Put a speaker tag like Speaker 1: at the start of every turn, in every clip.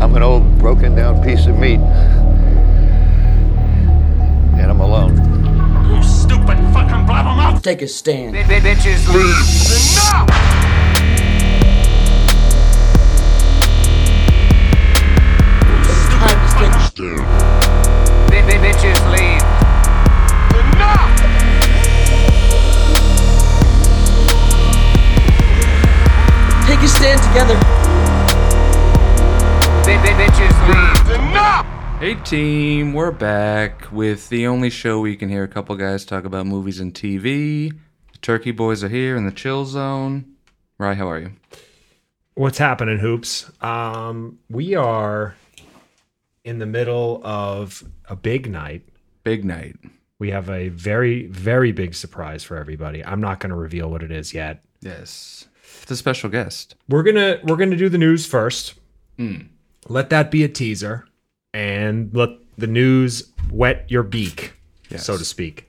Speaker 1: I'm an old broken down piece of meat. And I'm alone.
Speaker 2: You stupid fucking blabbermouth!
Speaker 3: Take a stand.
Speaker 2: Enough! Enough!
Speaker 3: Take a stand together.
Speaker 2: Enough!
Speaker 4: Hey team, we're back with the only show where you can hear a couple guys talk about movies and TV. The Turkey Boys are here in the chill zone. Rye, how are you?
Speaker 5: What's happening, hoops? Um, we are in the middle of a big night.
Speaker 4: Big night.
Speaker 5: We have a very, very big surprise for everybody. I'm not going to reveal what it is yet.
Speaker 4: Yes. It's a special guest.
Speaker 5: We're gonna we're gonna do the news first. Let that be a teaser, and let the news wet your beak, so to speak.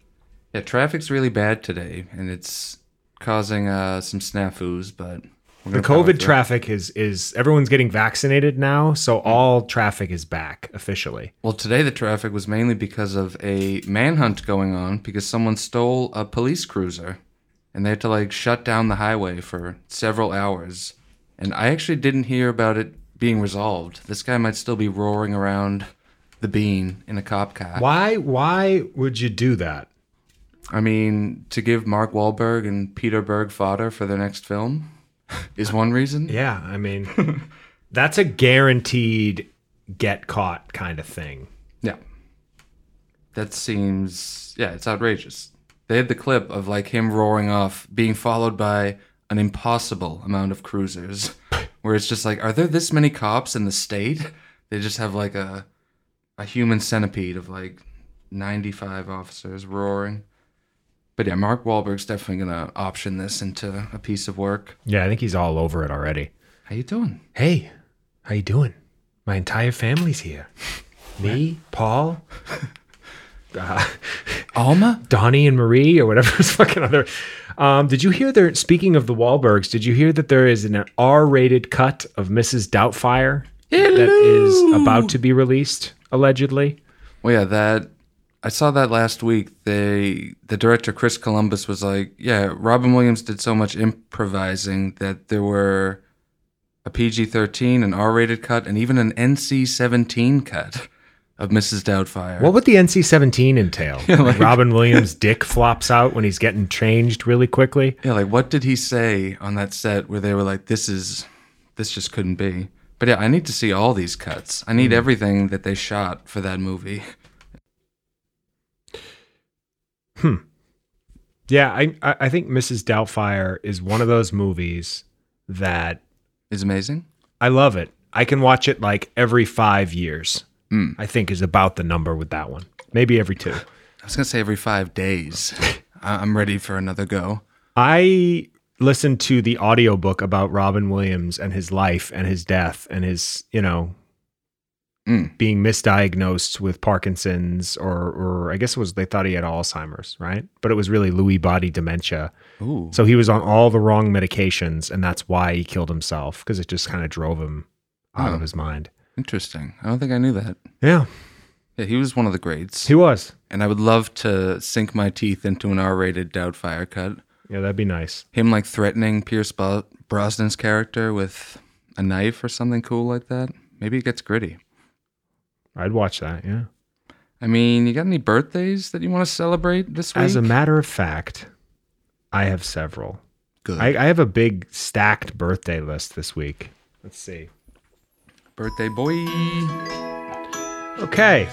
Speaker 4: Yeah, traffic's really bad today, and it's causing uh, some snafus, but we're gonna
Speaker 5: The
Speaker 4: power
Speaker 5: COVID
Speaker 4: through.
Speaker 5: traffic is is everyone's getting vaccinated now, so all traffic is back officially.
Speaker 4: Well, today the traffic was mainly because of a manhunt going on because someone stole a police cruiser and they had to like shut down the highway for several hours. And I actually didn't hear about it being resolved. This guy might still be roaring around the bean in a cop car.
Speaker 5: Why why would you do that?
Speaker 4: I mean, to give Mark Wahlberg and Peter Berg fodder for their next film is one reason.
Speaker 5: Yeah, I mean, that's a guaranteed get caught kind of thing.
Speaker 4: Yeah. That seems yeah, it's outrageous. They had the clip of like him roaring off, being followed by an impossible amount of cruisers. Where it's just like, are there this many cops in the state? They just have like a a human centipede of like ninety five officers roaring. But yeah, Mark Wahlberg's definitely gonna option this into a piece of work.
Speaker 5: Yeah, I think he's all over it already.
Speaker 4: How you doing?
Speaker 5: Hey, how you doing? My entire family's here. Me, Paul, uh,
Speaker 4: Alma?
Speaker 5: Donnie, and Marie, or whatever his fucking other. Um, did you hear there? Speaking of the Wahlbergs, did you hear that there is an R-rated cut of Mrs. Doubtfire that is about to be released allegedly?
Speaker 4: Well, yeah, that I saw that last week. They the director Chris Columbus was like, yeah, Robin Williams did so much improvising that there were a PG-13, an R-rated cut, and even an NC-17 cut of Mrs. Doubtfire.
Speaker 5: What would the NC-17 entail? Like Robin Williams' dick flops out when he's getting changed really quickly.
Speaker 4: Yeah, like what did he say on that set where they were like, "This is, this just couldn't be." But yeah, I need to see all these cuts. I need everything that they shot for that movie.
Speaker 5: Yeah, I I I think Mrs. Doubtfire is one of those movies that
Speaker 4: Is amazing.
Speaker 5: I love it. I can watch it like every five years. I think is about the number with that one. Maybe every two.
Speaker 4: I was gonna say every five days. I- I'm ready for another go.
Speaker 5: I listened to the audiobook about Robin Williams and his life and his death and his, you know,
Speaker 4: Mm.
Speaker 5: being misdiagnosed with Parkinson's or or I guess it was they thought he had Alzheimer's, right? But it was really Lewy body dementia.
Speaker 4: Ooh.
Speaker 5: So he was on all the wrong medications and that's why he killed himself because it just kind of drove him out
Speaker 4: Oh.
Speaker 5: of his mind.
Speaker 4: Interesting. I don't think I knew that.
Speaker 5: Yeah,
Speaker 4: Yeah, he was one of the greats.
Speaker 5: he was.
Speaker 4: And I would love to sink my teeth into an R rated Doubtfire cut.
Speaker 5: Yeah, that'd be nice.
Speaker 4: Him like threatening Pierce Bro- Brosnan's character with a knife or something cool like that. Maybe it gets gritty.
Speaker 5: I'd watch that, yeah.
Speaker 4: I mean, you got any birthdays that you want to celebrate this week?
Speaker 5: As a matter of fact, I have several.
Speaker 4: Good.
Speaker 5: I, I have a big stacked birthday list this week. Let's see.
Speaker 4: Birthday boy.
Speaker 5: Okay.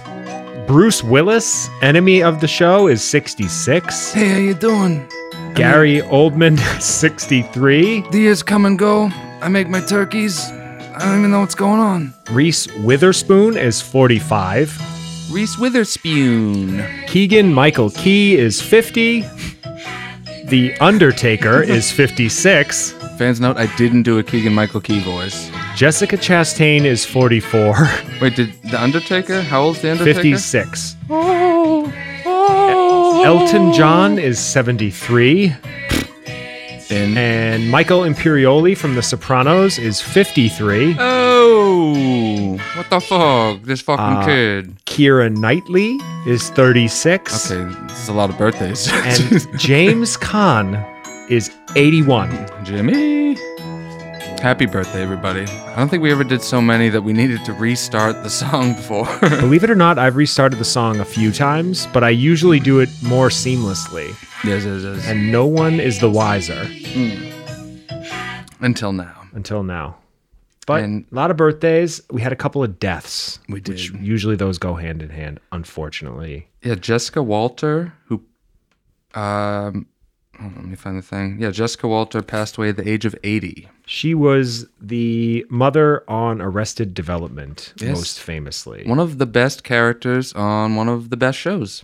Speaker 5: Bruce Willis, enemy of the show, is 66.
Speaker 4: Hey, how you doing?
Speaker 5: Gary Oldman, 63.
Speaker 4: The years come and go. I make my turkeys. I don't even know what's going on.
Speaker 5: Reese Witherspoon is 45.
Speaker 4: Reese Witherspoon.
Speaker 5: Keegan Michael Key is 50. The Undertaker is 56.
Speaker 4: Fans note, I didn't do a Keegan Michael Key voice.
Speaker 5: Jessica Chastain is 44.
Speaker 4: Wait, did The Undertaker? How old's The Undertaker?
Speaker 5: 56. oh.
Speaker 4: Oh.
Speaker 5: Elton John is 73.
Speaker 4: In.
Speaker 5: And Michael Imperioli from The Sopranos is 53.
Speaker 4: Oh, what what the fuck? This fucking
Speaker 5: Uh,
Speaker 4: kid.
Speaker 5: Kira Knightley is 36.
Speaker 4: Okay, this is a lot of birthdays.
Speaker 5: And James Kahn is 81.
Speaker 4: Jimmy. Happy birthday, everybody. I don't think we ever did so many that we needed to restart the song before.
Speaker 5: Believe it or not, I've restarted the song a few times, but I usually do it more seamlessly,
Speaker 4: yes, yes, yes.
Speaker 5: and no one is the wiser
Speaker 4: Until now.
Speaker 5: until now. But
Speaker 4: And-
Speaker 5: a lot of birthdays. We had a couple of deaths.
Speaker 4: We did.
Speaker 5: Which usually those go hand in hand, unfortunately.
Speaker 4: Yeah, Jessica Walter, who, um, hold on, let me find the thing. Yeah, Jessica Walter passed away at the age of 80.
Speaker 5: She was the mother on Arrested Development,
Speaker 4: Yes.
Speaker 5: most famously.
Speaker 4: One of the best characters on one of the best shows,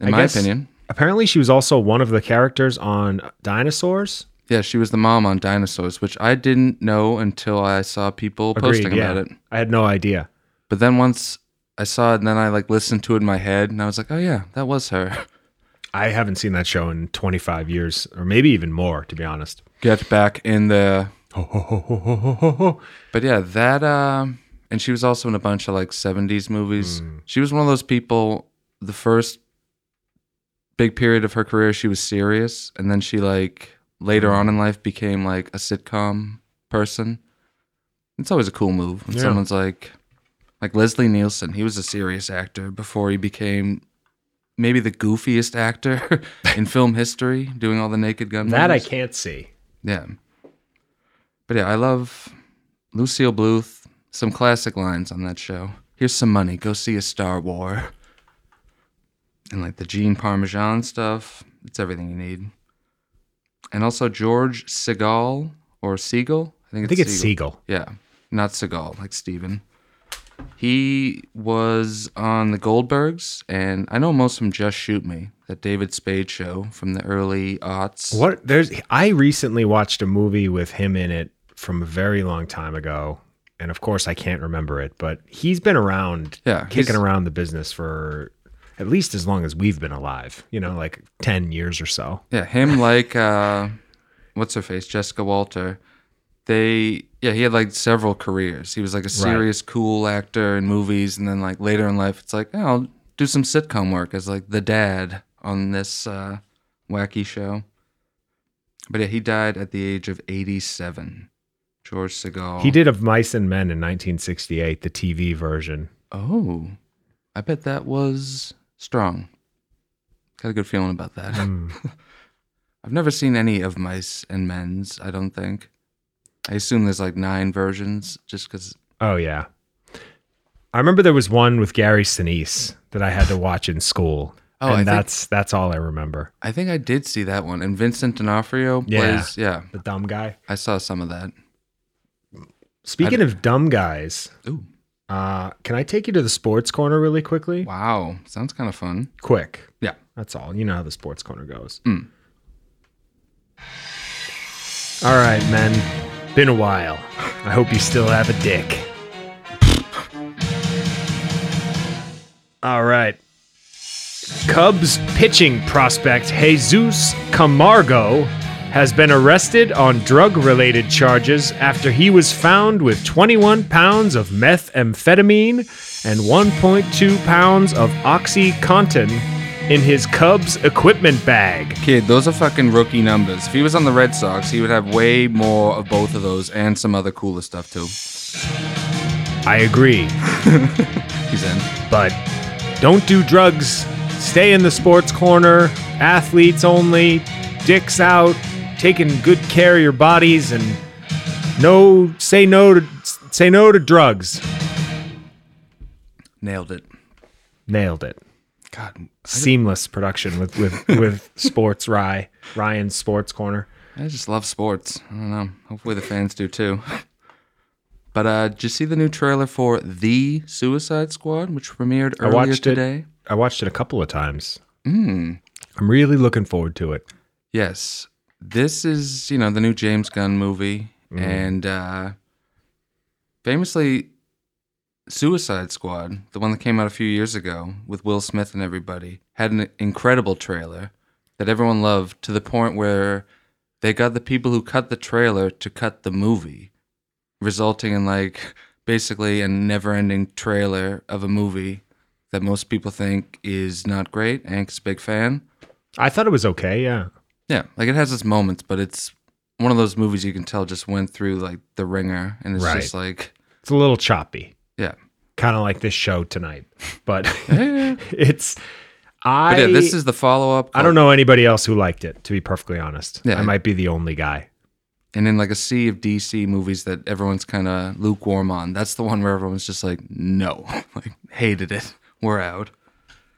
Speaker 4: in
Speaker 5: I
Speaker 4: my
Speaker 5: guess-
Speaker 4: opinion.
Speaker 5: Apparently, she was also one of the characters on Dinosaurs.
Speaker 4: Yeah, she was the mom on Dinosaurs, which I didn't know until I saw people posting
Speaker 5: Agreed, yeah.
Speaker 4: about it.
Speaker 5: I had no idea.
Speaker 4: But then once I saw it, and then I like listened to it in my head, and I was like, oh yeah, that was her.
Speaker 5: I haven't seen that show in 25 years, or maybe even more, to be honest.
Speaker 4: Get back in there. But yeah, that um and she was also in a bunch of like 70s movies. She was one of those people the first big period of her career she was serious and then she like later on in life became like a sitcom person. It's always a cool move when
Speaker 5: Yeah.
Speaker 4: someone's like like Leslie Nielsen, he was a serious actor before he became maybe the goofiest actor in film history doing all the naked gun
Speaker 5: That I
Speaker 4: movies.
Speaker 5: can't see.
Speaker 4: Yeah. But yeah, I love Lucille Bluth. Some classic lines on that show. Here's some money. Go see a Star War. And like the Gene Parmesan stuff. It's everything you need. And also George Segal or Siegel.
Speaker 5: I think it's Siegel.
Speaker 4: Yeah, not Seagal, like Steven. He was on the Goldbergs, and I know most from Just Shoot Me, that David Spade show from the early aughts.
Speaker 5: What there's I recently watched a movie with him in it from a very long time ago. And of course I can't remember it, but he's been around
Speaker 4: Yeah,
Speaker 5: kicking
Speaker 4: he's-
Speaker 5: around the business for at least as long as we've been alive, you know, like 10 years or so.
Speaker 4: Yeah, him like uh what's her face? Jessica Walter. They yeah, he had like several careers. He was like a serious cool actor in movies and then like later in life it's like, oh, I'll do some sitcom work as like the dad on this uh wacky show. But yeah, he died at the age of 87. George Segal.
Speaker 5: He did of Mice and Men in 1968, the TV version.
Speaker 4: Oh. I bet that was strong. Got a good feeling about that. I've never seen any of Mice and Men's, I don't think. I assume there's like nine versions just because.
Speaker 5: Oh yeah. I remember there was one with Gary Sinise that I had to watch in school.
Speaker 4: Oh, I
Speaker 5: and
Speaker 4: think-
Speaker 5: that's that's all I remember.
Speaker 4: I think I did see that one. And Vincent D'Onofrio
Speaker 5: Yeah.
Speaker 4: plays. Yeah.
Speaker 5: The dumb guy.
Speaker 4: I saw some of that.
Speaker 5: Speaking of dumb guys,
Speaker 4: Ooh.
Speaker 5: Uh, can I take you to the sports corner really quickly?
Speaker 4: Wow. Sounds kind of fun.
Speaker 5: Quick.
Speaker 4: Yeah.
Speaker 5: That's all. You know how the sports corner goes. All right, men. Been a while. I hope you still have a dick. All right. Cubs pitching prospect Jesus Camargo has been arrested on drug related charges after he was found with 21 pounds of methamphetamine and 1.2 pounds of Oxycontin in his Cubs equipment bag.
Speaker 4: Kid, those are fucking rookie numbers. If he was on the Red Sox, he would have way more of both of those and some other cooler stuff too.
Speaker 5: I agree,
Speaker 4: He's in.
Speaker 5: but don't do drugs. Stay in the sports corner, athletes only, dicks out, taking good care of your bodies and no say no to say no to drugs.
Speaker 4: Nailed it.
Speaker 5: Nailed it.
Speaker 4: God,
Speaker 5: Seamless production with with with sports Rye Ryan's sports corner.
Speaker 4: I just love sports. I don't know. Hopefully the fans do too. But uh, did you see the new trailer for The Suicide Squad, which premiered
Speaker 5: I
Speaker 4: earlier
Speaker 5: watched
Speaker 4: today? Hmm.
Speaker 5: it. I watched it a couple of times. I'm really looking forward to it.
Speaker 4: Yes. This is, you know, the new James Gunn movie. And uh, famously, Suicide Squad, the one that came out a few years ago with Will Smith and everybody, had an incredible trailer that everyone loved to the point where they got the people who cut the trailer to cut the movie, resulting in like basically a never-ending trailer of a movie that most people think is not great. Hank's a big fan.
Speaker 5: I thought it was okay. Yeah.
Speaker 4: Yeah, like it has its moments, but it's one of those movies you can tell just went through like the ringer, and it's just like,
Speaker 5: It's a little choppy,
Speaker 4: yeah,
Speaker 5: kind of like this show tonight, but
Speaker 4: Yeah.
Speaker 5: it's. I
Speaker 4: but yeah, this is the follow-up.
Speaker 5: I don't know anybody else who liked it. To be perfectly honest,
Speaker 4: Yeah.
Speaker 5: I might be the only guy.
Speaker 4: And in like a sea of DC movies that everyone's kind of lukewarm on, that's the one where everyone's just like, no, like hated it. We're out.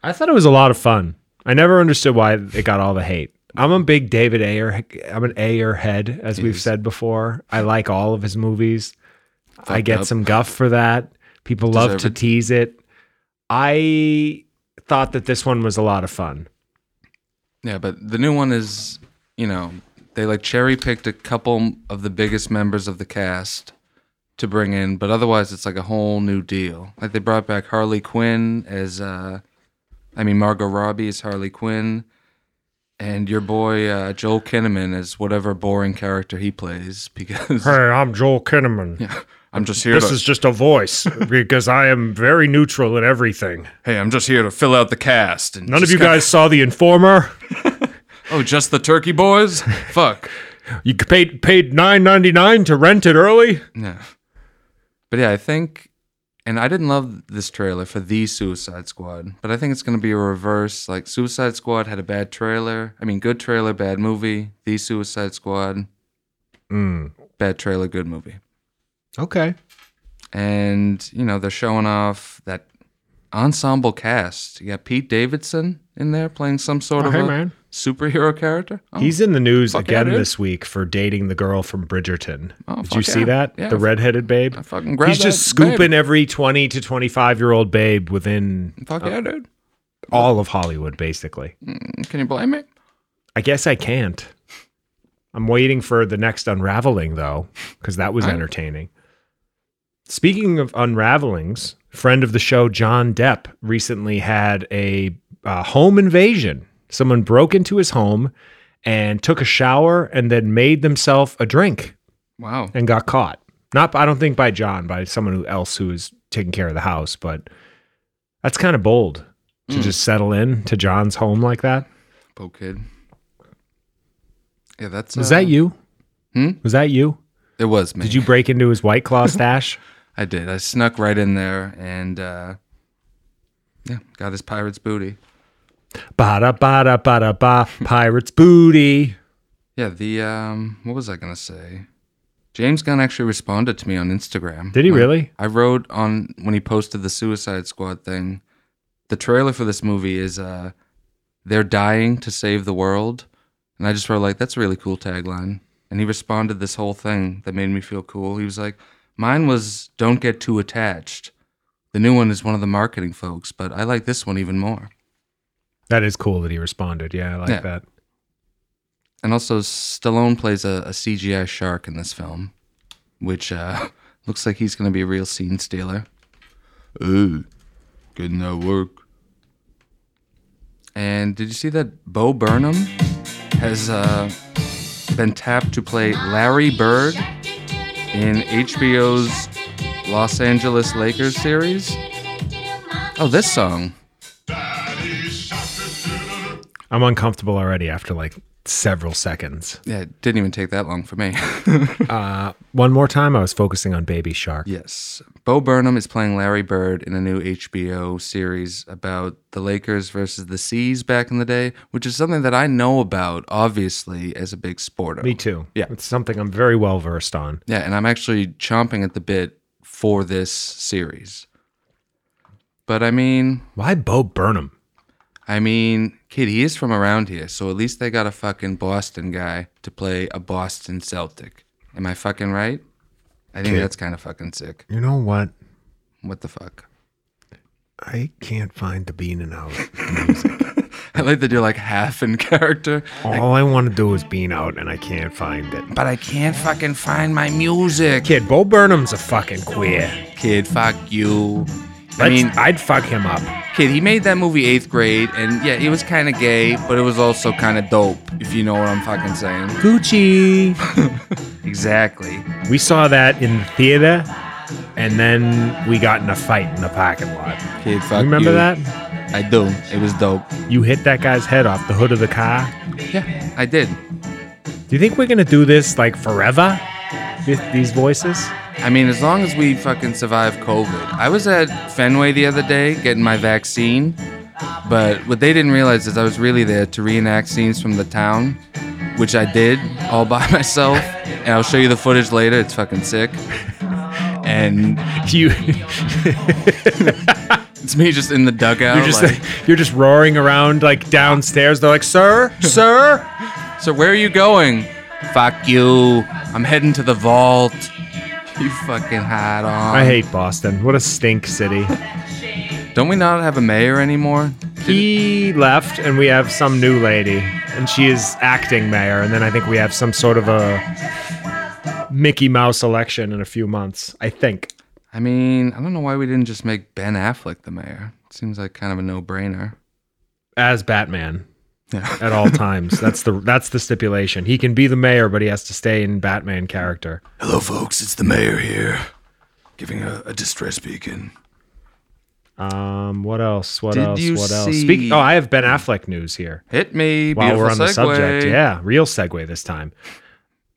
Speaker 5: I thought it was a lot of fun. I never understood why it got all the hate. I'm a big David Ayer. I'm an Ayer head, as we've said before. I like all of his movies. I
Speaker 4: Fucked
Speaker 5: get
Speaker 4: up.
Speaker 5: some guff for that. People love
Speaker 4: Deserved.
Speaker 5: to tease it. I thought that this one was a lot of fun.
Speaker 4: Yeah, but the new one is, you know, they like cherry picked a couple of the biggest members of the cast to bring in, but otherwise it's like a whole new deal. Like they brought back Harley Quinn as, uh, I mean, Margot Robbie as Harley Quinn, and your boy uh, Joel Kinnaman as whatever boring character he plays because
Speaker 5: I'm Joel Kinnaman.
Speaker 4: I'm just here to,
Speaker 5: just a voice because I am very neutral in everything.
Speaker 4: hey, I'm just here to fill out the cast. And just kinda-
Speaker 5: saw The Informer.
Speaker 4: oh, just the turkey boys? Fuck.
Speaker 5: You paid paid nine ninety nine to rent it early.
Speaker 4: No. But yeah, I think, and I didn't love this trailer for the Suicide Squad, but I think it's going to be a reverse. Like, Suicide Squad had a bad trailer. I mean, good trailer, bad movie. The Suicide Squad,
Speaker 5: Mm.
Speaker 4: bad trailer, good movie.
Speaker 5: Okay.
Speaker 4: And, you know, they're showing off that ensemble cast. You got Pete Davidson in there playing some sort
Speaker 5: Oh,
Speaker 4: of
Speaker 5: hey,
Speaker 4: a
Speaker 5: man.
Speaker 4: superhero character. Oh,
Speaker 5: He's in the news
Speaker 4: Fuck yeah,
Speaker 5: again
Speaker 4: dude.
Speaker 5: this week for dating the girl from Bridgerton.
Speaker 4: Oh,
Speaker 5: Did you
Speaker 4: fuck
Speaker 5: see
Speaker 4: yeah.
Speaker 5: that?
Speaker 4: Yeah,
Speaker 5: the
Speaker 4: I-
Speaker 5: redheaded babe.
Speaker 4: I fucking grabbed
Speaker 5: He's just
Speaker 4: that babe.
Speaker 5: scooping every twenty to twenty five year old babe within
Speaker 4: Fuck yeah, dude.
Speaker 5: all of Hollywood, basically.
Speaker 4: Can you blame me?
Speaker 5: I guess I can't. I'm waiting for the next unraveling though, because that was
Speaker 4: I-
Speaker 5: entertaining. Speaking of unravelings, friend of the show John Depp recently had a uh, home invasion. Someone broke into his home and took a shower and then made themselves a drink
Speaker 4: Wow.
Speaker 5: and got caught. Not, I don't think by John, by someone who else who was taking care of the house. But that's kind of bold to just settle in to John's home like that.
Speaker 4: Bo Kid. Yeah, that's.
Speaker 5: Was
Speaker 4: uh,
Speaker 5: that you?
Speaker 4: Hmm?
Speaker 5: Was that you?
Speaker 4: It was me.
Speaker 5: Did you break into his White Claw stash?
Speaker 4: I did. I snuck right in there and uh, yeah, got his pirate's booty.
Speaker 5: ba da ba da ba da ba. Pirates booty.
Speaker 4: Yeah, the um, what was I gonna say? James Gunn actually responded to me on Instagram.
Speaker 5: Did he
Speaker 4: When-
Speaker 5: really?
Speaker 4: I wrote on when he posted the Suicide Squad thing. The trailer for this movie is uh, they're dying to save the world, and I just wrote like that's a really cool tagline. And he responded this whole thing that made me feel cool. He was like, "Mine was don't get too attached. The new one is one of the marketing folks, but I like this one even more."
Speaker 5: That is cool that he responded. Yeah, I like
Speaker 4: Yeah.
Speaker 5: that.
Speaker 4: And also, Stallone plays a, a CGI shark in this film, which uh, looks like he's going to be a real scene stealer. Ooh, getting that work. And did you see that Bo Burnham has uh, been tapped to play Larry Bird in HBO's Los Angeles Lakers series? Oh, this song.
Speaker 5: I'm uncomfortable already after like several seconds.
Speaker 4: Yeah, it didn't even take that long for me.
Speaker 5: One more time, I was focusing on Baby Shark.
Speaker 4: Yes. Bo Burnham is playing Larry Bird in a new HBO series about the Lakers versus the Seas back in the day, which is something that I know about, obviously, as a big sporter.
Speaker 5: Me too.
Speaker 4: Yeah.
Speaker 5: It's something I'm very well versed on.
Speaker 4: Yeah, and I'm actually chomping at the bit for this series. But I mean,
Speaker 5: Why Bo Burnham?
Speaker 4: I mean, kid, he is from around here, so at least they got a fucking Boston guy to play a Boston Celtic. Am I fucking right? I think
Speaker 5: Kid.
Speaker 4: that's kind of fucking sick.
Speaker 5: You know what?
Speaker 4: What the fuck?
Speaker 5: I can't find the bean and out.
Speaker 4: I like that you're like half in character.
Speaker 5: All I want to do is bean out, and I can't find it.
Speaker 4: but I can't fucking find my music.
Speaker 5: Kid, Bo Burnham's a fucking queer.
Speaker 4: Kid, fuck you. I
Speaker 5: Let's-
Speaker 4: mean,
Speaker 5: I'd fuck him up.
Speaker 4: kid, he made that movie eighth grade, and yeah, it was kind of gay, but it was also kind of dope, if you know what I'm fucking saying.
Speaker 5: Gucci.
Speaker 4: Exactly.
Speaker 5: We saw that in the theater and then we got in a fight in the parking lot.
Speaker 4: Kid, fuck
Speaker 5: Remember
Speaker 4: you.
Speaker 5: that?
Speaker 4: I do. It was dope.
Speaker 5: You hit that guy's head off the hood of the car.
Speaker 4: Yeah, I did.
Speaker 5: Do you think we're gonna do this like forever? Th- these voices?
Speaker 4: I mean, as long as we fucking survive COVID. I was at Fenway the other day getting my vaccine, but what they didn't realize is I was really there to reenact scenes from the town, which I did all by myself. And I'll show you the footage later. It's fucking sick. And
Speaker 5: You,
Speaker 4: it's me just in the dugout.
Speaker 5: you're just
Speaker 4: like,
Speaker 5: you're just roaring around like downstairs. They're like, "Sir, sir."
Speaker 4: so where are you going? Fuck you. I'm heading to the vault. You fucking hot on.
Speaker 5: I hate Boston. What a stink city.
Speaker 4: Don't we not have a mayor anymore?
Speaker 5: He left, and we have some new lady, and she is acting mayor. And then I think we have some sort of a Mickey Mouse election in a few months. I think.
Speaker 4: I mean, I don't know why we didn't just make Ben Affleck the mayor. It seems like kind of a no-brainer.
Speaker 5: as Batman
Speaker 4: Yeah.
Speaker 5: at all times. That's the that's the stipulation. He can be the mayor, but he has to stay in Batman character.
Speaker 4: Hello, folks. It's the mayor here, giving a, a distress beacon.
Speaker 5: Um, what else? What
Speaker 4: Did
Speaker 5: else?
Speaker 4: you
Speaker 5: what else?
Speaker 4: see-
Speaker 5: Speak. Oh, I have Ben Affleck news here.
Speaker 4: Hit me.
Speaker 5: While
Speaker 4: beautiful
Speaker 5: we're on the
Speaker 4: segue.
Speaker 5: subject, yeah, real segue this time.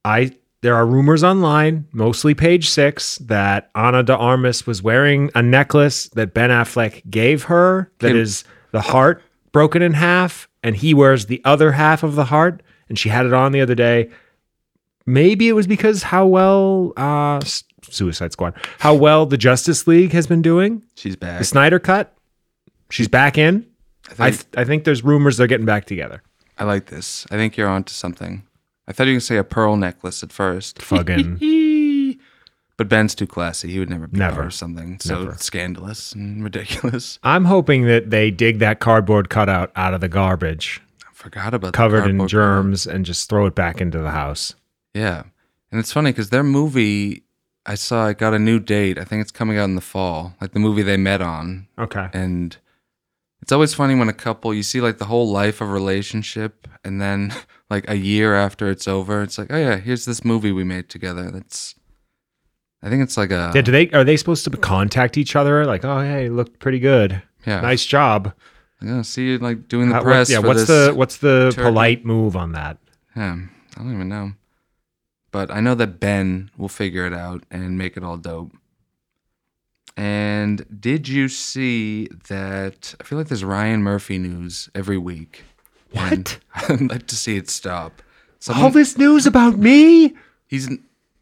Speaker 5: I there are rumors online, mostly Page Six, that Anna de Armas was wearing a necklace that Ben Affleck gave her. That is
Speaker 4: Can-
Speaker 5: the heart broken in half, and he wears the other half of the heart. And she had it on the other day. maybe it was because how well uh S- Suicide Squad, how well the Justice League has been doing.
Speaker 4: She's back.
Speaker 5: The Snyder cut, she's back in. I th- I think there's rumors they're getting back together.
Speaker 4: I like this. I think you're onto something. I thought you were gonna say a pearl necklace at first,
Speaker 5: Fucking
Speaker 4: but Ben's too classy. He would never be
Speaker 5: Never.
Speaker 4: or something so
Speaker 5: Never.
Speaker 4: scandalous and ridiculous.
Speaker 5: I'm hoping that they dig that cardboard cutout out of the garbage,
Speaker 4: I forgot about the
Speaker 5: covered in
Speaker 4: cardboard
Speaker 5: germs, and just throw it back into the house.
Speaker 4: Yeah. And it's funny because their movie, I saw it got a new date. I think it's coming out in the fall, like the movie they met on.
Speaker 5: Okay.
Speaker 4: And it's always funny when a couple, you see like the whole life of relationship, and then like a year after it's over, it's like, oh yeah, here's this movie we made together. That's, I think it's like a,
Speaker 5: Yeah, do they are they supposed to contact each other? Like, oh hey, you looked pretty good.
Speaker 4: yeah.
Speaker 5: Nice job.
Speaker 4: I'm gonna see you like doing the
Speaker 5: Uh, what-
Speaker 4: press.
Speaker 5: yeah,
Speaker 4: for
Speaker 5: what's
Speaker 4: this.
Speaker 5: the what's the
Speaker 4: turkey.
Speaker 5: polite move on that?
Speaker 4: Yeah, I don't even know. But I know that Ben will figure it out and make it all dope. And did you see that? I feel like there's Ryan Murphy news every week. and I'd like to see it stop.
Speaker 5: All
Speaker 4: Someone,
Speaker 5: this news about me?
Speaker 4: he's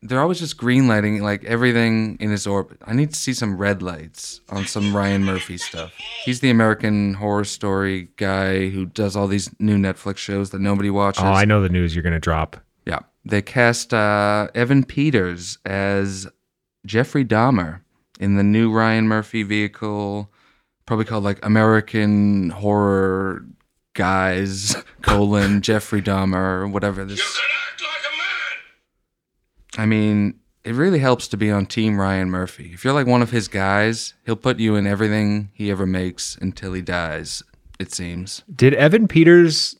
Speaker 4: they're always just greenlighting like everything in his orbit. I need to see some red lights on some Ryan Murphy stuff. He's the American Horror Story guy who does all these new Netflix shows that nobody watches.
Speaker 5: Oh, I know the news you're going to drop.
Speaker 4: Yeah. They cast uh, Evan Peters as Jeffrey Dahmer in the new Ryan Murphy vehicle, probably called like American Horror Guys, colon, Jeffrey Dahmer, or whatever this.
Speaker 2: act like a man.
Speaker 4: I mean, it really helps to be on Team Ryan Murphy. If you're like one of his guys, he'll put you in everything he ever makes until he dies, it seems.
Speaker 5: Did Evan Peters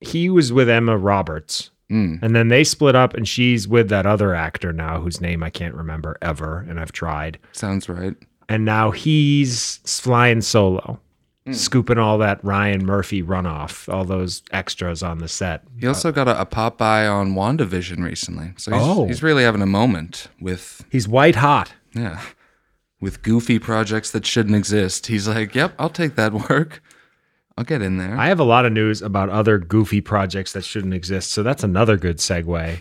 Speaker 5: he was with Emma Roberts
Speaker 4: Mm.
Speaker 5: and then they split up and she's with that other actor now whose name I can't remember ever and I've tried.
Speaker 4: Sounds right.
Speaker 5: And now he's flying solo. Scooping all that Ryan Murphy runoff, all those extras on the set.
Speaker 4: He also got a, a Popeye on WandaVision recently. So he's,
Speaker 5: Oh.
Speaker 4: he's really having a moment with
Speaker 5: He's white hot.
Speaker 4: yeah, with goofy projects that shouldn't exist. He's like, "Yep, I'll take that work. I'll get in there."
Speaker 5: I have a lot of news about other goofy projects that shouldn't exist, so that's another good segue.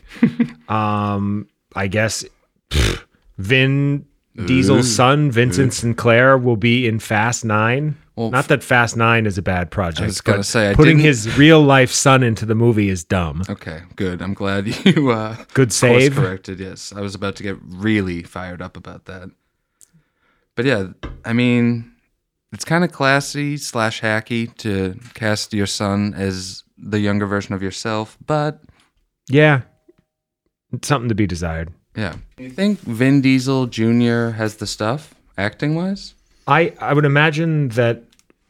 Speaker 5: um, I guess pfft, Vin Diesel's son, Vincent Sinclair, will be in Fast Nine.
Speaker 4: Well,
Speaker 5: Not that Fast Nine is a bad project.
Speaker 4: was gonna
Speaker 5: but
Speaker 4: say, I
Speaker 5: putting
Speaker 4: didn't-
Speaker 5: his real life son into the movie is dumb.
Speaker 4: okay, good. I'm glad you uh,
Speaker 5: Good
Speaker 4: course
Speaker 5: save.
Speaker 4: corrected. Yes, I was about to get really fired up about that. But yeah, I mean, it's kind of classy slash hacky to cast your son as the younger version of yourself, but
Speaker 5: Yeah, it's something to be desired.
Speaker 4: yeah, you think Vin Diesel Jr. has the stuff acting wise?
Speaker 5: I I would imagine that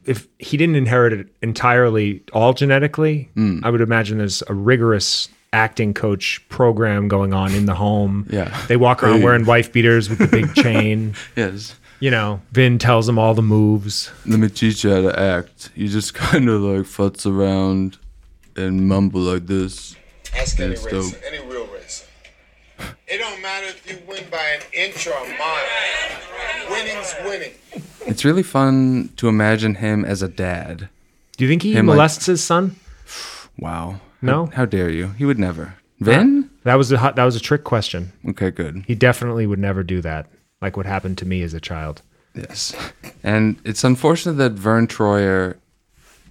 Speaker 5: if
Speaker 4: Hmm.
Speaker 5: he didn't inherit it entirely all genetically, I would imagine there's a rigorous acting coach program going on in the home.
Speaker 4: Yeah.
Speaker 5: They walk around
Speaker 4: Hey.
Speaker 5: wearing wife beaters with the big chain.
Speaker 4: Yes.
Speaker 5: You know, Vin tells them all the moves.
Speaker 4: Let me teach you how to act. You just kind of like futz around and mumble like this.
Speaker 6: Ask any
Speaker 4: That's
Speaker 6: racer,
Speaker 4: dope.
Speaker 6: any real racer. It don't matter if you win by an inch or a mile. Winning's winning.
Speaker 4: It's really fun to imagine him as a dad.
Speaker 5: Do you think he
Speaker 4: Him, like-
Speaker 5: molests his son?
Speaker 4: Wow.
Speaker 5: No? Uh,
Speaker 4: How, how dare you? He would never. Vin?
Speaker 5: That was a hot, that was a trick question.
Speaker 4: Okay, good.
Speaker 5: He definitely would never do that. Like what happened to me as a child.
Speaker 4: Yes. And it's unfortunate that Vern Troyer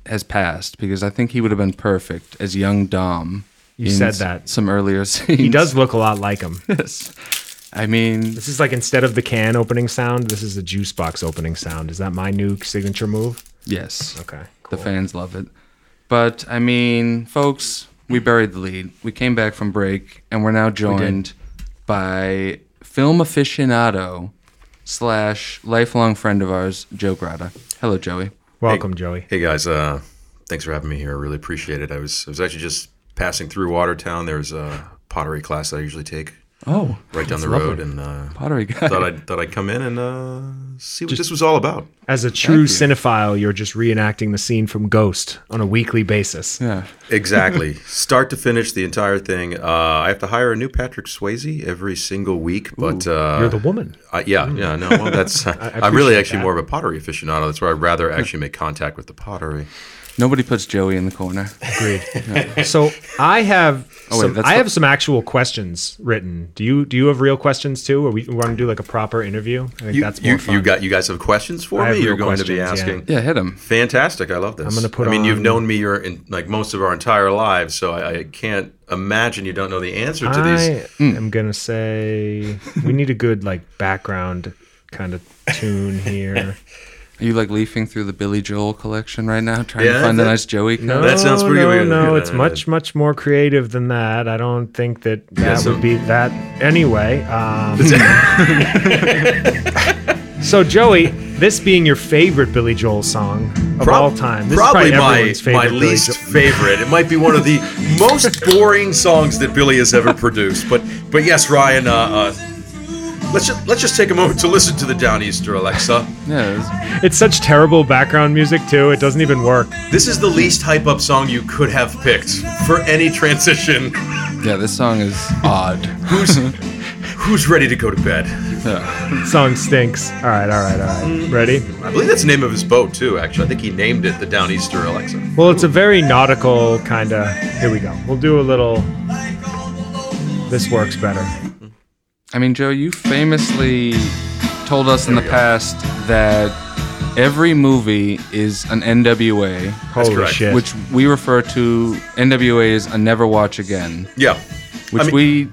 Speaker 4: has passed because I think he would have been perfect as young Dom.
Speaker 5: You
Speaker 4: in
Speaker 5: said
Speaker 4: s-
Speaker 5: that.
Speaker 4: Some earlier scenes.
Speaker 5: He does look a lot like him.
Speaker 4: this. I mean,
Speaker 5: This is like instead of the can opening sound, this is the juice box opening sound. Is that my new signature move?
Speaker 4: yes.
Speaker 5: Okay,
Speaker 4: The fans love it. But I mean, folks, we buried the lead. We came back from break and we're now joined by film aficionado slash lifelong friend of ours, Joe Grata. Hello, Joey.
Speaker 5: Welcome, Joey.
Speaker 7: Hey guys, uh, thanks for having me here. I really appreciate it. I was I was actually just passing through Watertown. There's a pottery class that I usually take
Speaker 4: Oh,
Speaker 7: right down the road, and uh,
Speaker 4: pottery guy.
Speaker 7: thought I'd thought I'd come in and uh, see what this was all about.
Speaker 5: As a true cinephile, you're just reenacting the scene from Ghost on a weekly basis.
Speaker 4: yeah.
Speaker 7: Exactly, start to finish, the entire thing. Uh, I have to hire a new Patrick Swayze every single week, but uh,
Speaker 5: You're the woman.
Speaker 7: I- yeah, yeah, no, well, that's I, am really
Speaker 5: appreciate
Speaker 7: actually
Speaker 5: that.
Speaker 7: more of a pottery aficionado. That's where I'd rather actually make contact with the pottery.
Speaker 4: Nobody puts Joey in the corner.
Speaker 5: Agreed. So I have
Speaker 4: Oh, wait,
Speaker 5: some,
Speaker 4: that's
Speaker 5: I
Speaker 4: the-
Speaker 5: have some actual questions written. Do you do you have real questions too, or we want to do like a proper interview? I think
Speaker 7: You,
Speaker 5: that's more
Speaker 7: you,
Speaker 5: fun.
Speaker 7: you got you guys have questions for
Speaker 5: I have
Speaker 7: me? You're
Speaker 5: real
Speaker 7: going to be
Speaker 5: questions, yeah.
Speaker 7: asking.
Speaker 4: Yeah, hit him.
Speaker 7: Fantastic! I love this. I'm
Speaker 5: gonna put
Speaker 7: I mean, you've
Speaker 5: on-
Speaker 7: known me your in, like most of our entire lives, so I, I can't imagine you don't know the answer to these. Hmm.
Speaker 5: I am gonna say we need a good like background kind of tune here.
Speaker 4: Are you like leafing through the Billy Joel collection right now, trying to
Speaker 7: Yeah,
Speaker 4: find a
Speaker 7: that-
Speaker 4: nice Joey? cut?
Speaker 7: That sounds pretty
Speaker 5: no,
Speaker 7: weird.
Speaker 5: No, it's much, much more creative than that. I don't think that that
Speaker 7: so-
Speaker 5: would be that. Anyway, um, so Joey, this being your favorite Billy Joel song of
Speaker 7: Prob-
Speaker 5: all time, this
Speaker 7: probably
Speaker 5: is
Speaker 7: my
Speaker 5: everyone's
Speaker 7: my
Speaker 5: favorite Billy
Speaker 7: least
Speaker 5: Joel-
Speaker 7: favorite. It might be one of the most boring songs that Billy has ever produced. But but yes, Ryan. Uh, uh, let's just, let's just take a moment to listen to the Downeaster, Alexa.
Speaker 4: Yeah,
Speaker 5: It's such terrible background music too. It doesn't even work.
Speaker 7: This is the least hype up song you could have picked for any transition.
Speaker 4: this- yeah, this song is odd.
Speaker 7: Who's who's ready to go to bed?
Speaker 5: Song stinks. All right, all right, all right. Ready?
Speaker 7: I believe that's the name of his boat too. Actually, I think he named it the Downeaster Alexa.
Speaker 5: Well, it's a very nautical kind of. Here we go. We'll do a little. This works better.
Speaker 4: I mean, Joe, you famously told us in the past that every movie is an NWA,
Speaker 5: Holy
Speaker 7: correct.
Speaker 5: shit!
Speaker 4: which we refer to NWA as a never watch again,
Speaker 7: Yeah,
Speaker 4: which
Speaker 7: I mean-
Speaker 4: we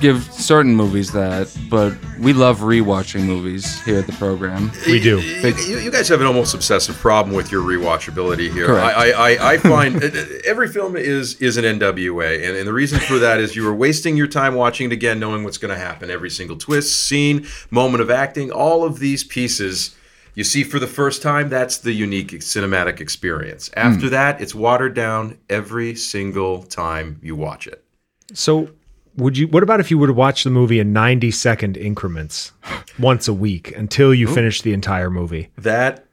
Speaker 4: give certain movies that, but we love rewatching movies here at the program.
Speaker 5: we do.
Speaker 7: you, you guys have an almost obsessive problem with your rewatchability here.
Speaker 4: Correct.
Speaker 7: I, I, I, I find uh, uh, every film is is an NWA, and, and the reason for that is you are wasting your time watching it again, knowing what's going to happen. Every single twist, scene, moment of acting, all of these pieces. You see for the first time, that's the unique cinematic experience. After that, it's watered down every single time you watch it.
Speaker 5: So, would you? What about if you were to watch the movie in ninety-second increments, once a week, until you finish the entire movie?
Speaker 7: That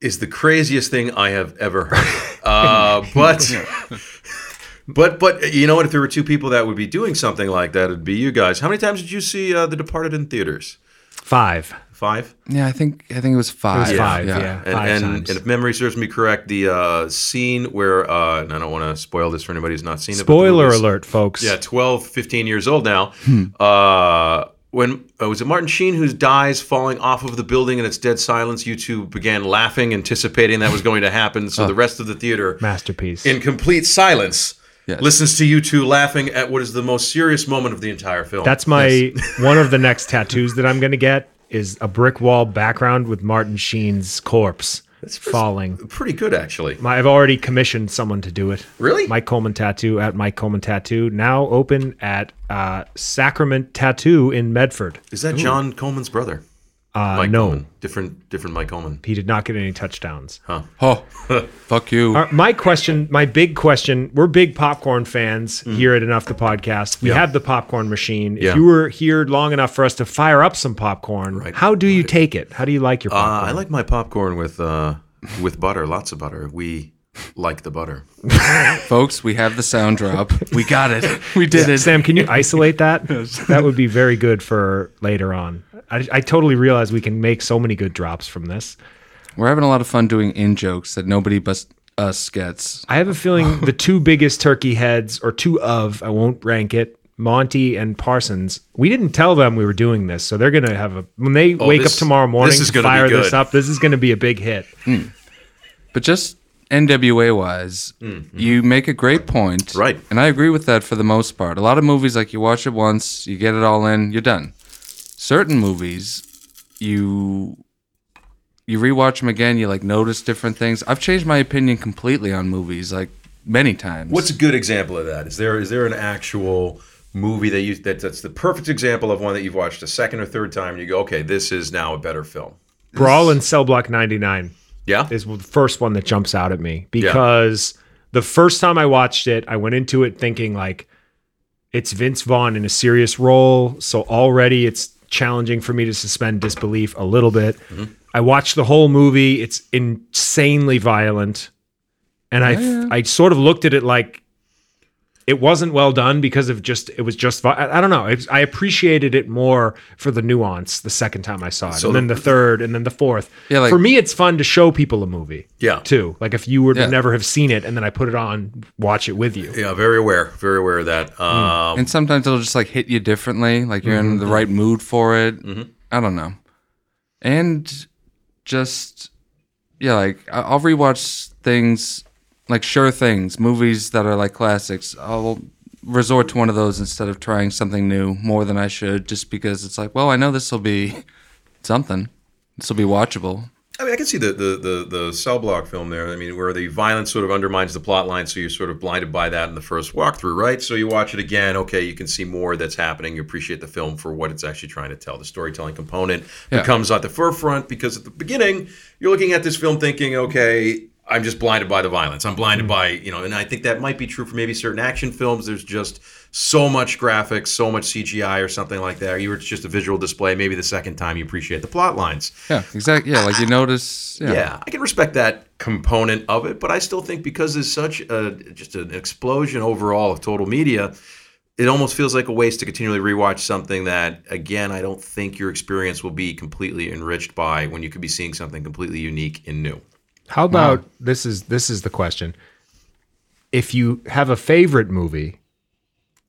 Speaker 7: is the craziest thing I have ever heard. Uh, but, but, but, you know what? If there were two people that would be doing something like that, it'd be you guys. How many times did you see uh, The Departed in theaters?
Speaker 5: Five.
Speaker 7: Five.
Speaker 4: Yeah, I think I think it was five.
Speaker 5: five, yeah.
Speaker 7: And,
Speaker 5: Five
Speaker 7: and,
Speaker 5: times.
Speaker 7: and if memory serves me correct, the uh, scene where, uh, and I don't want to spoil this for anybody who's not seen it. but the
Speaker 5: Spoiler
Speaker 7: movie's-
Speaker 5: alert, folks.
Speaker 7: Yeah, 12, 15 years old now.
Speaker 5: Hmm.
Speaker 7: Uh, when uh, was it Martin Sheen who dies falling off of the building and it's dead silence? You two began laughing, anticipating that was going to happen.
Speaker 5: Oh.
Speaker 7: So the rest of the theater,
Speaker 5: Masterpiece.
Speaker 7: in complete silence,
Speaker 4: Yes.
Speaker 7: listens to you two laughing at what is the most serious moment of the entire film.
Speaker 5: That's my one of the next tattoos that I'm gonna get is a brick wall background with Martin Sheen's corpse falling.
Speaker 7: pretty good, actually.
Speaker 5: My, I've already commissioned someone to do it.
Speaker 7: Really?
Speaker 5: Mike Coleman Tattoo at Mike Coleman Tattoo, now open at uh, Sacrament Tattoo in Medford.
Speaker 7: Is that John Coleman's brother?
Speaker 5: Uh,
Speaker 7: Mike
Speaker 5: no,
Speaker 7: Ullman. different different Mike Coleman.
Speaker 5: he did not get any touchdowns.
Speaker 4: Oh, fuck you.
Speaker 5: Uh, my question, my big question, we're big popcorn fans here at Enough the Podcast. We have the popcorn machine. If
Speaker 7: Mm-hmm. Yeah.
Speaker 5: you were here long enough for us to fire up some popcorn, how do you take it? How do you like your
Speaker 7: Uh,
Speaker 5: popcorn?
Speaker 7: I like my popcorn with uh, with butter, lots of butter. We like the butter.
Speaker 4: Folks, we have the sound drop. We got it. We did it.
Speaker 5: Sam, can you isolate that? That would be very good for later on. I, I totally realize we can make so many good drops from this.
Speaker 4: We're having a lot of fun doing in jokes that nobody but us gets.
Speaker 5: I have a feeling the two biggest turkey heads, or two of, I won't rank it, Monty and Parsons. We didn't tell them we were doing this, so they're gonna have a when they wake
Speaker 7: Oh, this-
Speaker 5: up tomorrow morning.
Speaker 7: this is gonna be
Speaker 5: fire this
Speaker 7: good.
Speaker 5: up. This is gonna be a big hit.
Speaker 4: But just NWA wise, you make a great point.
Speaker 7: Mm-hmm. Right.
Speaker 4: And I agree with that for the most part. A lot of movies, like you watch it once, you get it all in, you're done. Certain movies, you you rewatch them again, you like notice different things. I've changed my opinion completely on movies, like many times.
Speaker 7: What's a good example of that? Is there is there an actual movie that you that, that's the perfect example of one that you've watched a second or third time and you go, okay, this is now a better film.
Speaker 5: Brawl in Cell Block 99
Speaker 7: Yeah.
Speaker 5: is the first one that jumps out at me because the first time I watched it, I went into it thinking like it's Vince Vaughn in a serious role, so already it's challenging for me to suspend disbelief a little bit.
Speaker 7: Mm-hmm.
Speaker 5: I watched the whole movie; it's insanely violent, and I I sort of looked at it like it wasn't well done because of just it was just vi- I I don't know. It's I appreciated it more for the nuance the second time I saw it,
Speaker 7: So
Speaker 5: and then
Speaker 7: the-
Speaker 5: the third, and then the fourth.
Speaker 4: Yeah, like-
Speaker 5: for me, it's fun to show people a movie.
Speaker 7: Yeah.
Speaker 5: too. Like if you were
Speaker 4: Yeah.
Speaker 5: to never have seen it, and then I put it on, watch it with you.
Speaker 7: Yeah, very aware, very aware of that. Um,
Speaker 4: and sometimes it'll just like hit you differently like you're in the right mood for it i don't know and just yeah like I- i'll rewatch things like sure things movies that are like classics i'll resort to one of those instead of trying something new more than i should just because it's like well i know this will be something this will be watchable
Speaker 7: I mean, I can see the, the the the cell block film there. I mean, where the violence sort of undermines the plot line, so you're sort of blinded by that in the first walkthrough, right? So you watch it again, okay, you can see more that's happening. You appreciate the film for what it's actually trying to tell. The storytelling component
Speaker 4: Yeah.
Speaker 7: becomes at the forefront because at the beginning you're looking at this film thinking, okay, I'm just blinded by the violence. I'm blinded by you know, and I think that might be true for maybe certain action films. There's just so much graphics, so much CGI or something like that. You were just a visual display. Maybe the second time you appreciate the plot lines.
Speaker 4: yeah exactly yeah like you notice yeah,
Speaker 7: Yeah. I can respect that component of it, but I still think because there's such a just an explosion overall of total media, it almost feels like a waste to continually rewatch something that again I don't think your experience will be completely enriched by when you could be seeing something completely unique and new.
Speaker 5: How about this is this is the question. If you have a favorite movie,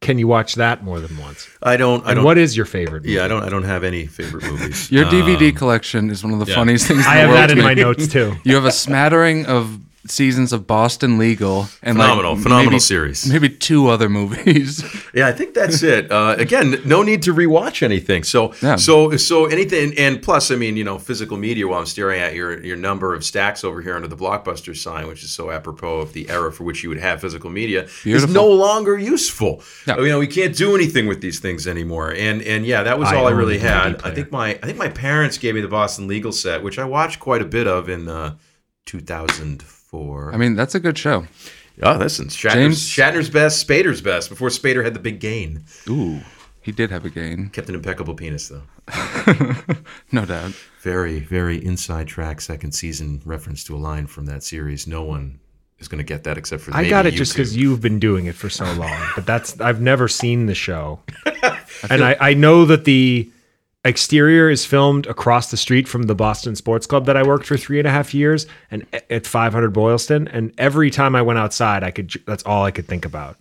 Speaker 5: can you watch that more than once?
Speaker 7: I don't. I
Speaker 5: And
Speaker 7: don't.
Speaker 5: what is your favorite movie?
Speaker 7: yeah, I don't. I don't have any favorite movies. Uh,
Speaker 4: your dvd collection is one of the funniest things in
Speaker 5: I
Speaker 4: the
Speaker 5: have
Speaker 4: world
Speaker 5: that
Speaker 4: to
Speaker 5: in
Speaker 4: me.
Speaker 5: my notes too.
Speaker 4: You have a smattering of seasons of Boston Legal and
Speaker 7: Phenomenal,
Speaker 4: like
Speaker 7: phenomenal
Speaker 4: maybe-
Speaker 7: series.
Speaker 4: Maybe two other movies.
Speaker 7: Yeah, I think that's it. Uh, again, no need to rewatch anything. So,
Speaker 4: Yeah.
Speaker 7: so, so anything, and plus, I mean, you know, physical media. While I'm staring at your your number of stacks over here under the blockbuster sign, which is so apropos of the era for which you would have physical media,
Speaker 4: Beautiful.
Speaker 7: is no longer useful.
Speaker 4: No.
Speaker 7: You know, we can't do anything with these things anymore. And and yeah, that was
Speaker 5: I
Speaker 7: all I
Speaker 5: own
Speaker 7: really
Speaker 5: a DVD
Speaker 7: had. I
Speaker 5: player.
Speaker 7: think my I think my parents gave me the Boston Legal set, which I watched quite a bit of in uh, 2004.
Speaker 4: I mean, that's a good show.
Speaker 7: oh, listen, Shatner's,
Speaker 4: James-
Speaker 7: Shatner's best, Spader's best, before Spader had the big gain.
Speaker 4: Ooh, he did have a gain,
Speaker 7: Kept an impeccable penis, though.
Speaker 4: no doubt.
Speaker 7: Very, very inside track second season reference to a line from that series. No one is going to get that except for
Speaker 5: I
Speaker 7: maybe
Speaker 5: got it
Speaker 7: you
Speaker 5: just
Speaker 7: two.
Speaker 5: because you've been doing it for so long. But that's I've never seen the show, and I, I know that the exterior is filmed across the street from the Boston Sports Club that I worked for three and a half years, and a- at 500 Boylston. And every time I went outside, I could ju- that's all I could think about.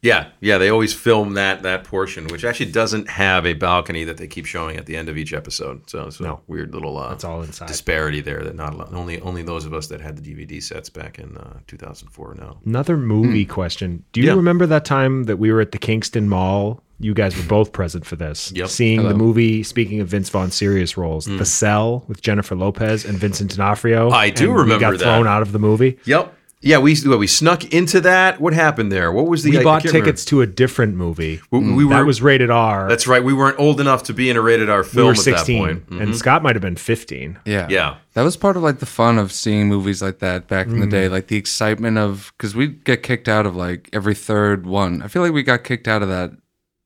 Speaker 7: Yeah, yeah. They always film that that portion, which actually doesn't have a balcony that they keep showing at the end of each episode. So it's a
Speaker 5: No.
Speaker 7: weird little uh,
Speaker 5: It's all inside.
Speaker 7: disparity there that not a lot, only only those of us that had the DVD sets back in uh, 2004 know.
Speaker 5: Another movie question. Do you
Speaker 7: Hmm. Yeah.
Speaker 5: remember that time that we were at the Kingston Mall? You guys were both present for this.
Speaker 7: Yep. Hmm.
Speaker 5: Seeing the movie, speaking of Vince Vaughn's serious roles, The Cell with Jennifer Lopez and Vincent D'Onofrio.
Speaker 7: I do
Speaker 5: and
Speaker 7: remember
Speaker 5: we got
Speaker 7: that.
Speaker 5: thrown out of the movie.
Speaker 7: Yep. Yeah, we well, we snuck into that. What happened there? What was the?
Speaker 5: We
Speaker 7: I
Speaker 5: bought
Speaker 7: can't remember.
Speaker 5: tickets to a different movie.
Speaker 7: We, we
Speaker 5: that
Speaker 7: were.
Speaker 5: was rated R.
Speaker 7: that's right. We weren't old enough to be in a rated R
Speaker 5: we
Speaker 7: film
Speaker 5: were
Speaker 7: at that
Speaker 5: 16,
Speaker 7: point. Mhm.
Speaker 5: and Scott might have been 15.
Speaker 4: Yeah.
Speaker 7: Yeah.
Speaker 4: That was part of like the fun of seeing movies like that back in the
Speaker 5: Mm.
Speaker 4: day, like the excitement of because we'd get kicked out of like every third one. I feel like we got kicked out of that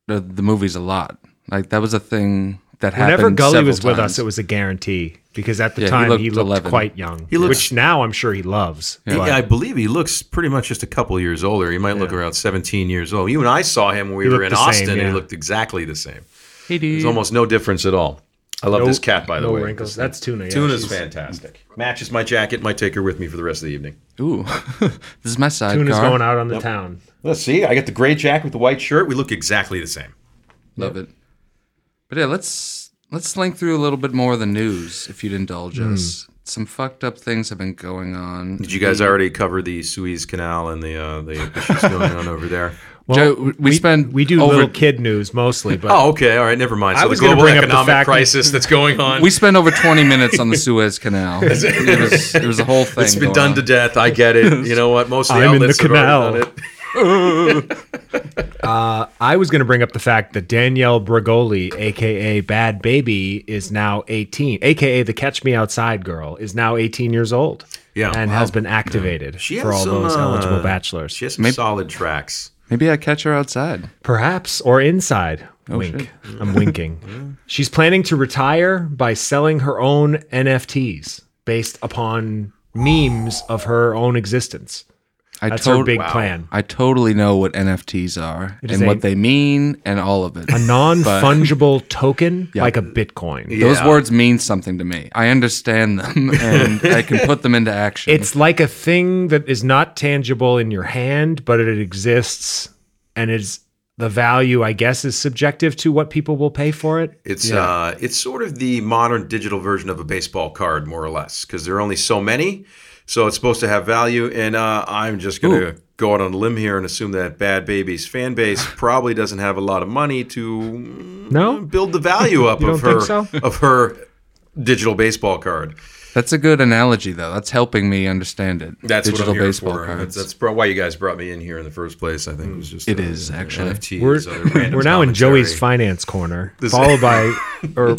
Speaker 4: the, the movies a lot. Like that was a thing that happened.
Speaker 5: Whenever Gully
Speaker 4: several
Speaker 5: was with
Speaker 4: times.
Speaker 5: us, it was a guarantee because at the
Speaker 4: Yeah, he
Speaker 5: time
Speaker 4: looked
Speaker 5: he looked
Speaker 4: 11.
Speaker 5: quite young,
Speaker 7: He looks-
Speaker 5: which now I'm sure he loves.
Speaker 7: He-
Speaker 5: but
Speaker 7: I believe he looks pretty much just a couple years older. He might look around 17 years old. You and I saw him when we
Speaker 5: He
Speaker 7: were
Speaker 5: looked
Speaker 7: in
Speaker 5: the same,
Speaker 7: Austin. and
Speaker 5: yeah.
Speaker 7: He looked exactly the same.
Speaker 4: Hey, dude.
Speaker 7: There's almost no difference at all. I love
Speaker 5: no-
Speaker 7: this cat, by the
Speaker 5: no
Speaker 7: way.
Speaker 5: wrinkles. That's Tuna. Yeah,
Speaker 7: Tuna's
Speaker 5: she's-
Speaker 7: fantastic. Matches my jacket. Might take her with me for the rest of the evening.
Speaker 4: Ooh, this is my sidecar.
Speaker 5: Tuna's going out on the town.
Speaker 7: Let's see. I got the gray jacket with the white shirt. We look exactly the same.
Speaker 4: Love it. But yeah, let's let's slink through a little bit more of the news, if you'd indulge
Speaker 5: Hmm.
Speaker 4: us. Some fucked up things have been going on.
Speaker 7: Did you guys already cover the Suez Canal and the uh, the issues going on over there?
Speaker 4: Joe, we, we spend
Speaker 5: We do
Speaker 4: over,
Speaker 5: little kid news mostly, but
Speaker 7: Oh, okay. All right. Never mind.
Speaker 5: I
Speaker 7: So
Speaker 5: was
Speaker 7: the
Speaker 5: gonna
Speaker 7: global
Speaker 5: bring up the
Speaker 7: economic
Speaker 5: fact that-
Speaker 7: crisis that's going on.
Speaker 4: We spent over 20 minutes on the Suez Canal. it, was, it was a whole thing.
Speaker 7: it's been
Speaker 4: going
Speaker 7: done
Speaker 4: on.
Speaker 7: to death. I get it. You know what? Most of the
Speaker 5: I'm in the
Speaker 7: outlets have already
Speaker 5: canal.
Speaker 7: done it.
Speaker 5: I was going to bring up the fact that Danielle Bragoli, aka Bad Baby, is now 18, aka the Catch Me Outside girl, is now 18 years old.
Speaker 7: Yeah,
Speaker 5: and has been activated
Speaker 7: She
Speaker 5: for
Speaker 7: has
Speaker 5: all
Speaker 7: some,
Speaker 5: those eligible
Speaker 7: uh,
Speaker 5: bachelors,
Speaker 7: She has some solid tracks.
Speaker 4: Maybe I catch her outside.
Speaker 5: perhaps or inside. Wink. I'm winking. She's planning to retire by selling her own NFTs based upon memes of her own existence.
Speaker 4: I
Speaker 5: That's
Speaker 4: tot-
Speaker 5: her big
Speaker 4: wow.
Speaker 5: plan.
Speaker 4: I totally know what NFTs are
Speaker 5: is
Speaker 4: and
Speaker 5: a-
Speaker 4: what they mean and all of it.
Speaker 5: A non fungible token, like a Bitcoin.
Speaker 4: Those
Speaker 7: Yeah.
Speaker 4: words mean something to me. I understand them and I can put them into action.
Speaker 5: It's like a thing that is not tangible in your hand, but it exists and is the value, I guess, is subjective to what people will pay for it.
Speaker 7: It's uh, it's sort of the modern digital version of a baseball card, more or less, because there are only so many. So it's supposed to have value, and uh, I'm just going to go out on a limb here and assume that Bad Baby's fan base probably doesn't have a lot of money to
Speaker 5: No?
Speaker 7: build the value up
Speaker 5: You
Speaker 7: of her
Speaker 5: don't think so?
Speaker 7: of her digital baseball card.
Speaker 4: That's a good analogy, though. That's helping me understand it.
Speaker 7: That's
Speaker 4: digital
Speaker 7: what I'm here
Speaker 4: baseball
Speaker 7: for.
Speaker 4: cards.
Speaker 7: That's, that's pro- why you guys brought me in here in the first place. I think it was just
Speaker 4: It
Speaker 7: uh,
Speaker 4: is, actually.
Speaker 7: NFTs,
Speaker 5: We're,
Speaker 7: other random
Speaker 5: we're now in
Speaker 7: commentary.
Speaker 5: Joey's finance corner, followed by, or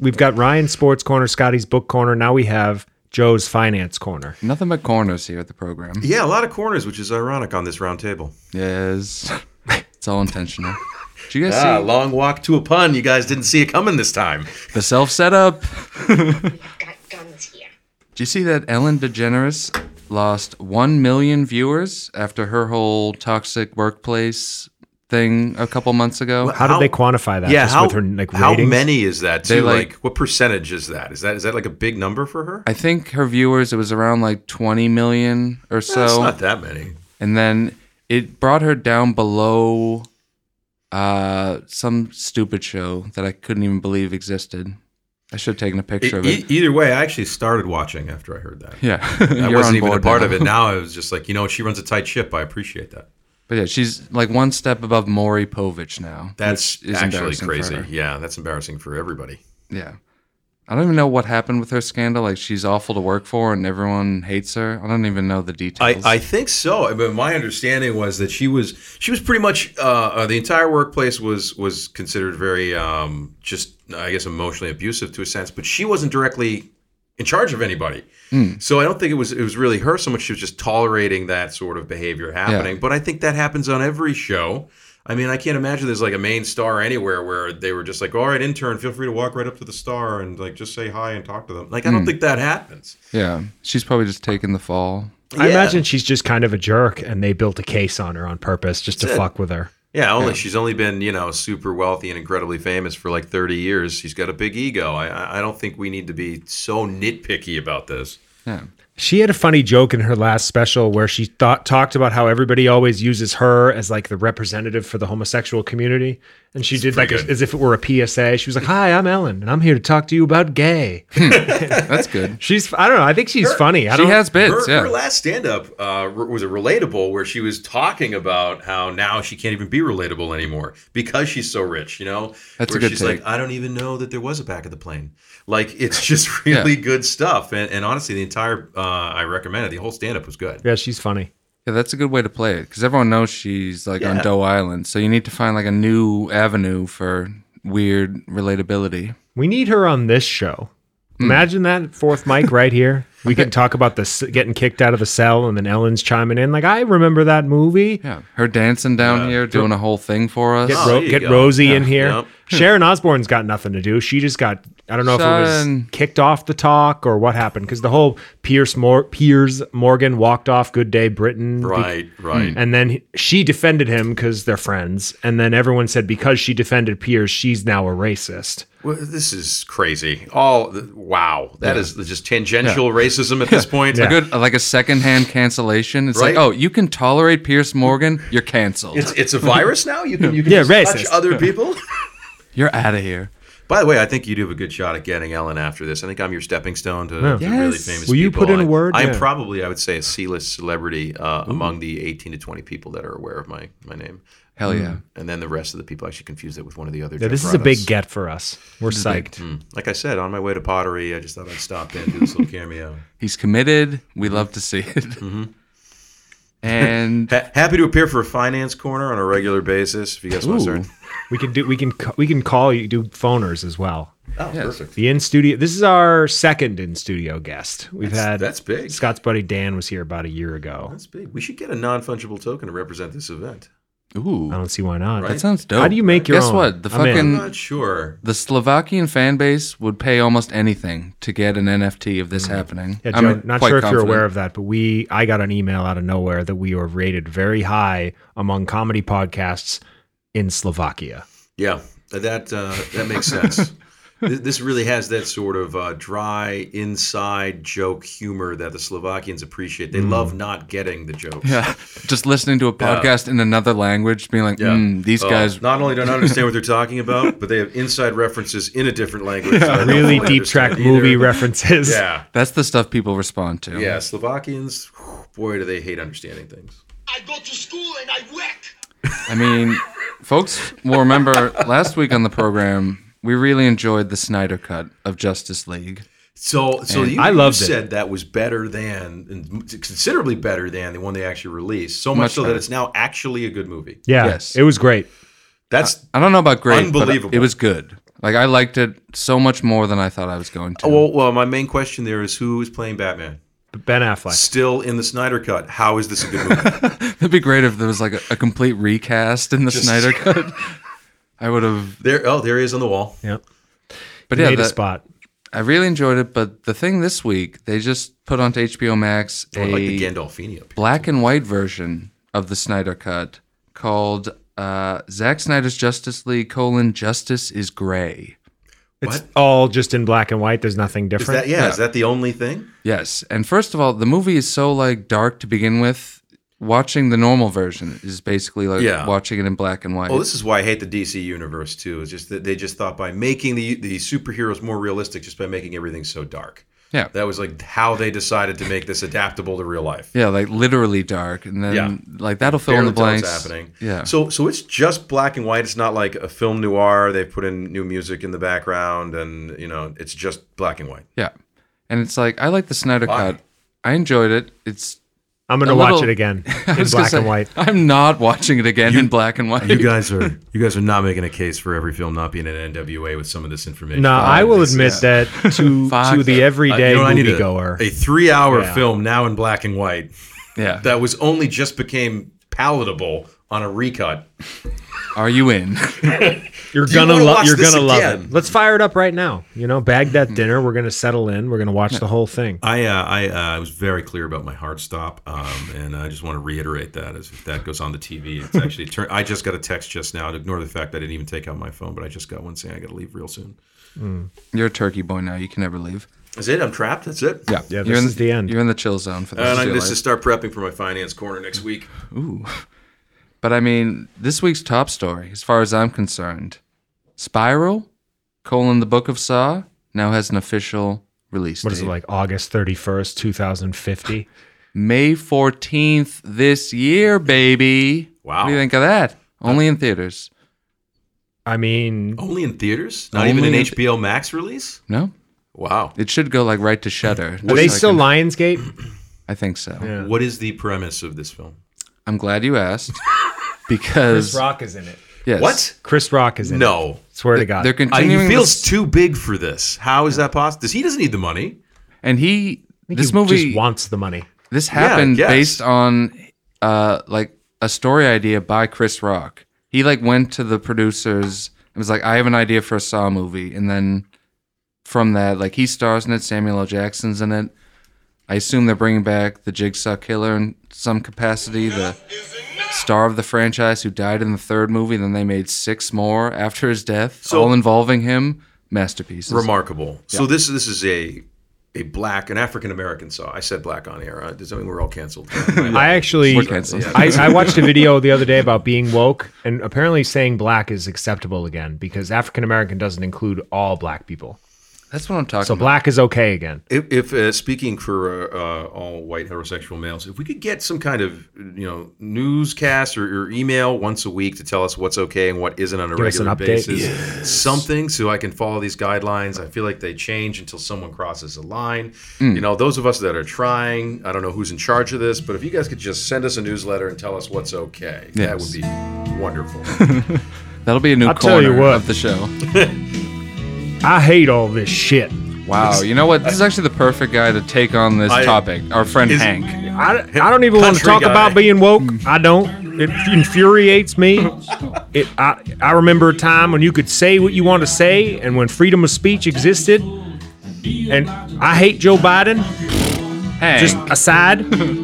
Speaker 5: we've got Ryan's sports corner, Scotty's book corner. Now we have Joe's finance corner.
Speaker 4: Nothing but corners here at the program.
Speaker 7: Yeah, a lot of corners, which is ironic on this round table.
Speaker 4: Yes. it's all intentional. Did you guys
Speaker 7: Ah,
Speaker 4: see
Speaker 7: long walk to a pun. You guys didn't see it coming this time.
Speaker 4: the self setup?
Speaker 8: got guns here.
Speaker 4: Do you see that Ellen DeGeneres lost 1 million viewers after her whole toxic workplace thing a couple months ago?
Speaker 5: How, did they quantify that? Just with her like
Speaker 7: how
Speaker 5: ratings?
Speaker 7: many is that? Too?
Speaker 4: They,
Speaker 7: like,
Speaker 4: like-
Speaker 7: what percentage is that? Is that is that like a big number for her?
Speaker 4: I think her viewers, it was around like 20 million or so.
Speaker 7: That's not that many.
Speaker 4: and then it brought her down below uh some stupid show that I couldn't even believe existed. I should have taken a picture of
Speaker 7: E-
Speaker 4: it.
Speaker 7: e- either way, I actually started watching after I heard that.
Speaker 4: yeah,
Speaker 7: I
Speaker 4: You're on
Speaker 7: wasn't even a
Speaker 4: board
Speaker 7: part
Speaker 4: now.
Speaker 7: of it. Now I was just like, you know, she runs a tight ship. I appreciate that.
Speaker 4: But yeah, she's like one step above Maury Povich now.
Speaker 7: That's
Speaker 4: which is
Speaker 7: actually
Speaker 4: embarrassing for
Speaker 7: crazy.
Speaker 4: her.
Speaker 7: Yeah, that's embarrassing for everybody.
Speaker 4: Yeah. I don't even know what happened with her scandal. Like she's awful to work for, and everyone hates her. I don't even know the
Speaker 7: I,
Speaker 4: details.
Speaker 7: I think so. But my understanding was that she was she was pretty much uh, uh, the entire workplace was was considered very um, just I guess emotionally abusive to a sense. But she wasn't directly in charge of anybody, so I don't think it was it was really her so much. She was just tolerating that sort of behavior happening. But I think that happens on every show. I mean, I can't imagine there's like a main star anywhere where they were just like, "All right, intern, feel free to walk right up to the star and like just say hi and talk to them." Like, I don't think that happens.
Speaker 4: yeah, she's probably just taking the fall.
Speaker 5: I
Speaker 7: Yeah.
Speaker 5: imagine she's just kind of a jerk, and they built a case on her on purpose just to
Speaker 7: it.
Speaker 5: fuck with her.
Speaker 7: Yeah, only she's only been you know super wealthy and incredibly famous for like thirty years. She's got a big ego. I- I I don't think we need to be so nitpicky about this.
Speaker 4: Yeah,
Speaker 5: She had a funny joke in her last special where she thought talked about how everybody always uses her as like the representative for the homosexual community, and she did like
Speaker 7: pretty
Speaker 5: a,
Speaker 7: good.
Speaker 5: as if it were a PSA. She was like, "Hi, I'm Ellen, and I'm here to talk to you about gay."
Speaker 4: that's good.
Speaker 5: She's I don't know. I think she's funny. I
Speaker 4: she
Speaker 5: don't.
Speaker 4: has bits.
Speaker 7: Her,
Speaker 4: yeah,
Speaker 7: her last stand up uh, re- was a relatable where she was talking about how now she can't even be relatable anymore because she's so rich, you know?
Speaker 4: That's a
Speaker 7: where
Speaker 4: good
Speaker 7: she's
Speaker 4: take.
Speaker 7: like, I don't even know that there was a back of the plane. Like, it's just really good stuff. And, and honestly, the entire uh, I recommend it. The whole stand up was good.
Speaker 5: Yeah, she's funny.
Speaker 4: Yeah, that's a good way to play it because everyone knows she's like on Doe Island. So you need to find like a new avenue for weird relatability.
Speaker 5: We need her on this show. Imagine that fourth mic right here. We can talk about the s- getting kicked out of the cell, and then Ellen's chiming in like, "I remember that movie."
Speaker 4: Yeah, her dancing down here, doing a whole thing for us.
Speaker 5: Get,
Speaker 7: Oh,
Speaker 5: Ro-
Speaker 7: there you
Speaker 5: get
Speaker 7: go.
Speaker 5: Rosie
Speaker 7: Yeah.
Speaker 5: in here.
Speaker 7: Yep.
Speaker 5: Sharon Osbourne's got nothing to do. She just got I don't know if it was
Speaker 4: Sharon.
Speaker 5: kicked off the talk or what happened because the whole Pierce Mor- Piers Morgan walked off Good Day Britain. be-
Speaker 7: Right, right.
Speaker 5: and then he- she defended him because they're friends. And then everyone said because she defended Piers, she's now a racist.
Speaker 7: Well, this is crazy. All th- wow, that is just tangential racism at this point.
Speaker 4: A good like a secondhand cancellation. It's like,
Speaker 7: Right.
Speaker 4: oh, you can tolerate Pierce Morgan, you're canceled.
Speaker 7: It's it's a virus now. You can you can
Speaker 5: Yeah,
Speaker 7: just touch
Speaker 5: racist.
Speaker 7: other people.
Speaker 4: you're out of here.
Speaker 7: By the way, I think you do have a good shot at getting Ellen after this. I think I'm your stepping stone to, to really
Speaker 4: Yes.
Speaker 7: famous.
Speaker 5: Will you
Speaker 7: people.
Speaker 5: put in a
Speaker 7: I-
Speaker 5: word?
Speaker 7: I'm
Speaker 5: Yeah.
Speaker 7: probably, I would say, a C-list celebrity uh, among the 18 to 20 people that are aware of my my name,
Speaker 4: Hell yeah.
Speaker 7: and then the rest of the people I should confuse it with one of the other.
Speaker 5: Yeah, this is a big get for us. We're psyched.
Speaker 7: Like I said, on my way to pottery, I just thought I'd stop in do this little cameo.
Speaker 4: He's committed. We love to see it.
Speaker 7: Mm-hmm.
Speaker 4: And
Speaker 7: Ha- happy to appear for a finance corner on a regular basis if you guys want to start.
Speaker 5: We can do. We can. ca- We can call you. Do phoners as well.
Speaker 7: Oh, perfect.
Speaker 5: The in studio. This is our second in studio guest. We've had
Speaker 7: That's big.
Speaker 5: Scott's buddy Dan was here about a year ago.
Speaker 7: That's big. We should get a non fungible token to represent this event.
Speaker 4: ooh,
Speaker 5: I don't see why not.
Speaker 4: that sounds dope.
Speaker 5: How do you make your
Speaker 4: Guess
Speaker 5: own?
Speaker 4: what? The
Speaker 5: I'm in.
Speaker 7: I'm
Speaker 4: fucking
Speaker 7: not sure.
Speaker 4: the Slovakian fan base would pay almost anything to get an NFT of this happening.
Speaker 5: Mm. Yeah, Joe,
Speaker 4: I'm uh,
Speaker 5: not
Speaker 4: quite
Speaker 5: sure if you're
Speaker 4: confident.
Speaker 5: aware of that, but we I got an email out of nowhere that we were rated very high among comedy podcasts in Slovakia.
Speaker 7: Yeah, that uh, that makes sense. Th- this really has that sort of uh, dry inside joke humor that the Slovakians appreciate.
Speaker 5: Mm.
Speaker 7: They love not getting the jokes.
Speaker 4: Yeah. Just listening to a podcast in another language, being like,
Speaker 7: Yeah.
Speaker 4: mm, these
Speaker 7: Uh,
Speaker 4: guys.
Speaker 7: not only don't understand what they're talking about, but they have inside references in a different language. that I don't
Speaker 5: Really
Speaker 7: fully
Speaker 5: deep
Speaker 7: understand
Speaker 5: track
Speaker 7: either.
Speaker 5: movie references.
Speaker 7: Yeah,
Speaker 4: That's the stuff people respond to.
Speaker 7: yeah. Slovakians, whew, boy, do they hate understanding things.
Speaker 6: I go to school and I wreck.
Speaker 4: I mean, folks will remember last week on the program, we really enjoyed the Snyder cut of Justice League.
Speaker 7: So, so you,
Speaker 5: I
Speaker 7: you
Speaker 5: loved it.
Speaker 7: said that was better than, and considerably better than the one they actually released. So much,
Speaker 4: Much
Speaker 7: so that
Speaker 4: better.
Speaker 7: it's now actually a good movie.
Speaker 5: Yeah, Uh,
Speaker 4: Yes.
Speaker 5: it was great.
Speaker 7: That's
Speaker 4: I don't know about great,
Speaker 7: Unbelievable.
Speaker 4: but it was good. Like I liked it so much more than I thought I was going to.
Speaker 7: uh, well, well. My main question there is who is playing Batman?
Speaker 5: Ben Affleck.
Speaker 7: Still in the Snyder cut. How is this a good movie?
Speaker 4: It'd be great if there was like a, a complete recast in the
Speaker 7: Just-
Speaker 4: Snyder cut. I would have,
Speaker 7: there, oh, there he is on the wall.
Speaker 5: Yep.
Speaker 4: but
Speaker 5: He
Speaker 4: yeah,
Speaker 5: made a
Speaker 4: that-
Speaker 5: spot.
Speaker 4: I really enjoyed it. But the thing this week, they just put onto HBO Max
Speaker 7: Or
Speaker 4: a
Speaker 7: Oh, like the Gandolfini up here.
Speaker 4: black and white version of the Snyder Cut called uh, Zack Snyder's Justice League: colon, Justice is Gray.
Speaker 5: It's
Speaker 7: What?
Speaker 5: all just in black and white. There's nothing
Speaker 7: Is
Speaker 5: different.
Speaker 7: that yeah, Is that the only thing?
Speaker 4: Yes, and first of all, the movie is so like dark to begin with. Watching the normal version is basically like
Speaker 7: Yeah.
Speaker 4: watching it in black and white.
Speaker 7: Well, this is why I hate the DC universe too. Is just that they just thought by making the the superheroes more realistic, just by making everything so dark.
Speaker 4: yeah,
Speaker 7: That was like how they decided to make this adaptable to real life.
Speaker 4: yeah, like literally dark, and then
Speaker 7: Yeah.
Speaker 4: like that'll fill in the
Speaker 7: Barely tell
Speaker 4: blanks.
Speaker 7: what's happening.
Speaker 4: Yeah.
Speaker 7: So so it's just black and white. It's not like a film noir. They've put in new music in the background, and you know, it's just black and white.
Speaker 4: yeah, and it's like I like the Snyder
Speaker 7: Why?
Speaker 4: Cut. I enjoyed it. It's
Speaker 5: I'm gonna
Speaker 4: a
Speaker 5: watch
Speaker 4: little-
Speaker 5: it again
Speaker 4: I
Speaker 5: in
Speaker 4: was gonna
Speaker 5: black and
Speaker 4: say,
Speaker 5: white.
Speaker 4: I'm not watching it again in black and white.
Speaker 7: You guys are you guys are not making a case for every film not being an NWA with some of this information.
Speaker 5: No, I will admit that to
Speaker 4: Fuck.
Speaker 5: to the
Speaker 7: Uh,
Speaker 5: everyday
Speaker 7: you know what? I need a-
Speaker 5: moviegoer.
Speaker 7: A, three-hour
Speaker 5: Yeah.
Speaker 7: film now in black and white
Speaker 4: yeah.
Speaker 7: that was only just became palatable on a recut.
Speaker 4: Are you in?
Speaker 5: You're
Speaker 7: Do you
Speaker 5: gonna
Speaker 7: wanna
Speaker 5: love.
Speaker 7: watch
Speaker 5: You're
Speaker 7: this
Speaker 5: gonna love
Speaker 7: again?
Speaker 5: it. Let's fire it up right now. You know, bag
Speaker 4: Hmm.
Speaker 5: that dinner. We're gonna settle in. We're gonna watch the whole thing.
Speaker 7: I uh, I uh, was very clear about my hard stop, um, and I just want to reiterate that as if that goes on the TV, it's actually turn. I just got a text just now. To ignore the fact I didn't even take out my phone, but I just got one saying I got to leave real soon.
Speaker 4: You're a turkey boy now. You can never leave.
Speaker 7: Is it? I'm trapped. That's it.
Speaker 4: Yeah.
Speaker 5: Yeah,
Speaker 4: You're
Speaker 5: this
Speaker 4: in,
Speaker 5: is the end.
Speaker 4: You're in the chill zone for the
Speaker 7: And
Speaker 4: rest
Speaker 7: I
Speaker 4: of your
Speaker 7: need
Speaker 4: life.
Speaker 7: to start prepping for my finance corner next week.
Speaker 4: But I mean, this week's top story, as far as I'm concerned, Spiral, colon, the Book of Saw, now has an official release
Speaker 5: What
Speaker 4: date.
Speaker 5: is it like? August thirty first, two thousand fifty.
Speaker 4: May 14th this year, baby.
Speaker 7: Wow.
Speaker 4: What do you think of that? Only in theaters.
Speaker 5: I mean,
Speaker 4: Oh,
Speaker 7: Only in theaters? Not
Speaker 4: Only
Speaker 7: even an
Speaker 4: in-
Speaker 7: HBO Max release?
Speaker 4: No?
Speaker 7: Wow.
Speaker 4: It should go like right to Shutter.
Speaker 5: Are they still Lionsgate?
Speaker 4: I think so.
Speaker 7: What is the premise of this film?
Speaker 4: I'm glad you asked because
Speaker 5: Rock is in it.
Speaker 4: yes,
Speaker 7: What?
Speaker 5: Chris Rock is in it.
Speaker 7: No.
Speaker 5: Swear to God.
Speaker 4: they're
Speaker 7: I,
Speaker 4: continuing.
Speaker 7: he feels
Speaker 4: this-
Speaker 7: too big for this. How is that possible? Does he doesn't need the money?
Speaker 4: and he
Speaker 5: I think
Speaker 4: this
Speaker 5: he
Speaker 4: movie
Speaker 5: just wants the money.
Speaker 4: this
Speaker 7: I
Speaker 4: happened
Speaker 7: guess.
Speaker 4: based on uh like a story idea by Chris Rock. He like went to the producers and was like, I have an idea for a Saw movie, and then from that, like he stars in it, Samuel L. Jackson's in it. I assume they're bringing back the Jigsaw Killer in some capacity, the star of the franchise who died in the third movie. Then they made six more after his death,
Speaker 7: So-
Speaker 4: all involving him. Masterpieces.
Speaker 7: Remarkable. So this this is a a black an African American saw. I said black on air. Uh, Does that mean we're all canceled?
Speaker 5: I actually,
Speaker 4: We're canceled.
Speaker 5: I, I watched a video the other day about being woke, and apparently saying black is acceptable again because African American doesn't include all black people.
Speaker 4: That's what I'm talking
Speaker 5: So
Speaker 4: about.
Speaker 5: black is okay again.
Speaker 7: If, if uh, speaking for uh, uh, all white heterosexual males, if we could get some kind of you know newscast or, or email once a week to tell us what's okay and what isn't on a
Speaker 5: Give us an
Speaker 7: regular
Speaker 5: update.
Speaker 7: basis, something so I can follow these guidelines. I feel like they change until someone crosses a line. You know, those of us that are trying, I don't know who's in charge of this, but if you guys could just send us a newsletter and tell us what's okay, that would be wonderful.
Speaker 4: That'll be a new
Speaker 5: I'll tell
Speaker 4: corner
Speaker 5: you what.
Speaker 4: of the show.
Speaker 5: I hate all this shit.
Speaker 4: Wow, you know what? This is actually the perfect guy to take on this
Speaker 7: I-
Speaker 4: topic. Our friend
Speaker 7: Is-
Speaker 4: Hank.
Speaker 5: I, I don't even want to
Speaker 7: Country
Speaker 5: talk
Speaker 7: guy.
Speaker 5: about being woke. I don't. It infuriates me. It, I, I remember a time when you could say what you want to say and when freedom of speech existed. And I hate Joe Biden.
Speaker 4: Hank.
Speaker 5: Just aside,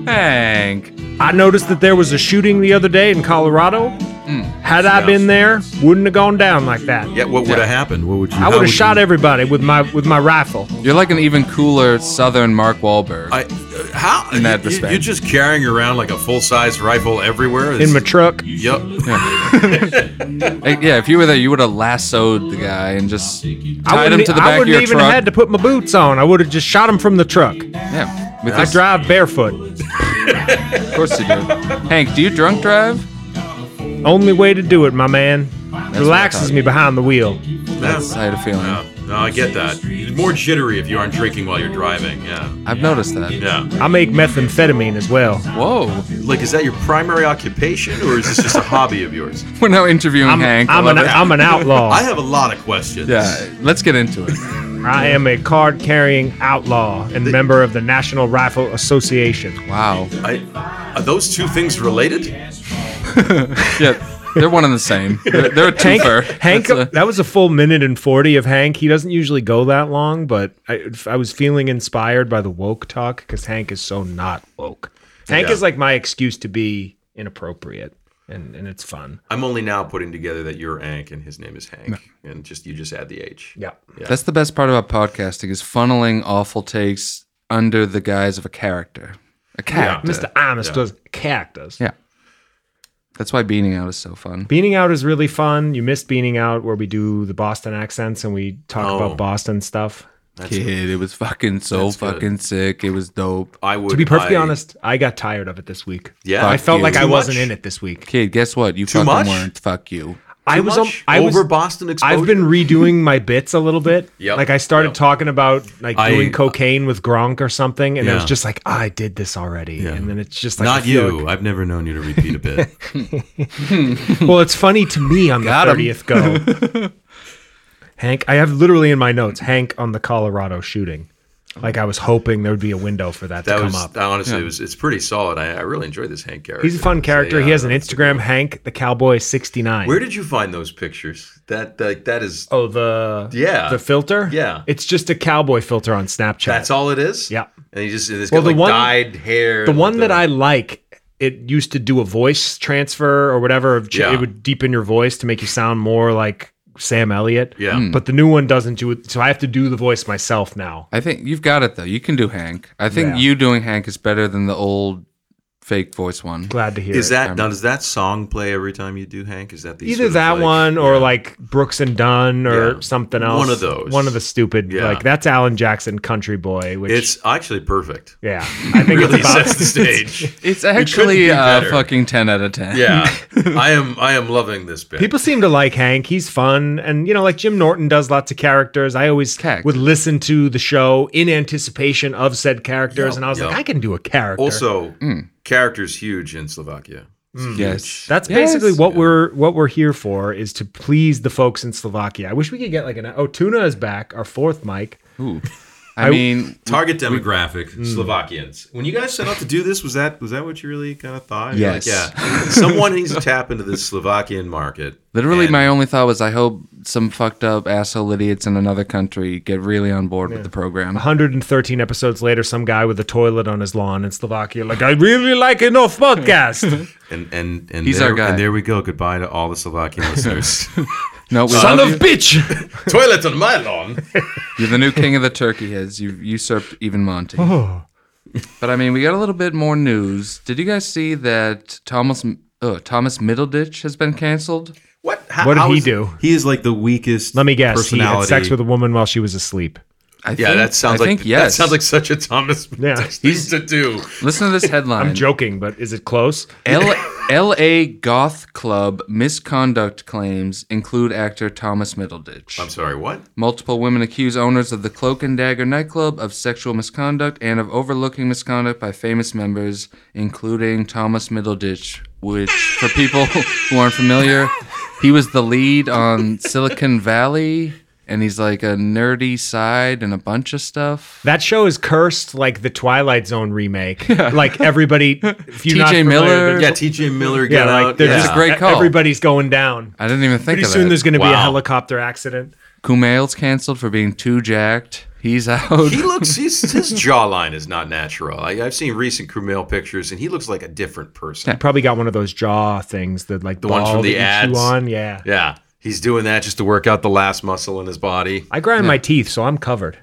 Speaker 4: Hank.
Speaker 5: I noticed that there was a shooting the other day in Colorado.
Speaker 4: Hmm.
Speaker 5: Had I been there, wouldn't have gone down like that.
Speaker 7: yeah, what would have happened? What would you?
Speaker 5: I would have shot everybody with my with my rifle.
Speaker 4: You're like an even cooler Southern Mark Wahlberg.
Speaker 7: I, uh, how
Speaker 4: In that
Speaker 7: you-
Speaker 4: respect.
Speaker 7: You're just carrying around like a full size rifle everywhere.
Speaker 5: in my truck.
Speaker 7: yep.
Speaker 4: Hey, yeah, if you were there, you would have lassoed the guy and just
Speaker 5: I
Speaker 4: tied him
Speaker 5: wouldn't, e-
Speaker 4: to the
Speaker 5: I
Speaker 4: back of
Speaker 5: wouldn't
Speaker 4: your
Speaker 5: even
Speaker 4: truck.
Speaker 5: had to put my boots on. I would have just shot him from the truck.
Speaker 4: yeah, with
Speaker 5: I
Speaker 4: this,
Speaker 5: drive barefoot.
Speaker 4: of course you do. Hank, do you drunk drive?
Speaker 5: Only way to do it, my man.
Speaker 4: what I
Speaker 5: Relaxes
Speaker 4: thought.
Speaker 5: me behind the wheel.
Speaker 4: That's I had a feeling.
Speaker 7: Yeah. No, I get that. You're more jittery if you aren't drinking while you're driving. Yeah.
Speaker 4: I've noticed that.
Speaker 7: Yeah.
Speaker 5: I make methamphetamine as well.
Speaker 4: Whoa,
Speaker 7: Like, is that your primary occupation or is this just a hobby of yours?
Speaker 4: we're now interviewing
Speaker 5: I'm,
Speaker 4: Hank. I
Speaker 5: I'm,
Speaker 4: love
Speaker 5: an,
Speaker 4: it.
Speaker 5: I'm an outlaw.
Speaker 7: I have a lot of questions.
Speaker 4: yeah, let's get into it.
Speaker 5: I am a card carrying outlaw and member of the National Rifle Association.
Speaker 4: Wow.
Speaker 7: I, are those two things related?
Speaker 4: Yeah, they're one and the same. They're, they're a
Speaker 5: Hank,
Speaker 4: twofer.
Speaker 5: Hank
Speaker 4: That's a-
Speaker 5: that was a full minute and 40 of Hank. He doesn't usually go that long, but I, I was feeling inspired by the woke talk because Hank is so not woke. Hank
Speaker 7: Yeah.
Speaker 5: is like my excuse to be inappropriate, and, and it's fun.
Speaker 7: I'm only now putting together that you're Hank and his name is Hank, and just you just add the H.
Speaker 5: Yeah.
Speaker 4: That's the best part about podcasting is funneling awful takes under the guise of a character. A character.
Speaker 5: Mr. Honest does cactus.
Speaker 4: Yeah. That's why beating out is so fun.
Speaker 5: Beaning Out is really fun. You missed Beaning Out where we do the Boston accents and we talk
Speaker 7: Oh.
Speaker 5: about Boston stuff.
Speaker 4: Kid, it was fucking so
Speaker 7: That's good.
Speaker 4: fucking sick. It was dope.
Speaker 7: I would
Speaker 5: To be perfectly
Speaker 7: I-
Speaker 5: honest, I got tired of it this week.
Speaker 7: Yeah.
Speaker 5: I felt
Speaker 4: you.
Speaker 5: like I
Speaker 7: Too
Speaker 5: wasn't
Speaker 7: much?
Speaker 5: in it this week.
Speaker 4: Kid, guess what? You
Speaker 7: Too
Speaker 4: fucking
Speaker 7: much?
Speaker 4: weren't. Fuck you.
Speaker 5: I
Speaker 7: Too
Speaker 5: was,
Speaker 7: much?
Speaker 5: I was
Speaker 7: over Boston exposure.
Speaker 5: I've been redoing my bits a little bit.
Speaker 7: Yep,
Speaker 5: Like I started
Speaker 7: yep.
Speaker 5: talking about like
Speaker 7: I- uh
Speaker 5: doing cocaine with Gronk or something, and it was
Speaker 7: Yeah.
Speaker 5: just like "Ah, I did this already, and then it's just like I
Speaker 7: Not
Speaker 5: feel
Speaker 7: you. I've never known you to repeat a bit. Hmm.
Speaker 5: like- well, it's funny to me on the
Speaker 4: Got 'em.
Speaker 5: thirtieth go. Hank, I have literally in my notes Hank on the Colorado shooting. Like I was hoping there would be a winw for that, to
Speaker 7: That
Speaker 5: come
Speaker 7: was
Speaker 5: up.
Speaker 7: honestly, it was, it's pretty solid. I, I really enjoyed this Hank character.
Speaker 5: He's a fun
Speaker 7: It's
Speaker 5: character.
Speaker 7: uh,
Speaker 5: he has an Instagram, Hank the Cowboy sixty nine.
Speaker 7: Where did you find those pictures? That that, that is
Speaker 5: Oh, the
Speaker 7: Yeah.
Speaker 5: the filter.
Speaker 7: Yeah.
Speaker 5: it's just a cowboy filter on Snapchat.
Speaker 7: that's all it is.
Speaker 5: Yeah.
Speaker 7: and he just and it's
Speaker 5: Well,
Speaker 7: got
Speaker 5: the
Speaker 7: like
Speaker 5: one-
Speaker 7: dyed hair.
Speaker 5: the
Speaker 7: and
Speaker 5: one that I like, it used to do a voice transfer or whatever. Of ch-
Speaker 7: Yeah.
Speaker 5: It would deepen your voice to make you sound more like Sam Elliott.
Speaker 7: Yeah. Hmm.
Speaker 5: But the new one doesn't do it. So I have to do the voice myself now.
Speaker 4: I think you've got it though. You can do Hank. I think
Speaker 5: Yeah.
Speaker 4: you doing Hank is better than the old fake voice one.
Speaker 5: Glad to hear
Speaker 7: Is
Speaker 5: it.
Speaker 7: that now? Does that song play every time you do, Hank? Is that the
Speaker 5: um, either
Speaker 7: sort of
Speaker 5: that
Speaker 7: like-
Speaker 5: one or
Speaker 7: yeah.
Speaker 5: like Brooks and Dunn or
Speaker 7: Yeah.
Speaker 5: something
Speaker 7: One
Speaker 5: else?
Speaker 7: of those.
Speaker 5: One of the stupid
Speaker 7: Yeah.
Speaker 5: like that's Alan Jackson, Country Boy. Which
Speaker 7: It's actually perfect.
Speaker 5: yeah, I think
Speaker 7: Really
Speaker 5: it's about
Speaker 7: sets the stage.
Speaker 4: It's
Speaker 7: be
Speaker 4: actually uh,
Speaker 7: better.
Speaker 4: fucking ten out of ten.
Speaker 7: yeah, I am. I am loving this bit.
Speaker 5: People seem to like Hank. He's fun. And, you know, like Jim Norton does lots of characters. I always
Speaker 4: Correct.
Speaker 5: would listen to the show in anticipation of said characters. and I was
Speaker 7: yup.
Speaker 5: like, I can do a character.
Speaker 7: also characters huge in Slovakia. It's
Speaker 4: Yes.
Speaker 5: that's
Speaker 4: Yes.
Speaker 5: basically what we're what we're here for is to please the folks in Slovakia. I wish we could get like an oh Tuna is back, our fourth mic.
Speaker 4: Ooh. I,
Speaker 5: I-
Speaker 4: mean,
Speaker 7: Target demographic Slovakians. Hmm. When you guys set out to do this, was that was that what you really kind of thought? You're like,
Speaker 4: Yes.
Speaker 7: yeah. Someone needs to tap into this Slovakian market.
Speaker 4: literally,
Speaker 7: And-
Speaker 4: my only thought was, I hope some fucked up asshole idiots in another country get really on board with the program.
Speaker 5: 113 episodes later, some guy with a toilet on his lawn in Slovakia, like I really like enough podcast.
Speaker 7: and and and
Speaker 4: He's our
Speaker 7: there,
Speaker 4: guy.
Speaker 7: And there we go. Goodbye to all the Slovakian listeners.
Speaker 4: No, we
Speaker 7: Son
Speaker 4: love you.
Speaker 7: of bitch! Toilet on my lawn.
Speaker 4: You're the new king of the turkey heads. You've usurped even Monty. But I mean, we got a little bit more news. Did you guys see that Thomas uh, Thomas Middleditch has been canceled?
Speaker 7: What? How,
Speaker 5: What did he
Speaker 7: is-
Speaker 5: do?
Speaker 7: He is like the weakest.
Speaker 5: Let me guess, he
Speaker 7: Personality.
Speaker 5: had sex with a woman while she was asleep.
Speaker 4: I
Speaker 7: yeah,
Speaker 4: think-
Speaker 7: that sounds
Speaker 4: I
Speaker 7: like
Speaker 4: think yes.
Speaker 7: that sounds like such a Thomas.
Speaker 5: Yeah.
Speaker 7: he's to do.
Speaker 4: Listen to this headline.
Speaker 5: I'm joking, but is it close?
Speaker 4: L- L.A. Goth Club misconduct claims include actor Thomas Middleditch.
Speaker 7: I'm sorry. What?
Speaker 4: Multiple women accuse owners of the Cloak and Dagger nightclub of sexual misconduct and of overlooking misconduct by famous members, including Thomas Middleditch, which, for people who aren't familiar, he was the lead on Silicon Valley, and he's like a nerdy side and a bunch of stuff.
Speaker 5: That show is cursed like the Twilight Zone remake. Like everybody, if you're not
Speaker 4: T.J.
Speaker 5: familiar,
Speaker 4: Miller.
Speaker 5: there's-
Speaker 7: Yeah, T.J. Miller.
Speaker 5: yeah,
Speaker 7: Get
Speaker 5: like
Speaker 7: out.
Speaker 5: they're
Speaker 7: yeah.
Speaker 5: just e-
Speaker 4: great call.
Speaker 5: Everybody's going down.
Speaker 4: I didn't even think
Speaker 5: Pretty
Speaker 4: of
Speaker 5: soon
Speaker 4: that.
Speaker 5: there's going to be a
Speaker 7: Wow.
Speaker 5: helicopter accident.
Speaker 4: Kumail's canceled for being too jacked. He's out.
Speaker 7: He looks. He's, his jawline is not natural. I, I've seen recent Kumail pictures, and he looks like a different person.
Speaker 5: Probably got one of those jaw things that like the
Speaker 7: ones from the ads.
Speaker 5: On. Yeah.
Speaker 7: Yeah. he's doing that just to work out the last muscle in his body.
Speaker 5: I grind my teeth, so I'm covered.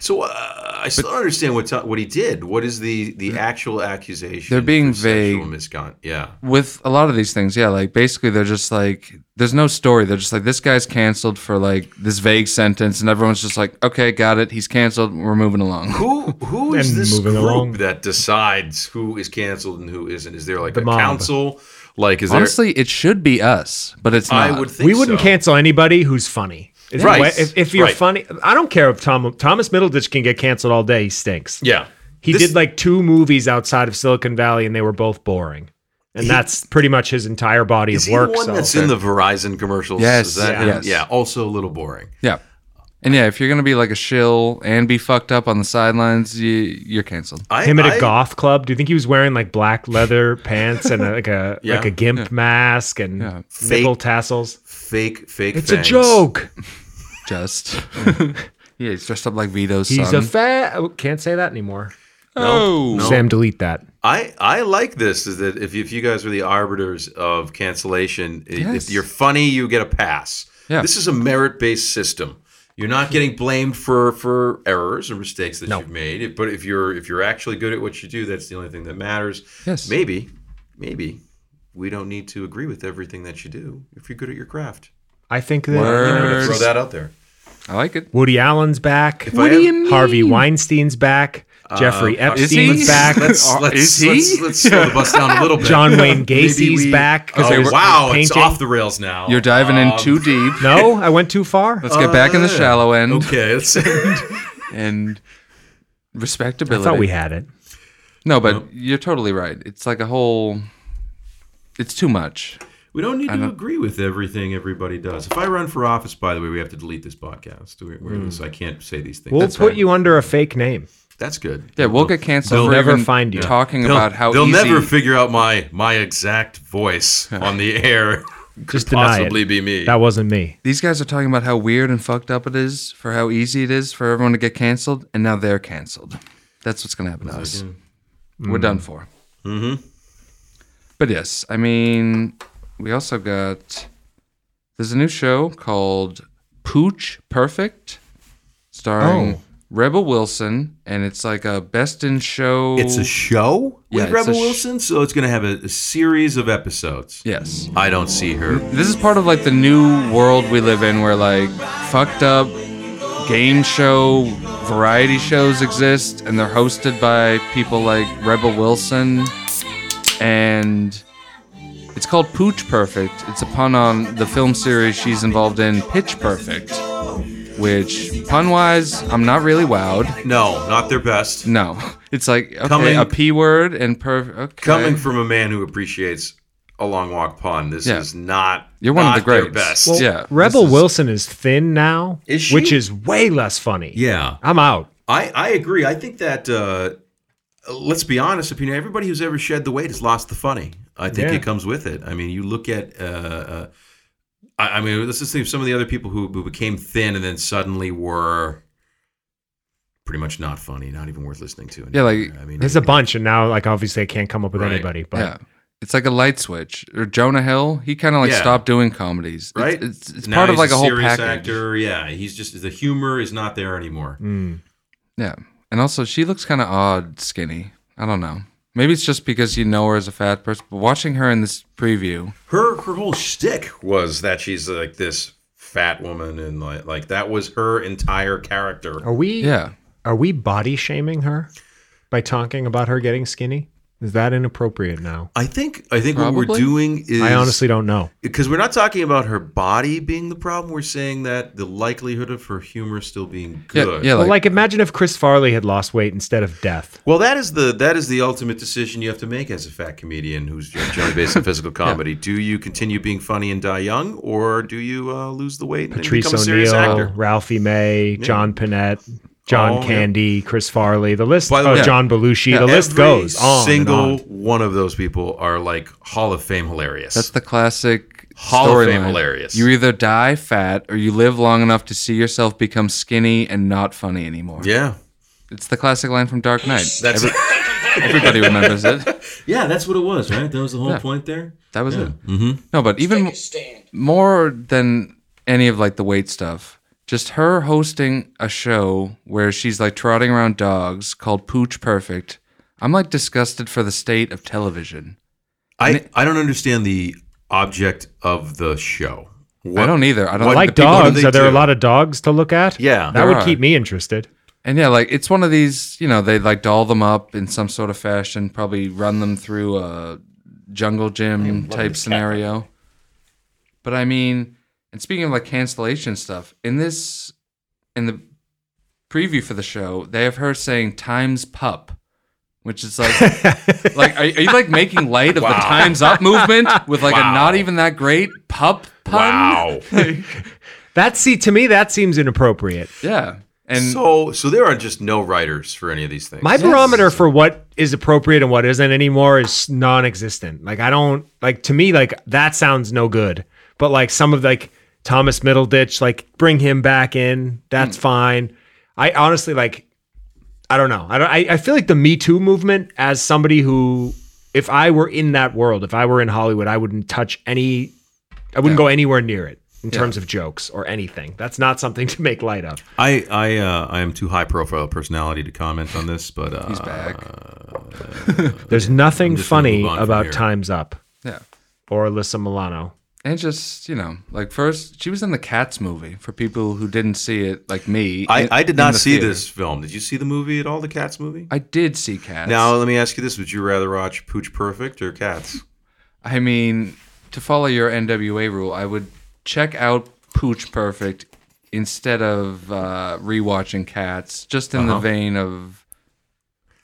Speaker 7: So uh, I still don't understand what Tom- what he did. What is the the actual accusation?
Speaker 4: They're being
Speaker 7: for sexual
Speaker 4: vague.
Speaker 7: Miscon- yeah.
Speaker 4: with a lot of these things, yeah, like basically they're just like there's no story. They're just like this guy's canceled for like this vague sentence, and everyone's just like, okay, got it. He's canceled. We're moving along.
Speaker 7: Who who is
Speaker 5: And
Speaker 7: this
Speaker 5: moving
Speaker 7: group
Speaker 5: along.
Speaker 7: that decides who is canceled and who isn't? Is there like a
Speaker 5: mob.
Speaker 7: council? Like is
Speaker 4: Honestly, it should be us, but it's
Speaker 7: there?
Speaker 4: not.
Speaker 7: I would think
Speaker 5: We wouldn't
Speaker 7: so.
Speaker 5: cancel anybody who's funny. Is
Speaker 7: Right.
Speaker 5: what- If, if you're
Speaker 7: Right.
Speaker 5: funny, I don't care if Tom, Thomas Middleditch can get canceled all day. He stinks.
Speaker 7: Yeah,
Speaker 5: He
Speaker 7: This-
Speaker 5: did like two movies outside of Silicon Valley, and they were both boring. And that's pretty much his entire body
Speaker 7: Is
Speaker 5: of
Speaker 7: he the
Speaker 5: work.
Speaker 7: one
Speaker 5: so.
Speaker 7: that's in the Verizon commercials?
Speaker 4: Yes,
Speaker 7: Is that
Speaker 4: yes.
Speaker 7: him? yeah. Also a little boring.
Speaker 4: yeah, and yeah, if you're gonna be like a shill and be fucked up on the sidelines, you, you're canceled.
Speaker 7: I,
Speaker 5: him at a
Speaker 7: I-
Speaker 5: goth club. Do you think he was wearing like black leather pants and a, like a
Speaker 7: Yeah.
Speaker 5: like a gimp mask and nipple
Speaker 7: Fake-
Speaker 5: tassels?
Speaker 7: Fake, fake.
Speaker 5: It's a
Speaker 7: fangs.
Speaker 5: joke.
Speaker 4: Just yeah, he's dressed up like Vito's
Speaker 5: He's
Speaker 4: son.
Speaker 5: a fat. Oh, can't say that anymore.
Speaker 7: No, no.
Speaker 5: Sam, delete that.
Speaker 7: I I like this. Is that if you, if you guys are the arbiters of cancellation, i-
Speaker 4: Yes.
Speaker 7: if you're funny, you get a pass.
Speaker 4: Yeah.
Speaker 7: This is a merit based system. You're not getting blamed for for errors or mistakes that you've made. If- But if you're if you're actually good at what you do, that's the only thing that matters.
Speaker 4: Yes.
Speaker 7: Maybe, maybe we don't need to agree with everything that you do if you're good at your craft.
Speaker 5: I think that you know,
Speaker 4: Word.
Speaker 7: Throw that out there.
Speaker 4: I like it.
Speaker 5: Woody Allen's back.
Speaker 7: What I do am- you
Speaker 5: Harvey Weinstein's back. Jeffrey Epstein's
Speaker 4: he?
Speaker 5: back.
Speaker 7: Uh, Let's
Speaker 4: Are-
Speaker 7: let's,
Speaker 4: is he?
Speaker 7: let's, let's slow the bus down a little bit.
Speaker 5: John Wayne Gacy's
Speaker 7: we-
Speaker 5: back. 'cause
Speaker 7: Oh,
Speaker 5: they were
Speaker 7: wow, it's
Speaker 5: painting.
Speaker 7: off the rails now. Um,
Speaker 4: You're diving in too deep.
Speaker 5: No, I went too far.
Speaker 4: Let's get back in the
Speaker 7: Uh,
Speaker 4: shallow end
Speaker 7: Okay, let's
Speaker 4: and
Speaker 5: I
Speaker 4: respectability.
Speaker 5: thought we had it.
Speaker 4: No, but you're totally right. It's like a whole. It's too much.
Speaker 7: We don't need to agree with everything everybody does. If I run for office, by the way, we have to delete this podcast. We're, we're this, I can't say these things.
Speaker 5: Hmm. We'll
Speaker 7: That's,
Speaker 5: put you under a fake name.
Speaker 7: that's good.
Speaker 4: Yeah, we'll get canceled.
Speaker 5: They'll
Speaker 4: for
Speaker 5: never
Speaker 4: even
Speaker 5: find you.
Speaker 4: Talking
Speaker 7: They'll-
Speaker 4: about how
Speaker 7: they'll
Speaker 4: easy.
Speaker 7: never figure out my my exact voice on the air. Could
Speaker 5: Just deny
Speaker 7: possibly
Speaker 5: it.
Speaker 7: be me.
Speaker 5: That wasn't me.
Speaker 4: these guys are talking about how weird and fucked up it is for how easy it is for everyone to get canceled, and now they're canceled. That's what's gonna happen to us. We're done for. Mm-hmm. But yes, I mean, we also got. There's a new show called Pooch Perfect, starring Rebel Wilson, and it's like a best in show.
Speaker 7: It's a show
Speaker 4: Yeah,
Speaker 7: with
Speaker 4: it's
Speaker 7: Rebel
Speaker 4: a sh-
Speaker 7: Wilson, so it's going to have a, a series of episodes.
Speaker 4: yes.
Speaker 7: I don't see her.
Speaker 4: This is part of like the new world we live in where like fucked up game show variety shows exist and they're hosted by people like Rebel Wilson and it's called Pooch Perfect. It's a pun on the film series she's involved in Pitch Perfect, which pun wise, I'm not really wowed.
Speaker 7: No, not their best.
Speaker 4: No. It's like okay,
Speaker 7: Coming-
Speaker 4: a P word and per okay.
Speaker 7: Coming from a man who appreciates a long walk pun, this
Speaker 4: Yeah.
Speaker 7: is not
Speaker 4: You're one of
Speaker 7: not
Speaker 4: the greats.
Speaker 7: Their best.
Speaker 4: Well- Yeah,
Speaker 5: Rebel
Speaker 4: this is-
Speaker 5: Wilson is thin now,
Speaker 7: Is she?
Speaker 5: which is way less funny.
Speaker 7: yeah,
Speaker 5: I'm out.
Speaker 7: I I agree. I think that uh, let's be honest, Pino, everybody who's ever shed the weight has lost the funny. I think
Speaker 5: Yeah.
Speaker 7: it comes with it. I mean, you look at. Uh, uh, I I mean, let's just think of some of the other people who, who became thin and then suddenly were pretty much not funny, not even worth listening to.
Speaker 4: Yeah,
Speaker 7: anymore.
Speaker 4: like,
Speaker 7: I mean,
Speaker 5: There's a bunch, and now like obviously I can't come up with
Speaker 7: Right.
Speaker 5: anybody. But
Speaker 4: yeah. It's like a light switch. Or Jonah Hill, he kind of like
Speaker 7: Yeah.
Speaker 4: stopped doing comedies. It's-
Speaker 7: right?
Speaker 4: It's, it's,
Speaker 7: Now
Speaker 4: part of
Speaker 7: he's
Speaker 4: like a, whole
Speaker 7: serious
Speaker 4: package.
Speaker 7: Actor, yeah, he's just the humor is not there anymore.
Speaker 5: Mm.
Speaker 4: Yeah. And also, she looks kind of odd, skinny. I don't know. Maybe it's just because you know her as a fat person, but watching her in this preview,
Speaker 7: her her whole shtick was that she's like this fat woman and like like that was her entire character.
Speaker 5: are we?
Speaker 4: yeah.
Speaker 5: Are we body shaming her by talking about her getting skinny? Is that inappropriate now?
Speaker 7: I think I think what we're
Speaker 4: Probably.
Speaker 7: doing is
Speaker 5: I honestly don't know.
Speaker 7: because we're not talking about her body being the problem. We're saying that the likelihood of her humor still being good.
Speaker 4: Yeah, yeah
Speaker 5: Well,
Speaker 4: like,
Speaker 5: like imagine if Chris Farley had lost weight instead of death.
Speaker 7: Well, that is the that is the ultimate decision you have to make as a fat comedian who's generally based on physical comedy. Do you continue being funny and die young, or do you uh, lose the weight and
Speaker 5: Patrice
Speaker 7: become a serious
Speaker 5: O'Neill,
Speaker 7: actor?
Speaker 5: Ralphie May, John Panette,
Speaker 7: Oh,
Speaker 5: John
Speaker 7: yeah.
Speaker 5: Candy, Chris Farley. The list.
Speaker 7: By the
Speaker 5: oh,
Speaker 7: way-
Speaker 5: John Belushi.
Speaker 4: Yeah.
Speaker 5: The list
Speaker 7: Every
Speaker 5: goes on.
Speaker 7: Single
Speaker 5: and on.
Speaker 7: one of those people are like Hall of Fame hilarious.
Speaker 4: that's the classic
Speaker 7: Hall of Fame
Speaker 4: storyline.
Speaker 7: hilarious.
Speaker 4: You either die fat or you live long enough to see yourself become skinny and not funny anymore.
Speaker 7: yeah,
Speaker 4: It's the classic line from Dark Knight.
Speaker 7: that's
Speaker 4: Everybody remembers it.
Speaker 7: yeah, that's what it was, right? That was the whole
Speaker 4: Yeah.
Speaker 7: point there. Mm.
Speaker 4: That was it. Mm-hmm. No, but even more than any of like the weight stuff, just her hosting a show where she's like trotting around dogs called Pooch Perfect. I'm like disgusted for the state of television.
Speaker 7: I I don't understand the object of the show. What,
Speaker 4: I don't either. I don't
Speaker 7: what-
Speaker 4: like
Speaker 5: like
Speaker 4: the people.
Speaker 7: what do
Speaker 5: dogs.
Speaker 7: they
Speaker 5: Are there a
Speaker 7: do?
Speaker 5: lot of dogs to look at?
Speaker 7: Yeah.
Speaker 5: that
Speaker 4: There
Speaker 5: would
Speaker 4: are.
Speaker 5: keep me interested.
Speaker 4: And yeah, like it's one of these, you know, they like doll them up in some sort of fashion, probably run them through a jungle gym type scenario. But I mean, and speaking of like cancellation stuff, in this, in the preview for the show, they have her saying "Times Pup," which is like, like are, are you like making light of the "Times Up" movement with like a not even that great pup pun?
Speaker 7: Wow.
Speaker 5: That see to me that seems inappropriate.
Speaker 4: Yeah, and
Speaker 7: so so there are just no writers for any of these things.
Speaker 5: My barometer for what is appropriate and what isn't anymore is non-existent. Like I don't like to me like that sounds no good. But like some of like Thomas Middleditch, like bring him back in. That's
Speaker 7: Mm.
Speaker 5: fine. I honestly like I don't know. I don't I, I feel like the Me Too movement as somebody who if I were in that world, if I were in Hollywood, I wouldn't touch any I wouldn't go anywhere near it in terms of jokes or anything. That's not something to make light of.
Speaker 7: I I uh, I am too high profile personality to comment on this, but uh,
Speaker 4: he's back.
Speaker 5: There's nothing
Speaker 7: just gonna
Speaker 5: funny
Speaker 7: move on from
Speaker 5: about
Speaker 7: here.
Speaker 5: Time's Up
Speaker 4: Yeah.
Speaker 5: or Alyssa Milano.
Speaker 4: And just, you know, like first, she was in the Cats movie for people who didn't see it, like me.
Speaker 7: I,
Speaker 4: in-
Speaker 7: I did
Speaker 4: in
Speaker 7: not
Speaker 4: the
Speaker 7: see
Speaker 4: theater.
Speaker 7: this film. Did you see the movie at all? The Cats movie.
Speaker 4: I did see Cats.
Speaker 7: Now let me ask you this: Would you rather watch Pooch Perfect or Cats?
Speaker 4: I mean, to follow your NWA rule, I would check out Pooch Perfect instead of uh, rewatching Cats, just in
Speaker 7: Uh-huh.
Speaker 4: the vein of,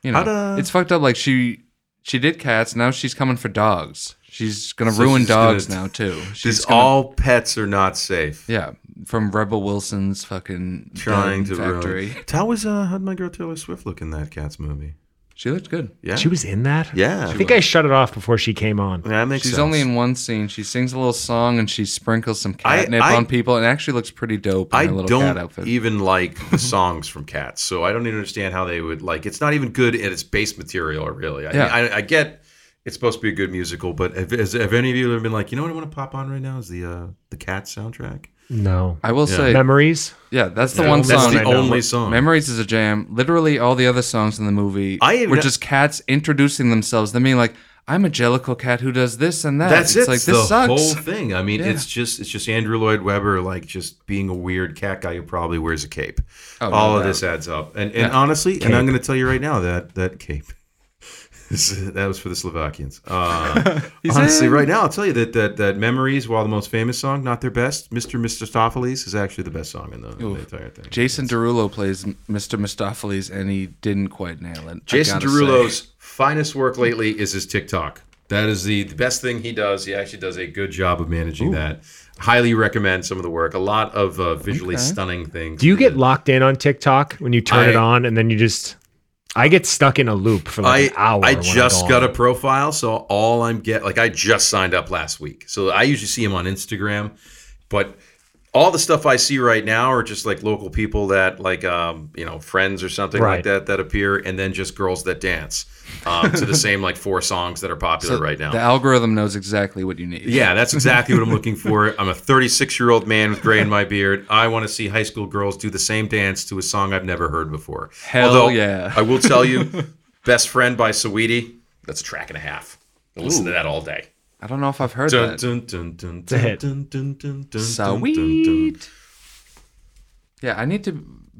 Speaker 4: you know,
Speaker 7: How'da-
Speaker 4: it's fucked up. Like she she did Cats, now she's coming for dogs. She's gonna
Speaker 7: So
Speaker 4: ruin
Speaker 7: she's gonna-
Speaker 4: dogs now too. She's
Speaker 7: Because
Speaker 4: gonna-
Speaker 7: all pets are not safe.
Speaker 4: yeah from Rebel Wilson's fucking
Speaker 7: Trying to
Speaker 4: gun factory.
Speaker 7: ruin. How was uh, how'd my girl Taylor Swift look in that Cats movie?
Speaker 4: She looked good.
Speaker 7: Yeah,
Speaker 5: She was in that?
Speaker 7: Yeah,
Speaker 5: I think I shut it off before she came on.
Speaker 7: that makes
Speaker 4: She's
Speaker 7: sense.
Speaker 4: only in one scene. She sings a little song and she sprinkles some
Speaker 7: I-
Speaker 4: catnip
Speaker 7: I-
Speaker 4: on people and actually looks pretty dope in
Speaker 7: I
Speaker 4: her little cat
Speaker 7: don't
Speaker 4: outfit.
Speaker 7: even like the songs from Cats, so I don't even understand how they would like. It's not even good at its base material, really. I,
Speaker 4: Yeah.
Speaker 7: I, I get it's supposed to be a good musical, but have, has, have any of you ever been like, you know what I want to pop on right now is the uh, the Cats soundtrack?
Speaker 5: No.
Speaker 4: I will say,
Speaker 5: Memories?
Speaker 4: yeah, that's the one
Speaker 7: That's
Speaker 4: song.
Speaker 7: the
Speaker 5: I know.
Speaker 7: only song.
Speaker 4: Memories is a jam. Literally, all the other songs in the movie
Speaker 7: I have
Speaker 4: were
Speaker 7: no-
Speaker 4: just cats introducing themselves. Them being like, "I'm a Jellicle cat who does this and that."
Speaker 7: That's
Speaker 4: it's
Speaker 7: it.
Speaker 4: Like
Speaker 7: It's
Speaker 4: this
Speaker 7: the
Speaker 4: sucks.
Speaker 7: whole thing. I mean,
Speaker 4: Yeah.
Speaker 7: it's just it's just Andrew Lloyd Webber like just being a weird cat guy who probably wears a cape.
Speaker 4: Oh, no
Speaker 7: All of
Speaker 4: doubt.
Speaker 7: this adds up. And and honestly, and I'm going to tell you right now that that cape this- that was for the Slovakians. Uh, honestly, right now I'll tell you that that that memories, while the most famous song, not their best. Mr. Mistopheles is actually the best song in the, in the entire thing.
Speaker 4: Jason Derulo plays M- Mr. Mistopheles, and he didn't quite nail it. I
Speaker 7: Jason
Speaker 4: gotta
Speaker 7: Derulo's
Speaker 4: say.
Speaker 7: finest work lately is his TikTok. That is the, the best thing he does. He actually does a good job of managing that. Highly recommend some of the work. A lot of uh, visually stunning things.
Speaker 5: Do you get locked in on TikTok when you turn
Speaker 7: I-
Speaker 5: it on and then you just. I get stuck in a loop for like an
Speaker 7: I
Speaker 5: hour.
Speaker 7: I
Speaker 5: when
Speaker 7: just
Speaker 5: go
Speaker 7: got
Speaker 5: on.
Speaker 7: a profile, so all I'm get like I just signed up last week. So I usually see him on Instagram, but all the stuff I see right now are just like local people that like um you know friends or something
Speaker 5: Right.
Speaker 7: like that that appear, and then just girls that dance um, to the same like four songs that are popular
Speaker 4: So
Speaker 7: right now.
Speaker 4: the algorithm knows exactly what you need.
Speaker 7: Yeah, that's exactly what I'm looking for. I'm a 36 year old man with gray in my beard. I want to see high school girls do the same dance to a song I've never heard before.
Speaker 4: Hell yeah.
Speaker 7: I will tell you, Best Friend by Saweetie, that's a track and a half. I listen to that all day.
Speaker 4: I don't know if I've heard
Speaker 7: Dun,
Speaker 4: that.
Speaker 7: dun, dun, dun,
Speaker 5: a
Speaker 7: dun,
Speaker 5: hit.
Speaker 7: dun, dun, dun, dun, dun, dun.
Speaker 4: Sweet. Yeah, I need to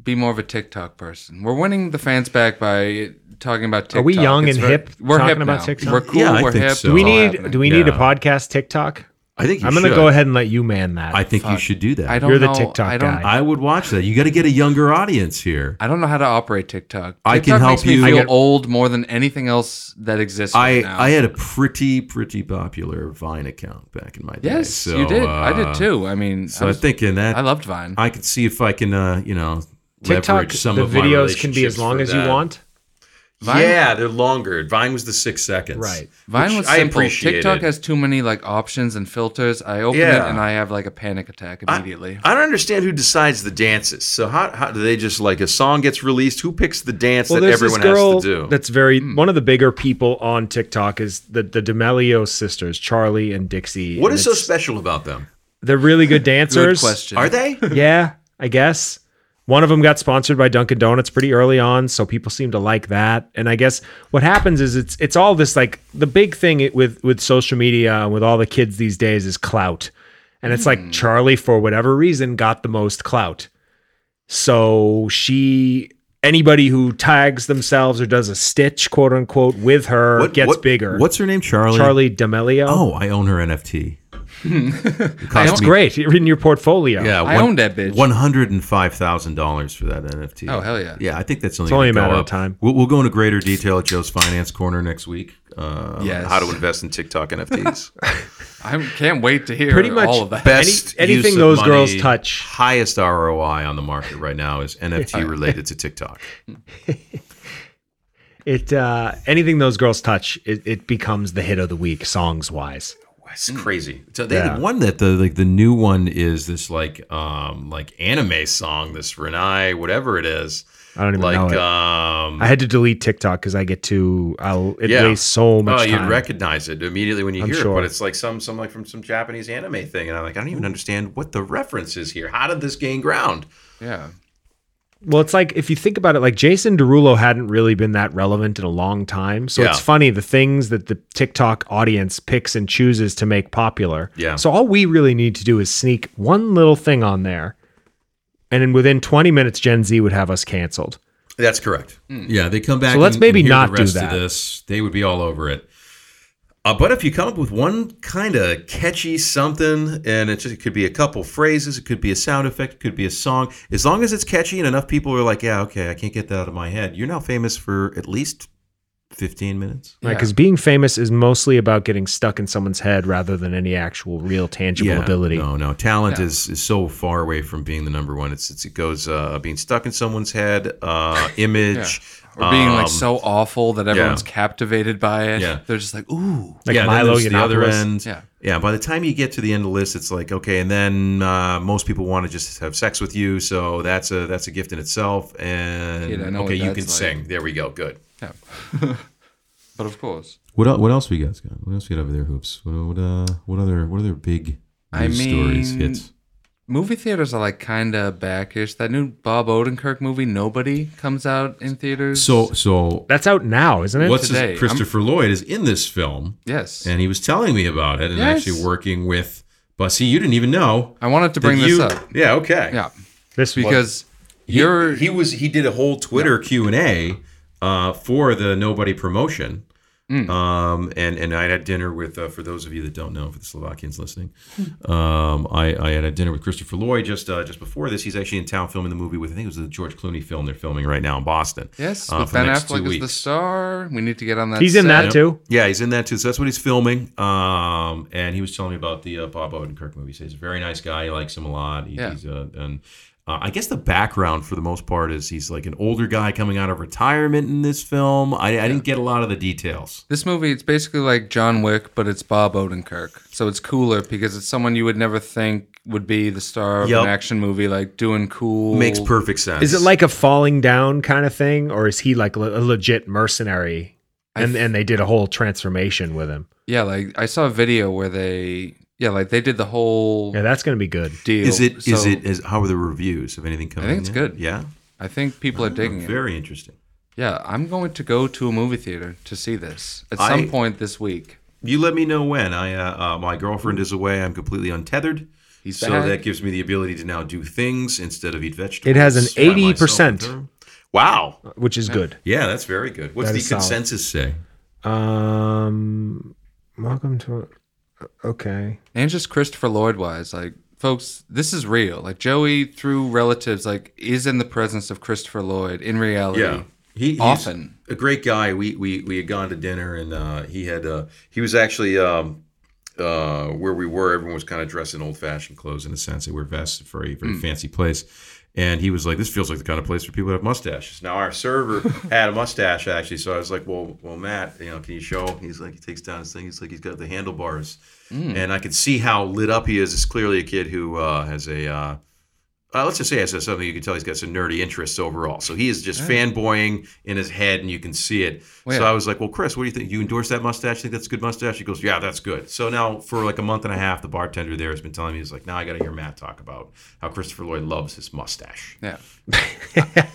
Speaker 4: be more of a TikTok person. We're winning the fans back by talking about TikTok.
Speaker 5: Are we young
Speaker 4: It's
Speaker 5: and hip
Speaker 4: We're
Speaker 5: talking
Speaker 4: hip
Speaker 5: about
Speaker 4: now.
Speaker 5: TikTok?
Speaker 4: We're cool.
Speaker 7: Yeah, I
Speaker 4: we're
Speaker 7: think
Speaker 4: hip.
Speaker 7: so.
Speaker 5: Do
Speaker 4: it's
Speaker 5: we
Speaker 4: all
Speaker 5: need?
Speaker 4: happening.
Speaker 5: Do we need a
Speaker 7: Yeah.
Speaker 5: podcast TikTok?
Speaker 7: I think you
Speaker 5: I'm going to
Speaker 7: should.
Speaker 5: go ahead and let you man that.
Speaker 7: I think you should do that.
Speaker 4: I don't
Speaker 5: You're the
Speaker 4: know.
Speaker 5: TikTok
Speaker 4: I don't,
Speaker 5: guy.
Speaker 7: I would watch that. You got to get a younger audience here.
Speaker 4: I don't know how to operate TikTok.
Speaker 7: I can
Speaker 4: TikTok
Speaker 7: help
Speaker 4: makes me
Speaker 7: you. I
Speaker 4: Feel
Speaker 7: get-
Speaker 4: old more than anything else that exists.
Speaker 7: I,
Speaker 4: right now.
Speaker 7: I had a pretty pretty popular Vine account back in my day.
Speaker 4: yes,
Speaker 7: so,
Speaker 4: you did. I
Speaker 7: uh,
Speaker 4: did too. I mean, I,
Speaker 7: So I
Speaker 4: was,
Speaker 7: am thinking that
Speaker 4: I loved Vine.
Speaker 7: I could see if I can, uh, you know,
Speaker 5: TikTok.
Speaker 7: leverage some
Speaker 5: the
Speaker 7: of my
Speaker 5: videos can be as
Speaker 7: relationships
Speaker 5: long
Speaker 7: for
Speaker 5: as
Speaker 7: that.
Speaker 5: you want.
Speaker 4: Vine-
Speaker 7: Yeah, they're longer. Vine was the six seconds.
Speaker 5: Right.
Speaker 4: Vine
Speaker 7: which
Speaker 4: was
Speaker 7: I
Speaker 4: simple.
Speaker 7: appreciated.
Speaker 4: TikTok has too many like options and filters. I open
Speaker 7: Yeah.
Speaker 4: it and I have like a panic attack immediately.
Speaker 7: I don't understand who decides the dances. So how, how do they just like a song gets released? Who picks the dance that everyone has to do?
Speaker 5: that's very one of the bigger people on TikTok is the the D'Amelio sisters, Charlie and Dixie.
Speaker 7: what
Speaker 5: and
Speaker 7: is so
Speaker 5: it's-
Speaker 7: special about them?
Speaker 5: They're really good
Speaker 4: Good
Speaker 5: dancers.
Speaker 4: question.
Speaker 7: Are they?
Speaker 5: Yeah, I guess. One of them got sponsored by Dunkin' Donuts pretty early on, so people seem to like that. And I guess what happens is it's it's all this like the big thing it- with with social media and with all the kids these days is clout. And it's
Speaker 7: Hmm.
Speaker 5: like Charlie for whatever reason got the most clout. So she anybody who tags themselves or does a stitch quote unquote with her gets bigger.
Speaker 7: What's her name? Charlie.
Speaker 5: Charlie D'Amelio?
Speaker 7: Oh, I own her NFT. It cost
Speaker 5: That's
Speaker 7: me-
Speaker 5: great. You're in your portfolio.
Speaker 7: Yeah,
Speaker 4: I own that bitch.
Speaker 7: One hundred and five thousand dollars for that NFT.
Speaker 4: Oh, hell yeah.
Speaker 7: Yeah, I think that's only,
Speaker 5: only a
Speaker 7: gonna go
Speaker 5: matter of
Speaker 7: up.
Speaker 5: time.
Speaker 7: We'll, we'll go into greater detail at Joe's Finance Corner next week. Uh, on
Speaker 4: Yes.
Speaker 7: how to invest in TikTok NFTs.
Speaker 4: I can't wait to hear
Speaker 5: Pretty much
Speaker 4: all of that.
Speaker 7: Best
Speaker 5: Any- anything
Speaker 7: use of
Speaker 5: those girls
Speaker 7: money,
Speaker 5: touch.
Speaker 7: Highest ROI on the market right now is NFT related to TikTok.
Speaker 5: It uh, anything those girls touch, it, it becomes the hit of the week, songs wise.
Speaker 7: That's crazy. So they
Speaker 5: Yeah.
Speaker 7: had one that the like the new one is this like um like anime song this Renai whatever it is
Speaker 5: I don't even
Speaker 7: like
Speaker 5: know. It.
Speaker 7: um
Speaker 5: I had to delete TikTok because I get too. I'll it
Speaker 7: Yeah.
Speaker 5: wastes so much
Speaker 7: Oh,
Speaker 5: time.
Speaker 7: you'd recognize it immediately when you
Speaker 5: I'm
Speaker 7: hear it,
Speaker 5: sure.
Speaker 7: but it's like some some like from some Japanese anime thing, and I'm like, I don't even understand what the reference is here. How did this gain ground?
Speaker 4: yeah.
Speaker 5: well, it's like if you think about it, like Jason Derulo hadn't really been that relevant in a long time. So it's
Speaker 7: Yeah.
Speaker 5: funny the things that the TikTok audience picks and chooses to make popular.
Speaker 7: Yeah.
Speaker 5: So all we really need to do is sneak one little thing on there, and then within 20 minutes, Gen Z would have us canceled.
Speaker 7: That's correct. Yeah, they come back.
Speaker 5: So let's
Speaker 7: and-
Speaker 5: maybe
Speaker 7: and hear
Speaker 5: not
Speaker 7: the
Speaker 5: do
Speaker 7: rest
Speaker 5: that.
Speaker 7: Of this they would be all over it. Uh, but if you come up with one kind of catchy something, and it just it could be a couple phrases, it could be a sound effect, it could be a song. As long as it's catchy and enough people are like, yeah, okay, I can't get that out of my head. You're now famous for at least fifteen minutes.
Speaker 5: Right, because being famous is mostly about getting stuck in someone's head rather than any actual real tangible ability.
Speaker 7: No, no, talent is, is so far away from being the number one. It's, it's it goes uh, being stuck in someone's head, uh, image,
Speaker 4: Or being like
Speaker 7: um,
Speaker 4: so awful that everyone's captivated by it.
Speaker 7: Yeah.
Speaker 4: They're just like, ooh.
Speaker 5: Like
Speaker 7: yeah,
Speaker 5: Milo
Speaker 7: Milo the other
Speaker 5: Yiannopoulos.
Speaker 7: end.
Speaker 4: Yeah.
Speaker 7: yeah. By the time you get to the end of the list, it's like okay, and then uh, most people want to just have sex with you, so that's a that's a gift in itself. And
Speaker 4: Kid, I know what
Speaker 7: okay, you
Speaker 4: that's
Speaker 7: can
Speaker 4: like.
Speaker 7: sing. There we go. Good.
Speaker 4: Yeah. but of course.
Speaker 7: What el- what else we guys got? What else we got over there? Hoops. What what, uh, what other what other big
Speaker 4: I news stories, mean- hits? movie theaters are like kind of backish. That new Bob Odenkirk movie, Nobody, comes out in theaters.
Speaker 7: So so
Speaker 5: That's out now, isn't it?
Speaker 7: what's
Speaker 4: today.
Speaker 7: his, Christopher Lloyd is in this film,
Speaker 4: yes,
Speaker 7: and he was telling me about it, and
Speaker 4: Yes.
Speaker 7: actually working with. But see, you didn't even know.
Speaker 4: I wanted to bring
Speaker 7: that
Speaker 4: this
Speaker 7: you-
Speaker 4: up.
Speaker 7: Yeah. Okay.
Speaker 4: Yeah,
Speaker 5: this one.
Speaker 4: because
Speaker 7: He-
Speaker 4: you're
Speaker 7: he was he did a whole Twitter Q and A uh, for the Nobody promotion.
Speaker 4: Mm.
Speaker 7: Um, and and I had dinner with uh, for those of you that don't know for the Slovakians listening,
Speaker 4: Hmm.
Speaker 7: um, I, I had a dinner with Christopher Lloyd just uh, just before this. He's actually in town filming the movie with I think it was the George Clooney film they're filming right now in Boston.
Speaker 4: yes,
Speaker 7: uh,
Speaker 4: with
Speaker 7: for the
Speaker 4: Ben
Speaker 7: next two
Speaker 4: Affleck is the
Speaker 7: weeks.
Speaker 4: star. We need to get on that.
Speaker 5: He's in
Speaker 4: set.
Speaker 5: that too.
Speaker 7: Yeah, he's in that too. So that's what he's filming. Um, and he was telling me about the uh, Bob Odenkirk movie. He says he's a very nice guy. He likes him a lot. He-
Speaker 4: Yeah.
Speaker 7: He's uh, and uh, I guess the background for the most part is he's like an older guy coming out of retirement in this film. I, I didn't get a lot of the details.
Speaker 4: This movie, it's basically like John Wick, but it's Bob Odenkirk. So it's cooler because it's someone you would never think would be the star of
Speaker 7: Yep.
Speaker 4: an action movie, like doing cool.
Speaker 7: Makes perfect sense.
Speaker 5: Is it like a falling down kind of thing, or is he like le- a legit mercenary? And and they did a whole transformation with him.
Speaker 4: Yeah, like I saw a video where they, yeah, like they did the whole
Speaker 5: Yeah, that's gonna be good.
Speaker 4: deal.
Speaker 7: Is it? Is
Speaker 4: So
Speaker 7: it? Is how are the reviews of anything coming?
Speaker 4: think it's
Speaker 7: in?
Speaker 4: good.
Speaker 7: Yeah, Oh,
Speaker 4: I think people are digging it.
Speaker 7: very interesting.
Speaker 4: Yeah, I'm going to go to a movie theater to see this at
Speaker 7: I-
Speaker 4: some point this week.
Speaker 7: You let me know when. I uh, uh, my girlfriend is away. I'm completely untethered.
Speaker 4: He's
Speaker 7: so
Speaker 4: back.
Speaker 7: that gives me the ability to now do things instead of eat vegetables.
Speaker 5: It has an
Speaker 7: by myself
Speaker 5: 80%.
Speaker 7: at home. Wow.
Speaker 5: Which is good.
Speaker 7: Yeah, that's very good. What's
Speaker 5: That
Speaker 7: the
Speaker 5: is solid.
Speaker 7: consensus say?
Speaker 5: Um welcome to uh, okay.
Speaker 4: And just Christopher Lloyd wise, like folks, this is real. Like Joey through relatives, like is in the presence of Christopher Lloyd in reality.
Speaker 7: He, he's
Speaker 4: Often.
Speaker 7: a great guy. We we we had gone to dinner and uh, he had uh, he was actually um, uh, where we were. Everyone was kind of dressed in old fashioned clothes in a sense. They were vests for a very fancy place. And he was like, "This feels like the kind of place where people have mustaches." Now our server had a mustache actually, so I was like, "Well, well, Matt, you know, can you show?" He's like, he takes down his thing. He's like, he's got the handlebars, and I could see how lit up he is. It's clearly a kid who uh, has a uh, uh, let's just say I said something. You can tell he's got some nerdy interests overall. So he is just fanboying in his head, and you can see it.
Speaker 4: Well,
Speaker 7: So
Speaker 4: yeah.
Speaker 7: I was like, "Well, Chris, what do you think? You endorse that mustache? Think that's a good mustache?" He goes, "Yeah, that's good." So now for like a month and a half, the bartender there has been telling me he's like, "Now I got to hear Matt talk about how Christopher Lloyd loves his mustache."
Speaker 4: Yeah.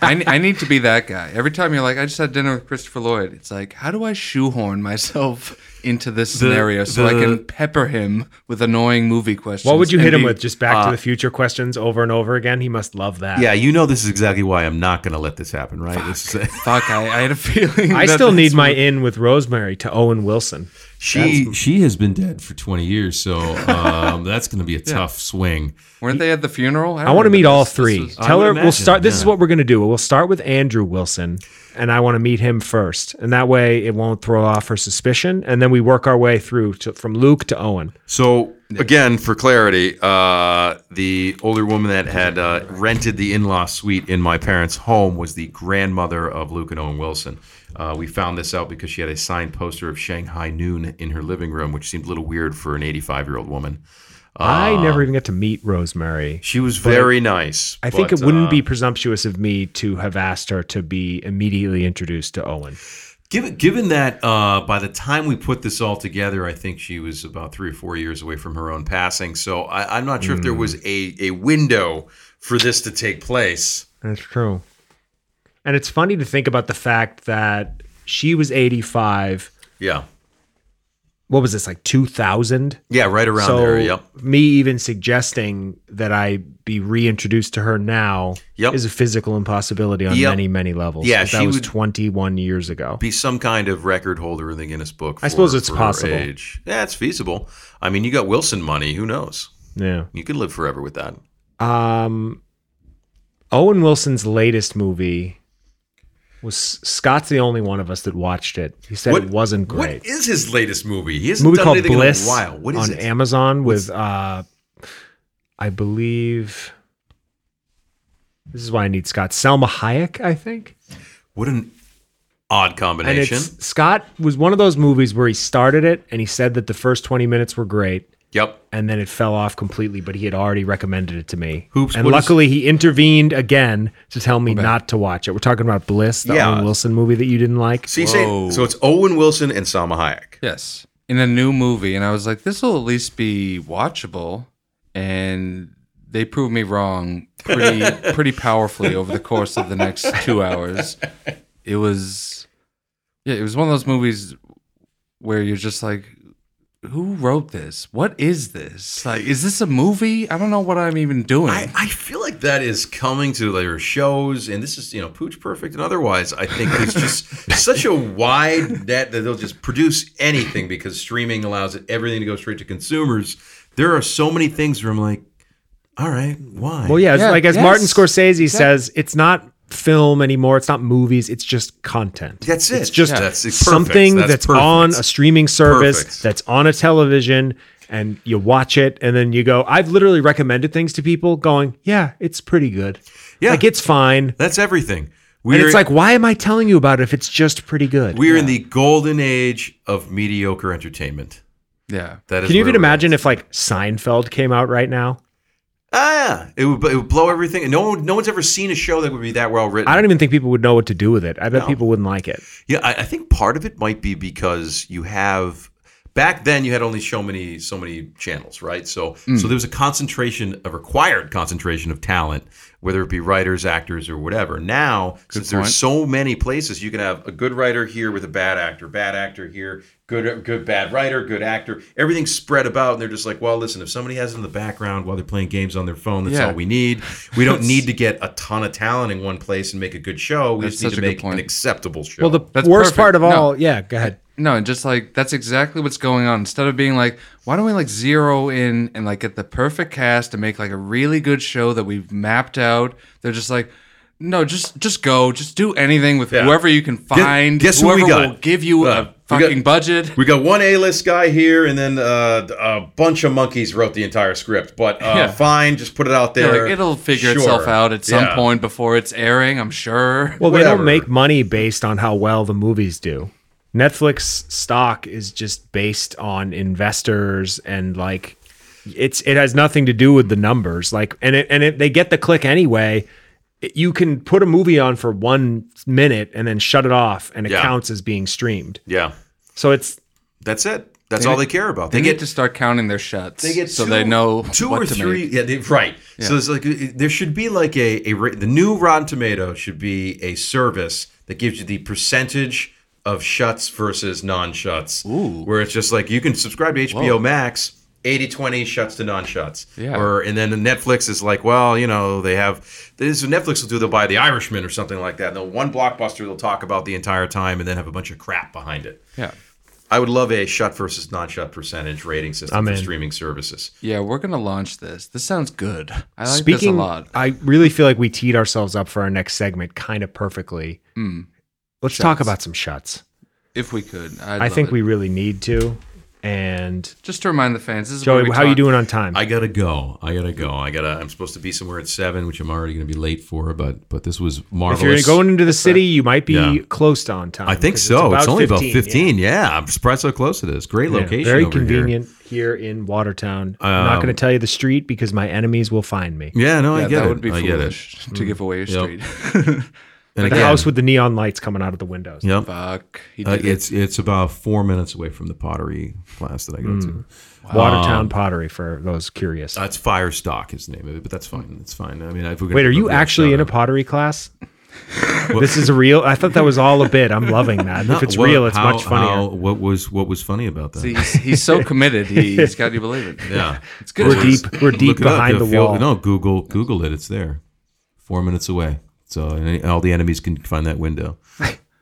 Speaker 4: I, I need to be that guy. Every time you're like, I just had dinner with Christopher Lloyd, it's like, how do I shoehorn myself into this scenario so I
Speaker 7: the-
Speaker 4: can pepper him with annoying movie questions?
Speaker 5: What would you
Speaker 4: and
Speaker 5: hit him
Speaker 4: be- uh,
Speaker 5: with? Just back to the future questions over and over again? He must love that.
Speaker 7: Yeah, you know this is exactly why I'm not going to let this happen, right? This is
Speaker 4: "Ah, Fuck, I, I had a feeling.
Speaker 5: I
Speaker 4: that
Speaker 5: still need
Speaker 4: this
Speaker 5: my
Speaker 4: would-
Speaker 5: in with Rosemary to Owen Wilson.
Speaker 7: she she has been dead for 20 years, so um, that's going to be a tough swing.
Speaker 4: Weren't they at the funeral?
Speaker 5: I want
Speaker 4: remember
Speaker 5: to meet
Speaker 4: this.
Speaker 5: all
Speaker 4: This
Speaker 5: three.
Speaker 4: was-
Speaker 5: Tell
Speaker 7: would
Speaker 5: her we'll
Speaker 7: imagine,
Speaker 5: start. This is
Speaker 7: yeah.
Speaker 5: what we're going to do. We'll start with Andrew Wilson, and I want to meet him first, and that way it won't throw off her suspicion, and then we work our way through to, from Luke to Owen.
Speaker 7: So again, for clarity, uh, the older woman that had uh, rented the in-law suite in my parents' home was the grandmother of Luke and Owen Wilson. Uh, we found this out because she had a signed poster of Shanghai Noon in her living room, which seemed a little weird for an 85-year-old woman.
Speaker 5: I never even get to meet Rosemary.
Speaker 7: She was very nice.
Speaker 5: I think
Speaker 7: but,
Speaker 5: it wouldn't
Speaker 7: uh,
Speaker 5: be presumptuous of me to have asked her to be immediately introduced to Owen.
Speaker 7: Given, given that uh, by the time we put this all together, I think she was about three or four years away from her own passing. So I, I'm not sure if there
Speaker 5: Hmm.
Speaker 7: was a, a window for this to take place.
Speaker 5: That's true. And it's funny to think about the fact that she was 85.
Speaker 7: Yeah.
Speaker 5: What was this, like 2000?
Speaker 7: Yeah, right around
Speaker 5: so
Speaker 7: there. Yep.
Speaker 5: me even suggesting that I be reintroduced to her now
Speaker 7: Yep.
Speaker 5: is a physical impossibility on
Speaker 7: Yep.
Speaker 5: many, many levels.
Speaker 7: Yeah,
Speaker 5: 'cause that
Speaker 7: she
Speaker 5: was
Speaker 7: would-
Speaker 5: 21 years ago.
Speaker 7: Be some kind of record holder in the Guinness Book.
Speaker 5: I suppose
Speaker 7: for-
Speaker 5: it's
Speaker 7: for her
Speaker 5: possible.
Speaker 7: Age. Yeah, it's feasible. I mean, you got Wilson money. Who knows?
Speaker 5: yeah.
Speaker 7: You could live forever with that.
Speaker 5: Um, Owen Wilson's latest movie was Scott's the only one of us that watched it. He said it wasn't great.
Speaker 7: What is his latest movie? He
Speaker 5: a
Speaker 7: hasn't
Speaker 5: movie
Speaker 7: done
Speaker 5: called
Speaker 7: anything
Speaker 5: Bliss
Speaker 7: in a while. What is
Speaker 5: on
Speaker 7: it?
Speaker 5: Amazon with, uh, I believe. This is why I need Scott. Selma Hayek, I think.
Speaker 7: what an odd
Speaker 5: and
Speaker 7: combination.
Speaker 5: it's Scott was one of those movies where he started it and he said that the first 20 minutes were great
Speaker 7: Yep.
Speaker 5: and then it fell off completely but he had already recommended it to me
Speaker 7: Hoops,
Speaker 5: and
Speaker 7: what is-
Speaker 5: luckily he intervened again to tell me not to watch it we're talking about bliss the
Speaker 7: Yeah.
Speaker 5: owen wilson movie that you didn't like
Speaker 7: So, you say, so it's Owen Wilson and Salma Hayek.
Speaker 4: Yes. In a new movie. And I was like, this will at least be watchable. And they proved me wrong pretty pretty powerfully over the course of the next two hours. It was yeah, it was one of those movies where you're just like, who wrote this? What is this? Like, is this a movie? I don't know what I'm even doing.
Speaker 7: I, I feel like that is coming to their shows, and this is you know Pooch Perfect and otherwise. I think it's just such a wide net that they'll just produce anything because streaming allows it, everything to go straight to consumers. There are so many things where I'm like, all right, why?
Speaker 5: Well, yeah, it's
Speaker 4: Yeah,
Speaker 5: like as Martin
Speaker 4: yes.
Speaker 5: Scorsese says, it's not film anymore. It's not movies. It's just content.
Speaker 7: that's it.
Speaker 5: It's just
Speaker 7: that's it's perfect.
Speaker 5: something that's,
Speaker 7: perfect.
Speaker 5: on a streaming service,
Speaker 7: Perfect.
Speaker 5: that's on a television, and you watch it, and then you go. I've literally recommended things to people, going, "Yeah, it's pretty good.
Speaker 7: Yeah.
Speaker 5: like it's fine."
Speaker 7: That's everything.
Speaker 5: and it's like, why am I telling you about it if it's just pretty good?
Speaker 7: we're in the golden age of mediocre entertainment.
Speaker 4: yeah.
Speaker 7: That is.
Speaker 5: Can you
Speaker 7: where
Speaker 5: even
Speaker 7: we're at.
Speaker 5: imagine if like Seinfeld came out right now?
Speaker 7: Ah, it would, it would blow everything. No one, no one's ever seen a show that would be that well written.
Speaker 5: I don't even think people would know what to do with it. I bet
Speaker 7: No.
Speaker 5: people wouldn't like it.
Speaker 7: Yeah, I, I think part of it might be because you have back then you had only so many so many channels, right? So
Speaker 4: Mm.
Speaker 7: so there was a concentration, a required concentration of talent, whether it be writers, actors, or whatever. Now, since
Speaker 4: point.
Speaker 7: there's so many places, you can have a good writer here with a bad actor, bad actor here, good good bad writer, good actor. Everything's spread about, and they're just like, well, listen, if somebody has it in the background while they're playing games on their phone, that's
Speaker 4: Yeah.
Speaker 7: all we need. We don't need to get a ton of talent in one place and make a good show. We
Speaker 4: That's
Speaker 7: just need
Speaker 4: such
Speaker 7: to
Speaker 4: a good
Speaker 7: make an
Speaker 4: point.
Speaker 7: acceptable show.
Speaker 5: Well, the
Speaker 4: That's
Speaker 5: worst
Speaker 4: perfect.
Speaker 5: part of
Speaker 4: No.
Speaker 5: all, yeah, go ahead.
Speaker 4: No, and just like that's exactly what's going on. Instead of being like, why don't we like zero in and like get the perfect cast and make like a really good show that we've mapped out? They're just like, no, just just go, just do anything with
Speaker 7: Yeah.
Speaker 4: whoever you can find.
Speaker 7: guess who
Speaker 4: whoever
Speaker 7: we got?
Speaker 4: will give you
Speaker 7: Uh, we
Speaker 4: a fucking
Speaker 7: got-
Speaker 4: budget.
Speaker 7: We got one A-list guy here, and then uh, a bunch of monkeys wrote the entire script. But uh,
Speaker 4: Yeah.
Speaker 7: fine, just put it out
Speaker 4: They're
Speaker 7: there.
Speaker 4: like, it'll figure
Speaker 7: Sure.
Speaker 4: itself out at some
Speaker 7: Yeah.
Speaker 4: point before it's airing. I'm sure.
Speaker 5: Well, they
Speaker 7: Whatever.
Speaker 5: don't make money based on how well the movies do. Netflix stock is just based on investors and like it's it has nothing to do with the numbers. Like and it and it, they get the click anyway. It- You can put a movie on for one minute and then shut it off, and it
Speaker 7: Yeah.
Speaker 5: counts as being streamed.
Speaker 7: Yeah,
Speaker 5: So it's
Speaker 7: that's it. That's all they care about.
Speaker 4: they get to start counting their shots.
Speaker 7: they get
Speaker 4: so
Speaker 7: two-
Speaker 4: they know
Speaker 7: two
Speaker 4: what
Speaker 7: or
Speaker 4: to
Speaker 7: three.
Speaker 4: Make.
Speaker 7: Yeah, they, right. So it's like uh, there should be like a, a ra- the new Rotten Tomato should be a service that gives you the percentage of shuts versus non-shuts. Ooh. Where it's just like you can subscribe to HBO Max. 80-20 shuts to non-shuts.
Speaker 4: Yeah.
Speaker 7: Or and then the Netflix is like, well, you know, they have this is what Netflix will do, they'll buy the Irishman or something like that. And they'll one blockbuster they'll talk about the entire time and then have a bunch of crap behind it.
Speaker 4: Yeah,
Speaker 7: I would love a shut versus non-shut percentage rating system
Speaker 5: I'm
Speaker 7: for
Speaker 5: in.
Speaker 7: streaming services.
Speaker 4: yeah. We're gonna launch this. This sounds good. I like this a
Speaker 5: speaking.
Speaker 4: lot.
Speaker 5: I really feel like we teed ourselves up for our next segment kind of perfectly.
Speaker 4: Hmm.
Speaker 5: Let's talk about some shots.
Speaker 4: If we could, I'd
Speaker 5: I
Speaker 4: love
Speaker 5: think
Speaker 4: it.
Speaker 5: we really need to. And
Speaker 4: just to remind the fans. This is where
Speaker 5: Joey,
Speaker 4: we
Speaker 5: how you
Speaker 4: talk-
Speaker 5: doing on time?
Speaker 7: I gotta go. I gotta go. I gotta. I'm supposed to be somewhere at seven, which I'm already gonna be late for. But but this was
Speaker 5: if you're
Speaker 7: marvelous.
Speaker 5: going into the city, you might be
Speaker 7: Yeah.
Speaker 5: close to on time.
Speaker 7: I think
Speaker 5: because
Speaker 7: so. It's, only about
Speaker 5: yeah.
Speaker 7: 15. Yeah. I'm surprised how close it is. Great
Speaker 5: Yeah,
Speaker 7: location.
Speaker 5: very
Speaker 7: over here.
Speaker 5: convenient here. in Watertown. I'm not
Speaker 7: Um,
Speaker 5: going to tell you the street because my enemies will find me.
Speaker 7: Yeah. No,
Speaker 4: Yeah,
Speaker 7: I get
Speaker 4: that
Speaker 7: it.
Speaker 4: would be
Speaker 7: I get it.
Speaker 4: foolish to give away a street.
Speaker 7: Yep. And
Speaker 5: The
Speaker 7: again,
Speaker 5: house with the neon lights coming out of the windows.
Speaker 7: Yep.
Speaker 4: Fuck, he
Speaker 7: Uh,
Speaker 4: did it.
Speaker 7: it's it's about four minutes away from the pottery class that I go
Speaker 5: Hmm.
Speaker 7: to.
Speaker 5: Watertown
Speaker 7: Um,
Speaker 5: pottery for those curious.
Speaker 7: That's Firestock is the name of it, but that's fine. That's fine. I mean, if we're gonna
Speaker 5: Wait, are
Speaker 7: give
Speaker 5: you
Speaker 7: away a
Speaker 5: actually in a
Speaker 7: shout-out-
Speaker 5: pottery class? this is real. I thought that was all a bit. I'm loving that. if it's
Speaker 7: What-
Speaker 5: real, it's
Speaker 7: how-
Speaker 5: much funnier.
Speaker 7: how- what was what was funny about that?
Speaker 4: See, he's, he's so committed. He, has got you believe it.
Speaker 7: yeah.
Speaker 4: It's good.
Speaker 5: we're deep. We're deep
Speaker 7: Look it up.
Speaker 5: behind the
Speaker 7: You'll feel-
Speaker 5: wall.
Speaker 7: No, Google Google it. It's there, four minutes away. So and all the enemies can find that window.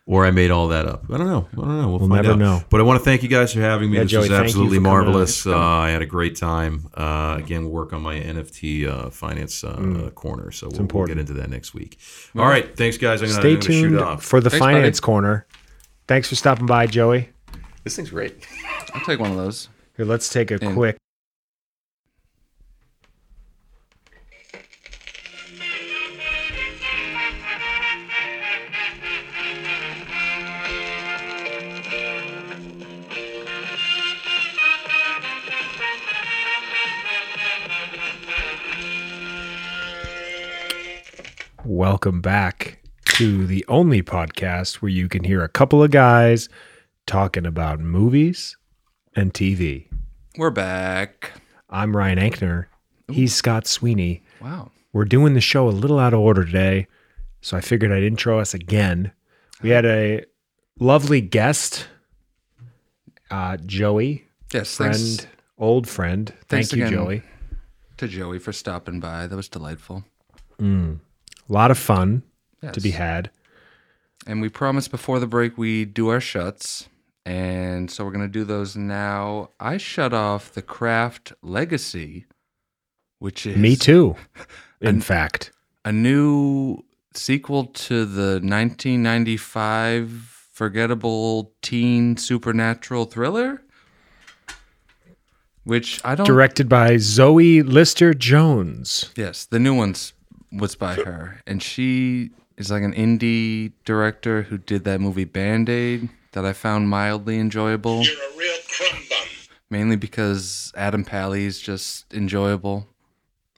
Speaker 7: Or I made all that up. I don't know. I don't know. We'll, find
Speaker 5: never
Speaker 7: out.
Speaker 5: know.
Speaker 7: But I want to thank you guys for having me.
Speaker 5: Yeah,
Speaker 7: this
Speaker 5: Joey,
Speaker 7: was
Speaker 5: thank you
Speaker 7: absolutely
Speaker 5: for coming on.
Speaker 7: marvelous. Uh, I had a great time. Uh, again, we'll work on my NFT uh, finance uh, corner. So we'll, we'll get
Speaker 5: Mm. important.
Speaker 7: into that next week. All right. Thanks, guys. I'm
Speaker 5: Stay
Speaker 7: going to shoot
Speaker 5: tuned
Speaker 7: off.
Speaker 5: for the
Speaker 4: Thanks, buddy.
Speaker 5: finance corner. Thanks for stopping by, Joey.
Speaker 7: This thing's great.
Speaker 4: I'll take one of those.
Speaker 5: Here, let's take a
Speaker 4: And-
Speaker 5: quick. Welcome back to the only podcast where you can hear a couple of guys talking about movies and TV.
Speaker 4: We're back.
Speaker 5: I'm Ryan Ankner. He's Scott Sweeney.
Speaker 4: Wow.
Speaker 5: we're doing the show a little out of order today, so I figured I'd intro us again. We had a lovely guest, uh, Joey,
Speaker 4: Yes.
Speaker 5: friend,
Speaker 4: Thanks
Speaker 5: old friend.
Speaker 4: Thanks
Speaker 5: Thank you,
Speaker 4: again.
Speaker 5: Joey.
Speaker 4: to Joey for stopping by. That was delightful.
Speaker 5: A lot of fun to be
Speaker 4: Yes.
Speaker 5: had.
Speaker 4: And we promised before the break we do our shuts. And so we're going to do those now. I shut off the Craft Legacy, which is
Speaker 5: Me too. In fact,
Speaker 4: a new sequel to the 1995 forgettable teen supernatural thriller, which I don't.
Speaker 5: directed by Zoe Lister Jones.
Speaker 4: Yes, the new one's was by her, and she is like an indie director who did that movie Band Aid that I found mildly enjoyable,
Speaker 6: You're a real crumb bum.
Speaker 4: mainly because Adam Pally's just enjoyable,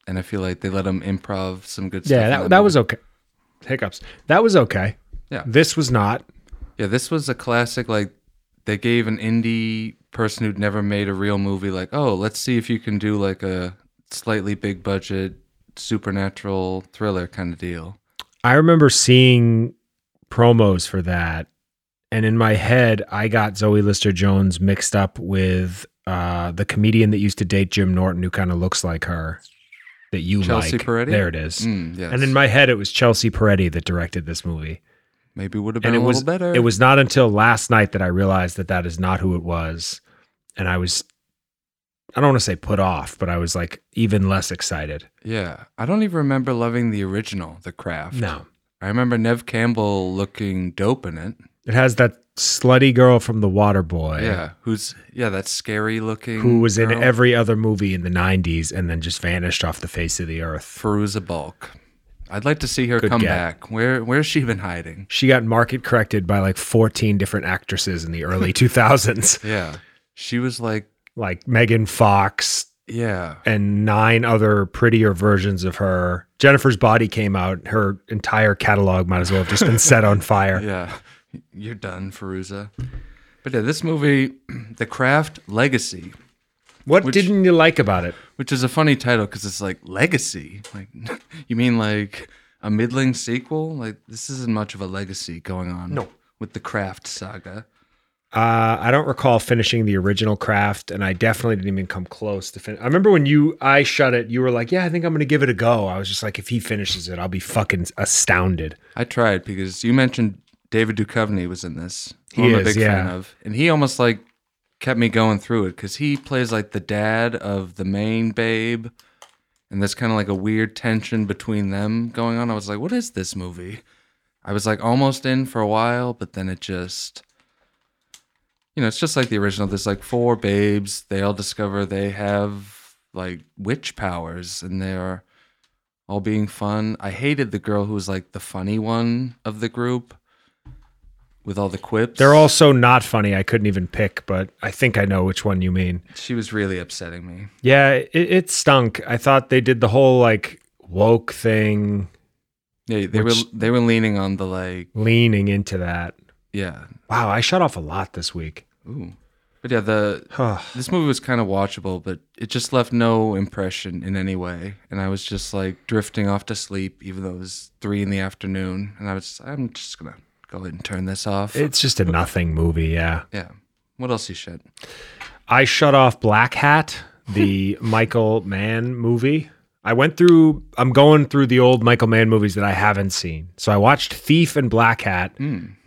Speaker 4: and I feel like they let him improv some good stuff.
Speaker 5: Yeah,
Speaker 4: in
Speaker 5: that, that
Speaker 4: movie.
Speaker 5: was okay. Hiccups. That was okay.
Speaker 4: Yeah.
Speaker 5: This was not.
Speaker 4: Yeah, this was a classic. Like they gave an indie person who'd never made a real movie, like, oh, let's see if you can do like a slightly big budget supernatural thriller kind of deal.
Speaker 5: I remember seeing promos for that, and in my head, I got Zoe Lister Jones mixed up with uh, the comedian that used to date Jim Norton, who kind of looks like her. That you
Speaker 4: Chelsea
Speaker 5: like.
Speaker 4: Peretti?
Speaker 5: There it is.
Speaker 4: Mm, yes.
Speaker 5: And in my head, it was Chelsea Peretti that directed this movie,
Speaker 4: maybe would have been
Speaker 5: and it
Speaker 4: a
Speaker 5: was
Speaker 4: little better.
Speaker 5: it was not until last night that I realized that that is not who it was, and I was. I don't want to say put off, but I was like even less excited.
Speaker 4: yeah. I don't even remember loving the original, The Craft.
Speaker 5: No,
Speaker 4: I remember Nev Campbell looking dope in it.
Speaker 5: it has that slutty girl from The Water Boy.
Speaker 4: Yeah, who's yeah that scary looking
Speaker 5: who was in
Speaker 4: girl.
Speaker 5: every other movie in the 90s and then just vanished off the face of the earth.
Speaker 4: Feruza Balk. I'd like to see her
Speaker 5: Good
Speaker 4: come
Speaker 5: get.
Speaker 4: back. Where where's she been hiding?
Speaker 5: She got market corrected by like 14 different actresses in the early 2000s,
Speaker 4: Yeah, she was like
Speaker 5: like Megan Fox
Speaker 4: yeah.
Speaker 5: and nine other prettier versions of her. Jennifer's body came out. Her entire catalog might as well have just been set on fire.
Speaker 4: Yeah, you're done, Feruza. But yeah, this movie, The Craft Legacy,
Speaker 5: What
Speaker 4: Which-
Speaker 5: didn't you like about it?
Speaker 4: which is a funny title because it's like legacy. Like, you mean like a middling sequel? Like, this isn't much of a legacy going on. No. With the Craft saga.
Speaker 5: Uh, I don't recall finishing the original craft, and I definitely didn't even come close to finish. I remember when you I shut it, you were like, "Yeah, I think I'm going to give it a go." I was just like, "If he finishes it, I'll be fucking astounded."
Speaker 4: I tried because you mentioned David Duchovny was in this. who
Speaker 5: He
Speaker 4: I'm a
Speaker 5: is,
Speaker 4: big fan
Speaker 5: yeah.
Speaker 4: of, and he almost like kept me going through it because he plays like the dad of the main babe, and there's kind of like a weird tension between them going on. I was like, what is this movie? I was like almost in for a while, but then it just. You know, it's just like the original. There's like four babes. They all discover they have like witch powers, and they're all being fun. I hated the girl who was like the funny one of the group with all the quips.
Speaker 5: They're all so not funny. I couldn't even pick, but I think I know which one you mean.
Speaker 4: She was really upsetting me.
Speaker 5: Yeah, it, it stunk. I thought they did the whole like woke thing,
Speaker 4: Yeah, they
Speaker 5: Which-
Speaker 4: were they were leaning on the like
Speaker 5: leaning into that.
Speaker 4: yeah.
Speaker 5: Wow, I shut off a lot this week.
Speaker 4: Ooh. But yeah, the
Speaker 5: Huh.
Speaker 4: this movie was kind of watchable, but it just left no impression in any way. And I was just like drifting off to sleep, even though it was three in the afternoon. And I was I'm just gonna go ahead and turn this off.
Speaker 5: It's just a nothing movie. Yeah.
Speaker 4: yeah. What else you shit?
Speaker 5: I shut off Black Hat, the Michael Mann movie. I went through, I'm going through the old Michael Mann movies that I haven't seen. So I watched Thief and Black Hat.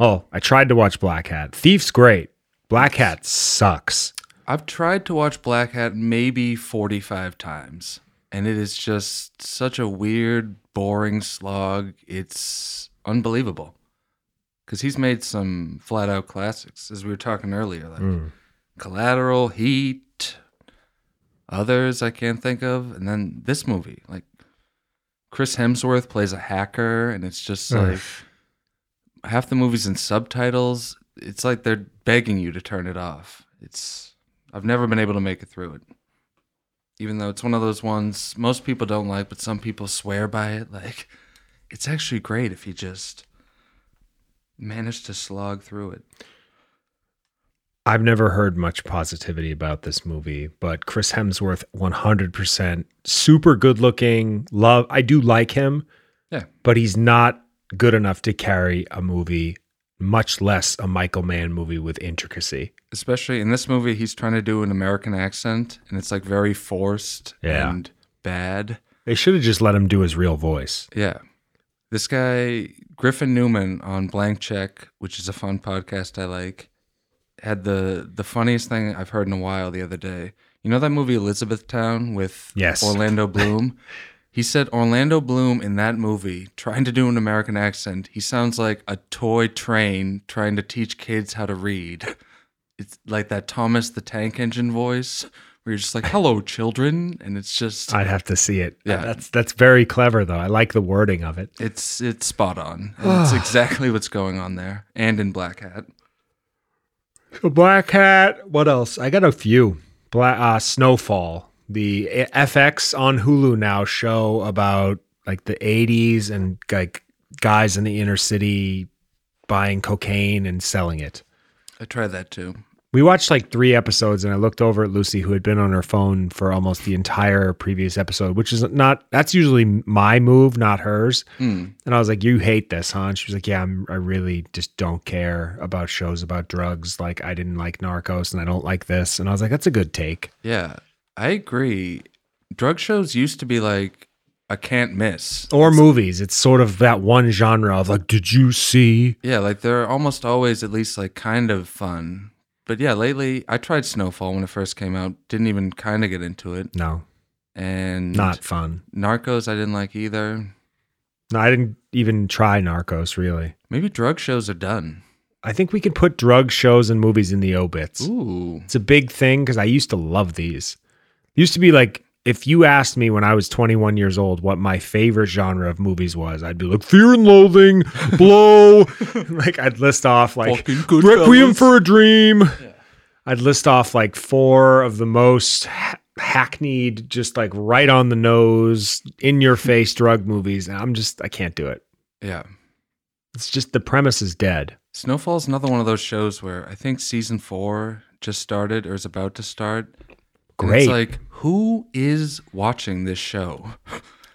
Speaker 5: Oh, I tried to watch Black Hat. Thief's great. Black Hat sucks.
Speaker 4: I've tried to watch Black Hat maybe 45 times, and it is just such a weird, boring slog. It's unbelievable. Because he's made some flat out classics, as we were talking earlier, like Collateral, Heat, others I can't think of, and then this movie. Like, Chris Hemsworth plays a hacker, and it's just like half the movies in subtitles. It's like they're begging you to turn it off. It's I've never been able to make it through it. Even though it's one of those ones most people don't like, but some people swear by it. Like it's actually great if you just manage to slog through it.
Speaker 5: I've never heard much positivity about this movie, but Chris Hemsworth, 100%, super good looking. Love, I do like him.
Speaker 4: Yeah.
Speaker 5: But he's not good enough to carry a movie, much less a Michael Mann movie with intricacy.
Speaker 4: Especially in this movie, he's trying to do an American accent, and it's like very forced
Speaker 5: Yeah.
Speaker 4: and bad.
Speaker 5: They should have just let him do his real voice.
Speaker 4: Yeah. This guy, Griffin Newman on Blank Check, which is a fun podcast I like, had the, the funniest thing I've heard in a while the other day. You know that movie Elizabethtown with
Speaker 5: Yes.
Speaker 4: Orlando Bloom? he said Orlando Bloom in that movie, trying to do an American accent, he sounds like a toy train trying to teach kids how to read. It's like that Thomas the Tank Engine voice where you're just like, hello, children. And it's just,
Speaker 5: I'd have to see it. Uh,
Speaker 4: Yeah.
Speaker 5: That's that's very clever though. I like the wording of it.
Speaker 4: It's it's spot on. And it's exactly what's going on there, and in Black Hat.
Speaker 5: Black Hat. What else? I got a few. Black uh, Snowfall. The A- FX on Hulu now show about like the 80s and like guys in the inner city buying cocaine and selling it.
Speaker 4: I tried that too.
Speaker 5: We watched like three episodes, and I looked over at Lucy, who had been on her phone for almost the entire previous episode, which is not that's usually my move, not hers. And I was like, "You hate this, huh?" And she was like, "Yeah, I'm, I really just don't care about shows about drugs. Like, I didn't like Narcos, and I don't like this." And I was like, "That's a good take."
Speaker 4: Yeah, I agree. Drug shows used to be like a can't miss.
Speaker 5: Or movies, it's sort of that one genre of like, "Did you see?"
Speaker 4: Yeah, like they're almost always at least like kind of fun. But yeah, lately I tried Snowfall when it first came out. Didn't even kind of get into it.
Speaker 5: No,
Speaker 4: And
Speaker 5: not fun.
Speaker 4: Narcos. I didn't like either.
Speaker 5: No, I didn't even try Narcos. Really,
Speaker 4: Maybe drug shows are done.
Speaker 5: I think we could put drug shows and movies in the obits.
Speaker 4: Ooh,
Speaker 5: It's a big thing because I used to love these. Used to be like, if you asked me when I was 21 years old what my favorite genre of movies was, I'd be like, Fear and Loathing, Blow. like, I'd list off like
Speaker 4: Fucking Goodfellas.
Speaker 5: Requiem for a Dream. I'd list off like four of the most ha- hackneyed, just like right on the nose, in your face drug movies. And I'm just, I can't do it.
Speaker 4: yeah.
Speaker 5: It's just the premise is dead.
Speaker 4: Snowfall's another one of those shows where I think season four just started or is about to start. And
Speaker 5: Great.
Speaker 4: It's like, who is watching this show?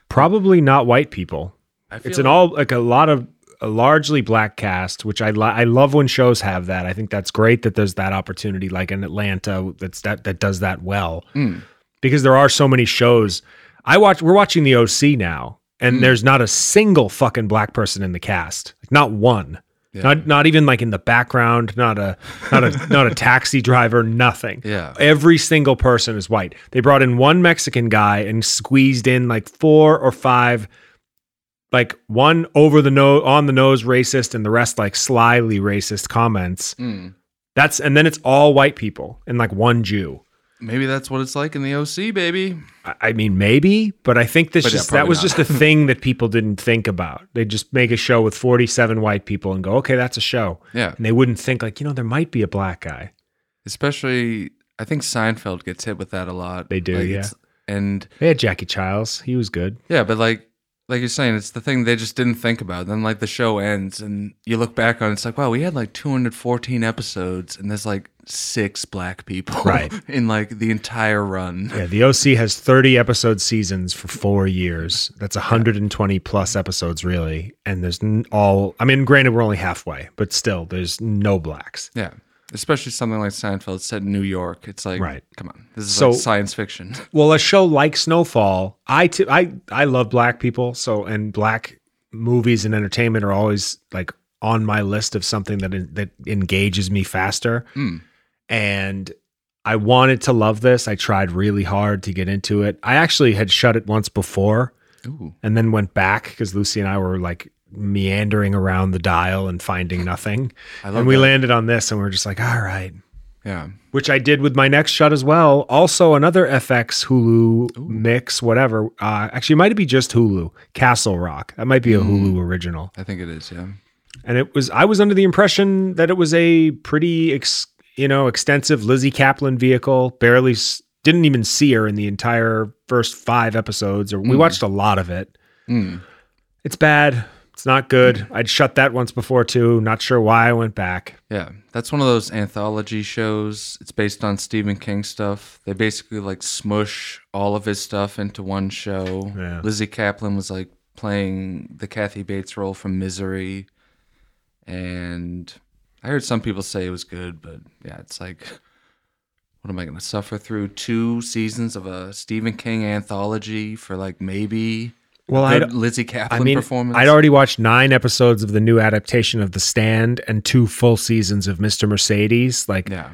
Speaker 5: Probably not white people.
Speaker 4: I feel
Speaker 5: it's an all like a lot of a largely black cast, which I li- I love when shows have that. I think that's great that there's that opportunity, like in Atlanta, that's that that does that well,
Speaker 4: Mm.
Speaker 5: because there are so many shows. I watch. We're watching The OC now,
Speaker 4: Mm.
Speaker 5: and there's not a single fucking black person in the cast, like not one. Not not even like in the background, not a not a not a taxi driver, nothing.
Speaker 4: Yeah.
Speaker 5: Every single person is white. They brought in one Mexican guy and squeezed in like four or five like one over the nose on the nose racist and the rest like slyly racist comments.
Speaker 4: Hmm.
Speaker 5: That's and then it's all white people and like one Jew.
Speaker 4: maybe that's what it's like in the OC, baby.
Speaker 5: I- I mean, maybe, but I think this
Speaker 4: But yeah,
Speaker 5: just that
Speaker 4: probably
Speaker 5: was
Speaker 4: not.
Speaker 5: just a thing that people didn't think about. They just make a show with forty-seven white people and go, okay, that's a show,
Speaker 4: Yeah.
Speaker 5: and they wouldn't think like you know there might be a black guy.
Speaker 4: Especially, I think Seinfeld gets hit with that a lot.
Speaker 5: They do,
Speaker 4: Like,
Speaker 5: yeah.
Speaker 4: it's- And
Speaker 5: They had Jackie Childs; he was good.
Speaker 4: yeah, but like, like you're saying, it's the thing they just didn't think about. Then like the show ends, and you look back on it, it's like, wow, we had like 214 episodes, and there's like six black people
Speaker 5: Right.
Speaker 4: in like the entire run.
Speaker 5: Yeah, the OC has thirty episode seasons for four years. That's hundred and twenty plus episodes, really. And there's n- all. I mean, granted, we're only halfway, but still, there's no blacks.
Speaker 4: Yeah. Especially something like Seinfeld set in New York. It's like,
Speaker 5: Right.
Speaker 4: come on. This is
Speaker 5: So-
Speaker 4: like science fiction.
Speaker 5: well a show like snowfall i t- i i love black people so and black movies and entertainment are always like on my list of something that that engages me faster
Speaker 4: Hmm.
Speaker 5: and i wanted to love this i tried really hard to get into it i actually had shut it once before
Speaker 4: Ooh.
Speaker 5: and then went back because lucy and i were like meandering around the dial and finding nothing
Speaker 4: I love
Speaker 5: and we
Speaker 4: that.
Speaker 5: landed on this and we were just like all right
Speaker 4: Yeah.
Speaker 5: which I did with my next shot as well. Also, another FX Hulu mix, whatever. Uh, actually, it might be just Hulu Castle Rock. That might be a Hulu original.
Speaker 4: I think it is. Yeah.
Speaker 5: And it was I was under the impression that it was a pretty ex, you know extensive Lizzie Kaplan vehicle. Barely s- didn't even see her in the Mm. entire first five episodes, or we watched a lot of it. It's bad. It's not good. I'd shut that once before too. Not sure why I went back.
Speaker 4: Yeah, that's one of those anthology shows. It's based on Stephen King stuff. They basically like smush all of his stuff into one show.
Speaker 5: Yeah.
Speaker 4: Lizzie Kaplan was like playing the Kathy Bates role from Misery. And I heard some people say it was good, but yeah, it's like, what am I going to suffer through? Two seasons of a Stephen King anthology for like maybe
Speaker 5: Well,
Speaker 4: good
Speaker 5: I'd,
Speaker 4: Lizzie Kaplan
Speaker 5: I mean,
Speaker 4: performance?
Speaker 5: I'd already watched nine episodes of the new adaptation of The Stand and two full seasons of Mr. Mercedes. Like
Speaker 4: Yeah.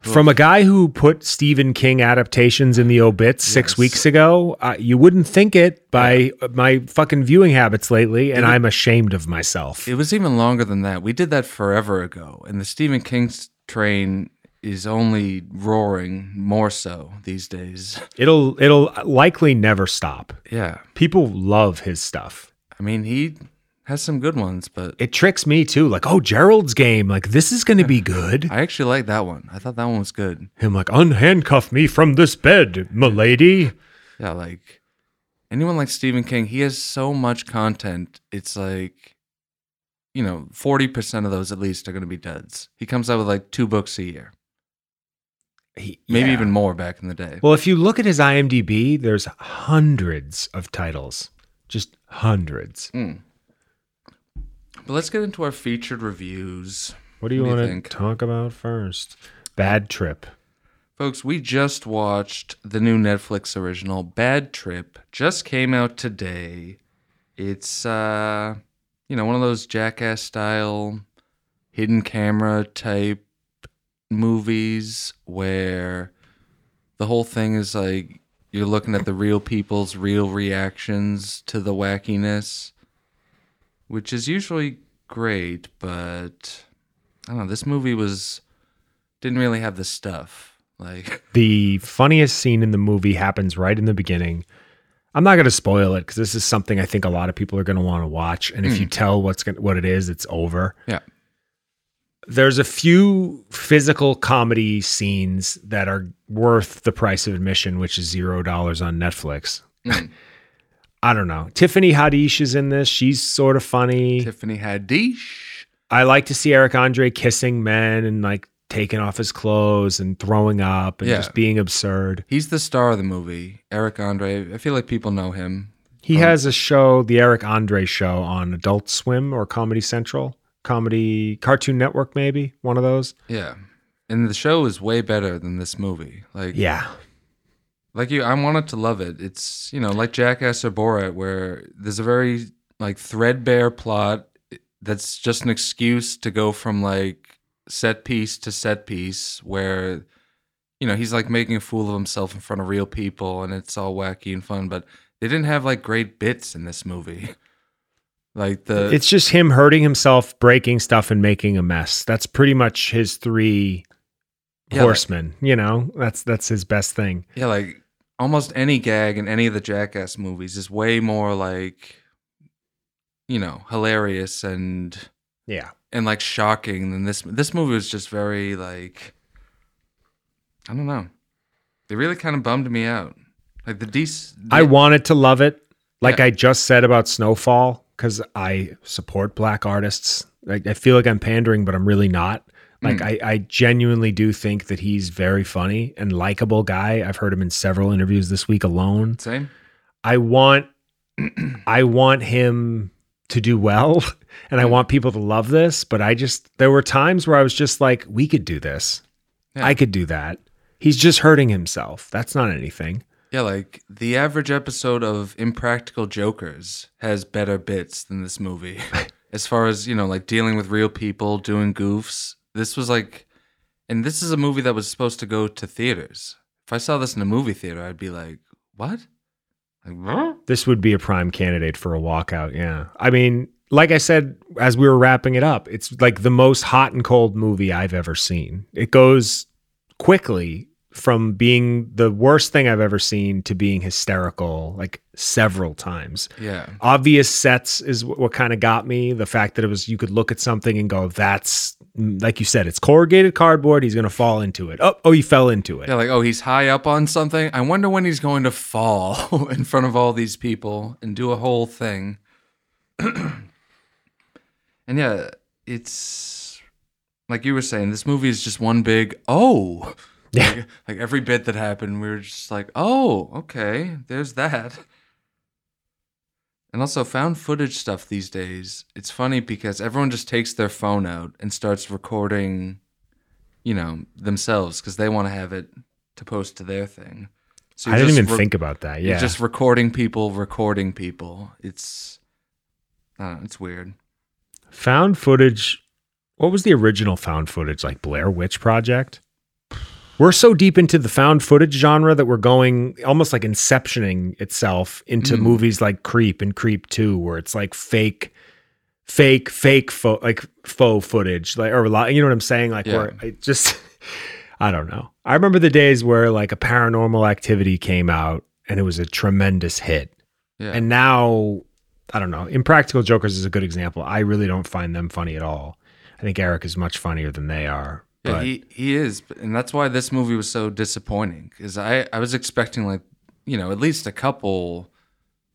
Speaker 5: from a guy who put Stephen King adaptations in the obits six
Speaker 4: Yes.
Speaker 5: weeks ago, uh, you wouldn't think it by uh my fucking viewing habits lately, and I'm ashamed of myself.
Speaker 4: It was even longer than that. We did that forever ago, and the Stephen King s- train is only roaring more so these days.
Speaker 5: It'll it'll likely never stop.
Speaker 4: Yeah,
Speaker 5: People love his stuff.
Speaker 4: I mean he has some good ones, but
Speaker 5: It tricks me too. Like, oh, Gerald's game. Like, this is going to be good.
Speaker 4: I actually like that one. I thought that one was good.
Speaker 5: Him like, unhandcuff me from this bed, milady.
Speaker 4: Yeah, like anyone like Stephen King, he has so much content. It's like you know, forty percent of those at least are going to be duds. He comes out with like two books a year,
Speaker 5: He,
Speaker 4: maybe
Speaker 5: yeah.
Speaker 4: even more back in the day.
Speaker 5: Well, if you look at his IMDb, there's hundreds of titles, just hundreds.
Speaker 4: But let's get into our featured reviews.
Speaker 5: What do you
Speaker 4: What do you
Speaker 5: want to
Speaker 4: think?
Speaker 5: talk about first? Bad trip.
Speaker 4: Folks, we just watched the new Netflix original Bad Trip. Just came out today. It's uh, you know, one of those jackass style hidden camera type movies where the whole thing is like you're looking at the real people's real reactions to the wackiness, which is usually great, but I don't know, this movie was didn't really have the stuff. Like
Speaker 5: The funniest scene in the movie happens right in the beginning. I'm not going to spoil it because this is something I think a lot of people are going to want to watch. And if you tell what's going what it is, it's over.
Speaker 4: Yeah.
Speaker 5: There's a few physical comedy scenes that are worth the price of admission, which is zero dollars on Netflix. I don't know. Tiffany Haddish is in this. She's sort of funny.
Speaker 4: Tiffany Haddish.
Speaker 5: I like to see Eric Andre kissing men and like taking off his clothes and throwing up and
Speaker 4: Yeah.
Speaker 5: just being absurd.
Speaker 4: He's the star of the movie. Eric Andre. I feel like people know him.
Speaker 5: He has a show, the Eric Andre show on Adult Swim or Comedy Central, Comedy Cartoon Network, maybe one of those.
Speaker 4: Yeah. And the show is way better than this movie. Like
Speaker 5: Yeah.
Speaker 4: like you I wanted to love it. It's, you know, like Jackass or Borat where there's a very like threadbare plot that's just an excuse to go from like set piece to set piece where you know, he's like making a fool of himself in front of real people and it's all wacky and fun, but they didn't have like great bits in this movie. Like the
Speaker 5: It's just him hurting himself, breaking stuff, and making a mess. That's pretty much his three
Speaker 4: Yeah, like-
Speaker 5: horsemen. you know, that's that's his best thing.
Speaker 4: Yeah, like almost any gag in any of the Jackass movies is way more like, you know, hilarious and
Speaker 5: Yeah.
Speaker 4: and like shocking than this. This movie was just very like, I don't know. It really kind of bummed me out. Like the dec-
Speaker 5: I wanted to love it, like
Speaker 4: Yeah.
Speaker 5: I just said about Snowfall, because I support black artists. I, I feel like I'm pandering, but I'm really not.
Speaker 4: Hmm.
Speaker 5: Like I, I genuinely do think that he's very funny and likable guy. I've heard him in several interviews this week alone.
Speaker 4: same.
Speaker 5: I want, I want him to do well, and I want people to love this. But I just there were times where I was just like, we could do this,
Speaker 4: Yeah.
Speaker 5: I could do that. He's just hurting himself. That's not anything.
Speaker 4: Yeah, like the average episode of Impractical Jokers has better bits than this movie. as far as, you know, like dealing with real people, doing goofs. This was like and this is a movie that was supposed to go to theaters. If I saw this in a movie theater, I'd be like, "What?" Like, "Huh?"
Speaker 5: this would be a prime candidate for a walkout. Yeah. I mean, like I said, as we were wrapping it up, it's like the most hot and cold movie I've ever seen. It goes quickly from being the worst thing I've ever seen to being hysterical, like several times.
Speaker 4: yeah.
Speaker 5: Obvious sets is wh- what kind of got me. The fact that it was, you could look at something and go, that's, mm, like you said, it's corrugated cardboard. He's going to fall into it. Oh, oh, he fell into it.
Speaker 4: Yeah, like, "Oh, he's high up on something. I wonder when he's going to fall in front of all these people and do a whole thing." And yeah, it's like you were saying, this movie is just one big oh.
Speaker 5: Yeah.
Speaker 4: Like, like every bit that happened, we were just like, oh, okay, there's that. And also, found footage stuff these days, it's funny because everyone just takes their phone out and starts recording, you know, themselves because they want to have it to post to their thing. So
Speaker 5: I
Speaker 4: you're
Speaker 5: didn't
Speaker 4: just
Speaker 5: even
Speaker 4: re-
Speaker 5: think about that. Yeah.
Speaker 4: you're just recording people, recording people. It's, I don't know, it's weird.
Speaker 5: found footage. What was the original found footage? Like Blair Witch Project? We're so deep into the found footage genre that we're going almost like inceptioning itself into
Speaker 4: Mm.
Speaker 5: movies like Creep and Creep 2, where it's like fake, fake, fake, fo- like faux footage, like, or a lot, you know what I'm saying? Like,
Speaker 4: Yeah.
Speaker 5: where it just, I don't know. I remember the days where like a paranormal activity came out and it was a tremendous hit.
Speaker 4: Yeah.
Speaker 5: And now, I don't know. Impractical Jokers is a good example. I really don't find them funny at all. I think Eric is much funnier than they are.
Speaker 4: Yeah,
Speaker 5: But
Speaker 4: he he is, and that's why this movie was so disappointing. Because I I was expecting like you know at least a couple,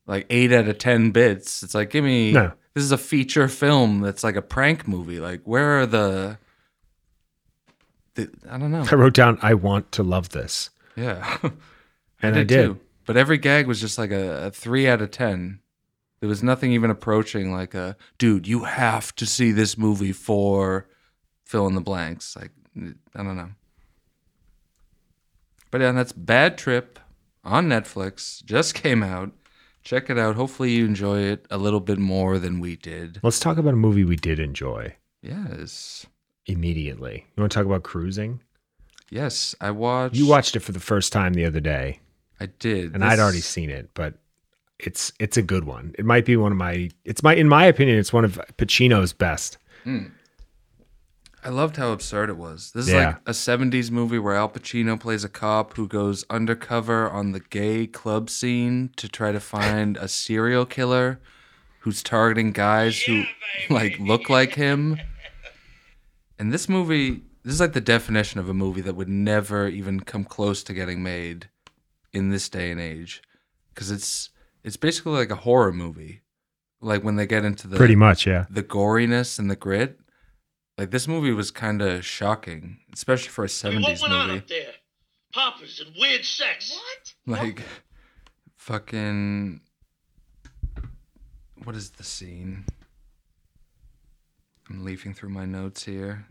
Speaker 4: like eight out of ten bits. It's like give me
Speaker 5: No.
Speaker 4: this is a feature film that's like a prank movie. Like where are the, the I don't know.
Speaker 5: I wrote down, I want to love this.
Speaker 4: Yeah,
Speaker 5: And I did.
Speaker 4: But every gag was just like a, a three out of ten. There was nothing even approaching like a dude. You have to see this movie for fill in the blanks. Like I don't know. But yeah, that's Bad Trip on Netflix. Just came out. Check it out. Hopefully you enjoy it a little bit more than we did.
Speaker 5: Let's talk about a movie we did enjoy
Speaker 4: Yes.
Speaker 5: immediately. You want to talk about cruising?
Speaker 4: Yes, I watched.
Speaker 5: You watched it for the first time the other day,
Speaker 4: I did.
Speaker 5: and
Speaker 4: This-
Speaker 5: I'd already seen it, but it's it's a good one. It might be one of my it's my in my opinion, it's one of Pacino's best.
Speaker 4: I loved how absurd it was. This is
Speaker 5: Yeah.
Speaker 4: like a 70s movie where Al Pacino plays a cop who goes undercover on the gay club scene to try to find a serial killer who's targeting guys who like look like him. And this movie, this is like the definition of a movie that would never even come close to getting made in this day and age cuz it's it's basically like a horror movie. Like when they get into the
Speaker 5: Pretty much, yeah.
Speaker 4: the goriness and the grit. Like this movie was kind of shocking, especially for a '70s movie.
Speaker 2: there? Poppers and weird sex. What?
Speaker 4: Like, fucking, what is the scene? I'm leafing through my notes here.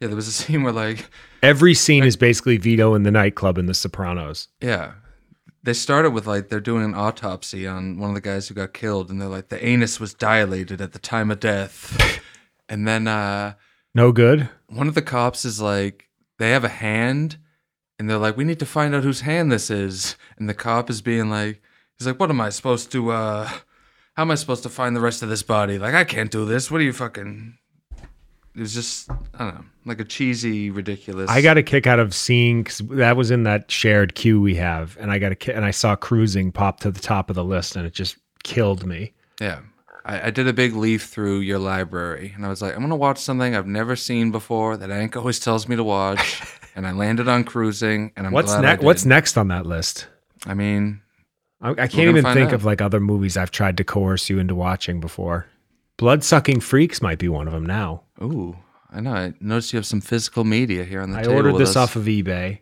Speaker 4: Yeah, there was a scene where like
Speaker 5: Every scene is basically Vito in the nightclub in the Sopranos.
Speaker 4: Yeah. They started with like they're doing an autopsy on one of the guys who got killed and they're like the anus was dilated at the time of death. and then uh
Speaker 5: No good.
Speaker 4: one of the cops is like they have a hand and they're like we need to find out whose hand this is and the cop is being like he's like what am i supposed to uh how am i supposed to find the rest of this body like i can't do this what are you fucking it was just i don't know like a cheesy ridiculous
Speaker 5: I got a kick out of seeing because that was in that shared queue we have, and I got a ki- and I saw cruising pop to the top of the list, and it just killed me.
Speaker 4: Yeah. I, I did a big leaf through your library and I was like, I'm going to watch something I've never seen before that Hank always tells me to watch. and I landed on cruising and I'm
Speaker 5: what's
Speaker 4: glad I
Speaker 5: next?
Speaker 4: did.
Speaker 5: What's next on that list?
Speaker 4: I mean,
Speaker 5: I, I
Speaker 4: gonna
Speaker 5: can't even
Speaker 4: find
Speaker 5: think
Speaker 4: out.
Speaker 5: of like other movies I've tried to coerce you into watching before. Blood sucking freaks might be one of them now.
Speaker 4: ooh, I know. I noticed you have some physical media here on the
Speaker 5: I
Speaker 4: table.
Speaker 5: ordered
Speaker 4: with
Speaker 5: this
Speaker 4: us.
Speaker 5: off of eBay.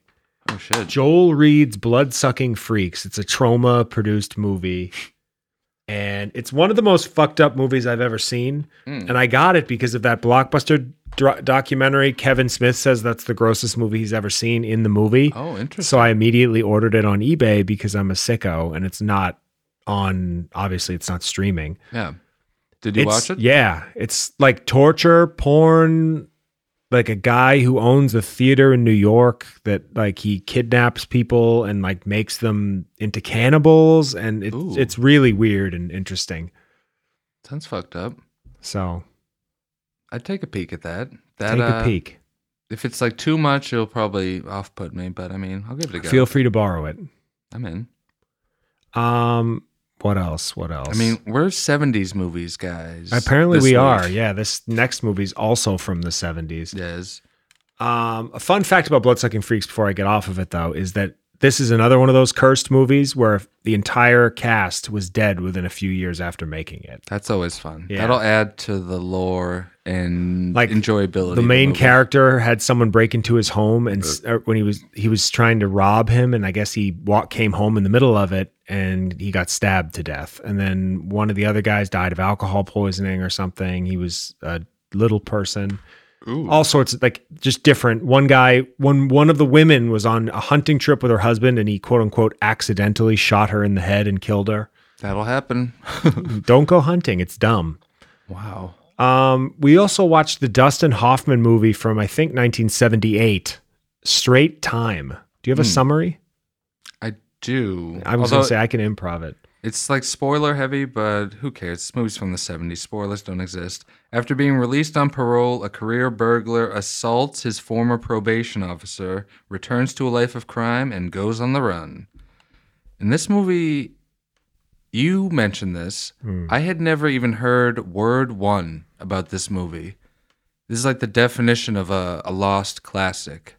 Speaker 4: Oh, shit.
Speaker 5: Joel Reed's Blood Sucking Freaks. It's a trauma produced movie. And it's one of the most fucked up movies I've ever seen.
Speaker 4: Hmm.
Speaker 5: And I got it because of that blockbuster dro- documentary. Kevin Smith says that's the grossest movie he's ever seen in the movie.
Speaker 4: oh, interesting.
Speaker 5: so I immediately ordered it on eBay because I'm a sicko and it's not on, obviously, it's not streaming.
Speaker 4: Yeah. Did you
Speaker 5: It's-
Speaker 4: watch it?
Speaker 5: Yeah, it's like torture porn. Like a guy who owns a theater in New York that like he kidnaps people and like makes them into cannibals, and it,
Speaker 4: Ooh.
Speaker 5: it's really weird and interesting.
Speaker 4: Sounds fucked up.
Speaker 5: So
Speaker 4: I'd take a peek at that. that
Speaker 5: take
Speaker 4: uh,
Speaker 5: a peek.
Speaker 4: If it's like too much, it'll probably off put me, but I mean, I'll give it a go.
Speaker 5: Feel free to borrow it.
Speaker 4: I'm in.
Speaker 5: Um, what else? What else?
Speaker 4: I mean, we're 70s movies, guys.
Speaker 5: apparently
Speaker 4: this
Speaker 5: we
Speaker 4: week.
Speaker 5: are. Yeah, this next movie's also from the seventies.
Speaker 4: Yes.
Speaker 5: Um, a fun fact about Bloodsucking Freaks before I get off of it though is that this is another one of those cursed movies where the entire cast was dead within a few years after making it.
Speaker 4: That's always fun.
Speaker 5: Yeah.
Speaker 4: That'll add to the lore and
Speaker 5: Like,
Speaker 4: enjoyability. of
Speaker 5: the main
Speaker 4: movie.
Speaker 5: character had someone break into his home and s- uh, when he was he was trying to rob him and i guess he walk, came home in the middle of it and he got stabbed to death and then one of the other guys died of alcohol poisoning or something he was a little person all sorts of like just different one guy one one of the women was on a hunting trip with her husband and he quote unquote accidentally shot her in the head and killed her
Speaker 4: That'll happen.
Speaker 5: don't go hunting it's dumb
Speaker 4: wow.
Speaker 5: um, we also watched the Dustin Hoffman movie from I think 1978, Straight Time. Do you have a summary?
Speaker 4: I do.
Speaker 5: I was
Speaker 4: Hmm. Although
Speaker 5: gonna say I can improv it.
Speaker 4: It's like spoiler heavy, but who cares? This movie's from the 70s. Spoilers don't exist. After being released on parole, a career burglar assaults his former probation officer, returns to a life of crime, and goes on the run. In this movie, you mentioned this.
Speaker 5: Hmm.
Speaker 4: I had never even heard word one about this movie. This is like the definition of a, a lost classic.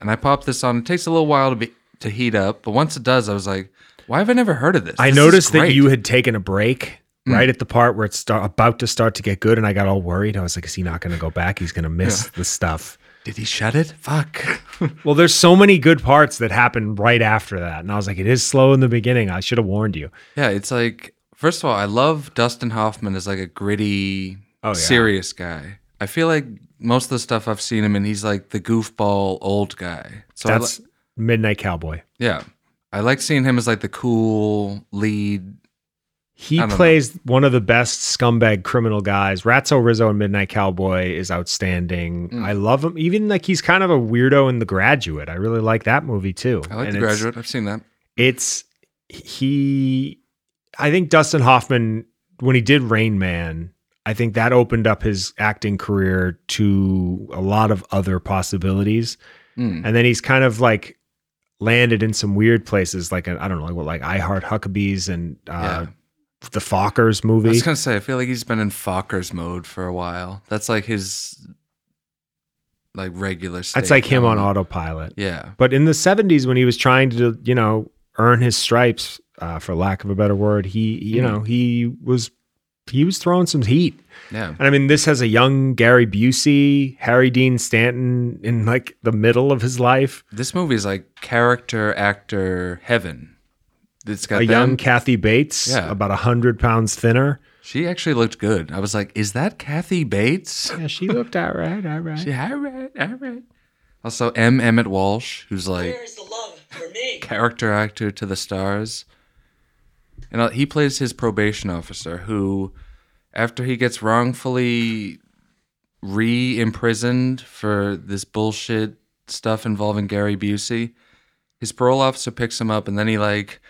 Speaker 4: And I popped this on. It takes a little while to be to heat up, but once it does, I was like, why have I never heard of this?
Speaker 5: I
Speaker 4: This is
Speaker 5: noticed that
Speaker 4: great. Hmm.
Speaker 5: you had taken a break right at the part where it's start, about to start to get good, and I got all worried. I was like, "Is he not going to go back? He's going to miss the stuff."
Speaker 4: Did he shut it? Fuck.
Speaker 5: Well, there's so many good parts that happen right after that, and I was like, "It is slow in the beginning. I should have warned you."
Speaker 4: yeah, it's like first of all, I love Dustin Hoffman as like a gritty,
Speaker 5: Oh, yeah.
Speaker 4: serious guy. I feel like most of the stuff I've seen him in, he's like the goofball old guy. So I li-
Speaker 5: That's Midnight Cowboy.
Speaker 4: yeah, I like seeing him as like the cool lead. I
Speaker 5: He
Speaker 4: don't know.
Speaker 5: plays one of the best scumbag criminal guys. Ratso Rizzo in Midnight Cowboy is outstanding.
Speaker 4: Mm.
Speaker 5: I love him. Even like he's kind of a weirdo in The Graduate. I really like that movie too.
Speaker 4: I like
Speaker 5: And
Speaker 4: The
Speaker 5: it's-
Speaker 4: Graduate. I've seen that.
Speaker 5: It's he. I think Dustin Hoffman when he did Rain Man. I think that opened up his acting career to a lot of other possibilities.
Speaker 4: Mm.
Speaker 5: And then he's kind of like landed in some weird places, like I I don't know, like what, like I Heart Huckabees and uh,
Speaker 4: Yeah.
Speaker 5: the Fockers
Speaker 4: I
Speaker 5: movie.
Speaker 4: was gonna say, I feel like he's been in Fockers mode for a while. That's like his like regular.
Speaker 5: That's
Speaker 4: state
Speaker 5: like him on
Speaker 4: element.
Speaker 5: autopilot.
Speaker 4: Yeah,
Speaker 5: But in the 70s, when he was trying to, you know, earn his stripes, uh, for lack of a better word, he, you
Speaker 4: Mhm.
Speaker 5: know, he was he was throwing some heat.
Speaker 4: yeah.
Speaker 5: And I mean, this has a young Gary Busey, Harry Dean Stanton in like the middle of his life,
Speaker 4: This movie is like character actor heaven. It's got
Speaker 5: a
Speaker 4: them.
Speaker 5: young Kathy Bates,
Speaker 4: Yeah.
Speaker 5: about a hundred pounds thinner.
Speaker 4: She actually looked good. I was like, is that Kathy Bates?
Speaker 5: Yeah, she looked all right, all right.
Speaker 4: Yeah, all right, all right. Also, M. Emmett Walsh, who's like
Speaker 3: Where's the love for me?
Speaker 4: character actor to the stars. And uh, he plays his probation officer who, after he gets wrongfully re imprisoned for this bullshit stuff involving Gary Busey, his parole officer picks him up and then he like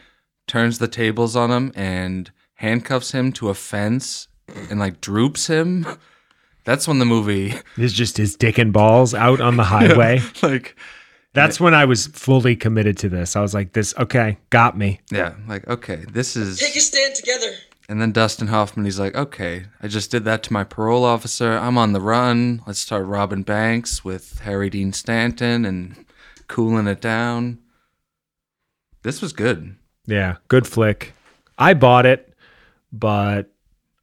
Speaker 4: turns the tables on him and handcuffs him to a fence and like droops him. That's when the movie,
Speaker 5: It's just his dick and balls out on the highway.
Speaker 4: like,
Speaker 5: That's when I was fully committed to this. I was like, this, okay, got me.
Speaker 4: yeah, like, okay, this is.
Speaker 3: Take a stand together.
Speaker 4: And then Dustin Hoffman, he's like, okay, I just did that to my parole officer. I'm on the run. Let's start robbing banks with Harry Dean Stanton and cooling it down. This was good.
Speaker 5: Yeah, good flick. I bought it, but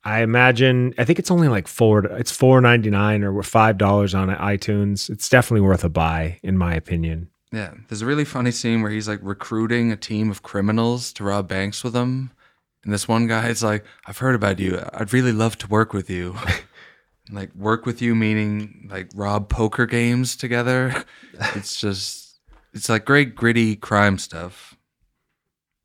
Speaker 5: I imagine I think it's only like four. It's four ninety nine or five dollars on iTunes. It's definitely worth a buy, in my opinion.
Speaker 4: Yeah. There's a really funny scene where he's like recruiting a team of criminals to rob banks with him. And this one guy is like, I've heard about you. I'd really love to work with you. And, like, work with you, meaning like rob poker games together. It's just, it's like great, gritty crime stuff.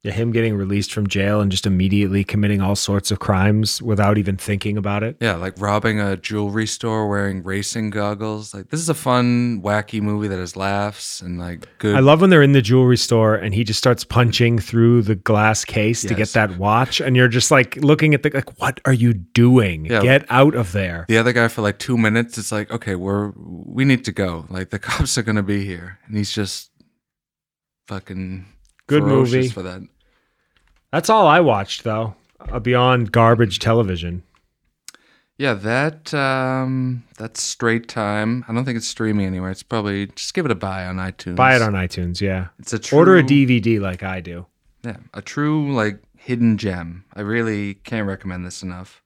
Speaker 5: Yeah, him getting released from jail and just immediately committing all sorts of crimes without even thinking about it.
Speaker 4: Yeah, like robbing a jewelry store wearing racing goggles. Like this is a fun, wacky movie that has laughs and like good.
Speaker 5: I love when they're in the jewelry store and he just starts punching through the glass case to get
Speaker 4: Yes.
Speaker 5: that watch, and you're just like looking at the like, what are you doing?
Speaker 4: Yeah.
Speaker 5: Get out of there!
Speaker 4: the other guy for like two minutes. It's like, okay, we're we need to go. Like the cops are gonna be here, and he's just fucking
Speaker 5: Good
Speaker 4: ferocious
Speaker 5: movie.
Speaker 4: for that.
Speaker 5: That's all I watched though, uh, beyond garbage television.
Speaker 4: Yeah, that um, that's straight time. I don't think it's streaming anywhere. It's probably just give it a buy on iTunes.
Speaker 5: Buy it on iTunes, yeah.
Speaker 4: It's a true,
Speaker 5: Order a DVD like I do.
Speaker 4: Yeah, a true like hidden gem. I really can't recommend this enough.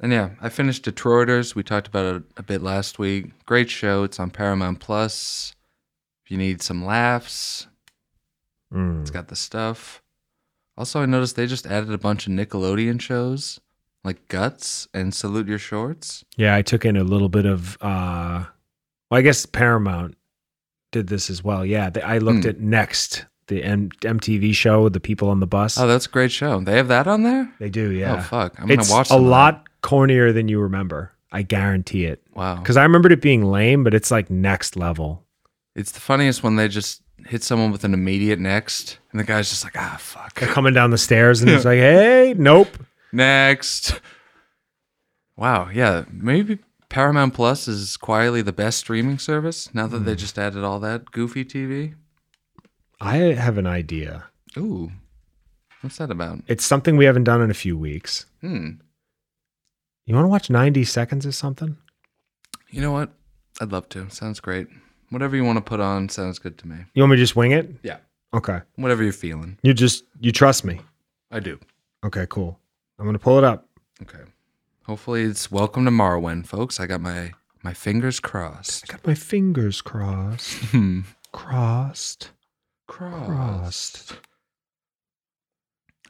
Speaker 4: And yeah, I finished Detroiters. We talked about it a bit last week. Great show. It's on Paramount Plus. If you need some laughs,
Speaker 5: Mm.
Speaker 4: it's got the stuff. Also, I noticed they just added a bunch of Nickelodeon shows like Guts and Salute Your Shorts.
Speaker 5: Yeah, I took in a little bit of. uh Well, I guess Paramount did this as well. Yeah, they, I looked
Speaker 4: Hmm.
Speaker 5: at Next, the M- MTV show, the people on the bus.
Speaker 4: Oh, that's a great show. They have that on there?
Speaker 5: they do. Yeah,
Speaker 4: Oh, fuck. I'm going
Speaker 5: it's
Speaker 4: to watch
Speaker 5: a
Speaker 4: some of that.
Speaker 5: lot cornier than you remember. I guarantee it.
Speaker 4: Wow.
Speaker 5: Because I remembered it being lame, but it's like next level.
Speaker 4: It's the funniest when they just hit someone with an immediate next, and the guy's just like, ah, fuck.
Speaker 5: They're coming down the stairs, and it's like, hey, nope.
Speaker 4: Next. Wow. Yeah. Maybe Paramount Plus is quietly the best streaming service now that they just added all that goofy TV.
Speaker 5: I have an idea.
Speaker 4: Ooh. What's that about?
Speaker 5: It's something we haven't done in a few weeks.
Speaker 4: Hmm.
Speaker 5: You want to watch 90 seconds or something?
Speaker 4: You know what? I'd love to. Sounds great. Whatever you want to put on sounds good to me.
Speaker 5: You want me to just wing it?
Speaker 4: Yeah.
Speaker 5: Okay.
Speaker 4: Whatever you're feeling.
Speaker 5: You just, you trust me.
Speaker 4: I do.
Speaker 5: Okay, cool. I'm going to pull it up.
Speaker 4: Okay. Hopefully it's welcome to Morrowind, folks. I got my my fingers crossed.
Speaker 5: Got my fingers crossed.
Speaker 4: Hmm.
Speaker 5: Crossed.
Speaker 4: Crossed.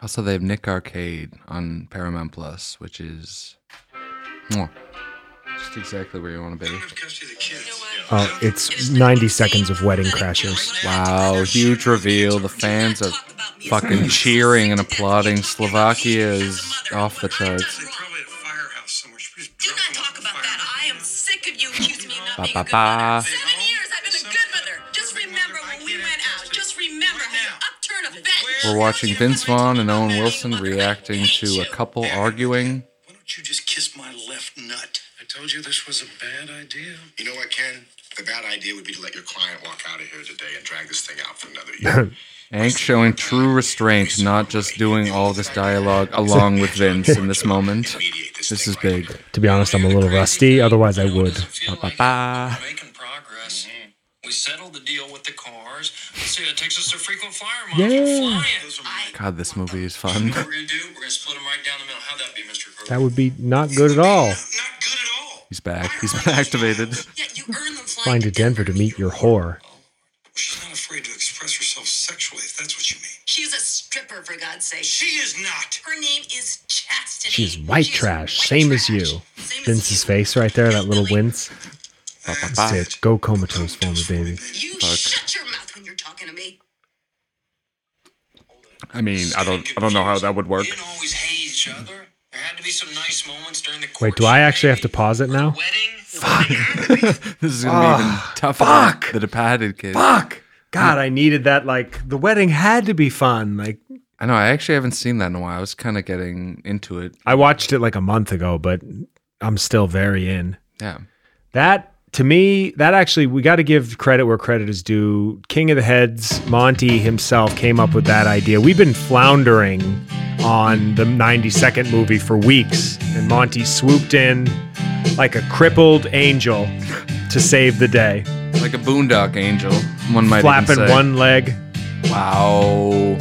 Speaker 4: Also, they have Nick Arcade on Paramount Plus, which is mwah, just exactly where you want to be.
Speaker 5: Oh, it's 90 seconds of Wedding Crashers.
Speaker 4: Wow, huge reveal. The fans are fucking cheering and applauding. Slovakia is off the charts.
Speaker 6: Probably a firehouse somewhere. Should we just
Speaker 9: Do not talk about that. I am sick of you accusing me of not
Speaker 4: Ba,
Speaker 9: being a
Speaker 4: ba,
Speaker 9: good
Speaker 4: ba.
Speaker 9: mother. Seven years I've been a good mother. Just remember when we went out. Just remember how you upturn a vet.
Speaker 4: We're watching Vince Vaughn and Owen Wilson reacting to a couple arguing.
Speaker 2: Why don't you just kiss my left nut?
Speaker 6: I told you this was a bad idea.
Speaker 10: You know what, Ken? The bad idea would be to let your client walk out of here today and drag this thing out for another year.
Speaker 4: Hank showing true restraint, not just doing all this dialogue along with Vince in this moment. This is big.
Speaker 5: To be honest, I'm a little rusty. Otherwise, I would.
Speaker 2: Feel like
Speaker 4: Ba-ba-ba.
Speaker 2: we're making progress. We settled the deal with the cars. Let's see, that takes us to frequent flyer miles.
Speaker 5: Yeah.
Speaker 2: We're flying.
Speaker 4: God, this movie is fun.
Speaker 2: You know what we're gonna do? We're gonna split them right down the middle. How'd that be, Mr. Grover?
Speaker 5: That would be not good at all.
Speaker 2: Not good at all.
Speaker 4: He's back. He's been activated.
Speaker 9: Yeah, you earn them flying.
Speaker 5: Flying to Denver to meet your whore.
Speaker 6: She's not afraid to express herself sexually, if that's what you mean.
Speaker 9: She's a stripper, for God's sake.
Speaker 6: She is not.
Speaker 9: Her name is Chastity.
Speaker 5: She's white
Speaker 9: She's
Speaker 5: trash,
Speaker 9: white
Speaker 5: same as
Speaker 9: trash.
Speaker 5: you.
Speaker 9: Same as
Speaker 5: Vince's
Speaker 9: you.
Speaker 5: face right there, that little
Speaker 9: Hillbilly.
Speaker 5: wince. That's it. Go comatose for me, baby.
Speaker 9: You shut your mouth when you're talking to me.
Speaker 4: I mean, I don't, I don't know how that would work.
Speaker 2: We didn't always hate each other. There had to be some nice moments during the
Speaker 5: Wait, do I actually have to pause it now?
Speaker 2: Fuck.
Speaker 4: This is gonna be even tougher.
Speaker 5: Ah, fuck!
Speaker 4: than The Departed kid.
Speaker 5: Fuck! God, I needed that. Like, the wedding had to be fun. Like,
Speaker 4: I know. I actually haven't seen that in a while. I was kind of getting into it.
Speaker 5: I watched it like a month ago, but I'm still very in.
Speaker 4: Yeah.
Speaker 5: That to me, that actually we got to give credit where credit is due. King of the Heads, Monty himself came up with that idea. We've been floundering on the 92nd movie for weeks, and Monty swooped in like a crippled angel to save the day,
Speaker 4: Like a boondock angel. One might even
Speaker 5: flapping
Speaker 4: say.
Speaker 5: one leg,
Speaker 4: Wow.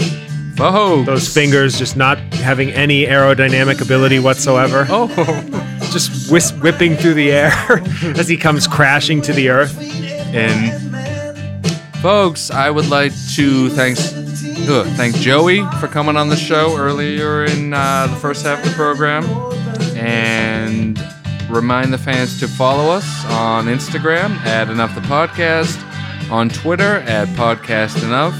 Speaker 4: Folks.
Speaker 5: those fingers just not having any aerodynamic ability whatsoever.
Speaker 4: Oh.
Speaker 5: Just whis- whipping through the air as he comes crashing to the earth.
Speaker 4: And folks, I would like to thanks uh, thank Joey for coming on the show earlier in uh, the first half of the program, and remind the fans to follow us on Instagram at Enough the Podcast, on Twitter at Podcast Enough.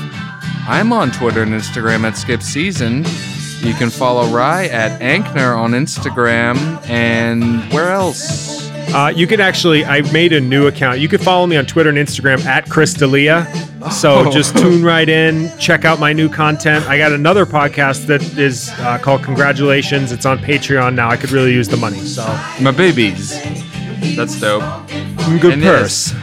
Speaker 4: I'm on Twitter and Instagram at Skip Season. You can follow Rye at Ankner on Instagram and where else?
Speaker 5: Uh, you can actually, I made a new account. You can follow me on Twitter and Instagram at Chris D'Elia. So just tune right in, check out my new content. I got another podcast that is uh, called Congratulations. It's on Patreon now. I could really use the money. So
Speaker 4: My babies. That's dope.
Speaker 5: good
Speaker 4: And
Speaker 5: purse.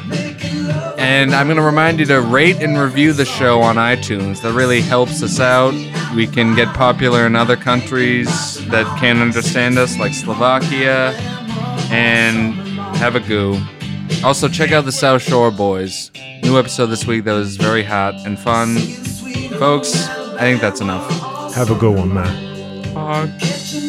Speaker 4: And I'm going to remind you to rate and review the show on iTunes. That really helps us out. We can get popular in other countries that can't understand us, like Slovakia, and have a goo. Also, check out the South Shore Boys. New episode this week that was very hot and fun. Folks, I think that's enough.
Speaker 5: Have a good one, man.
Speaker 4: Bye.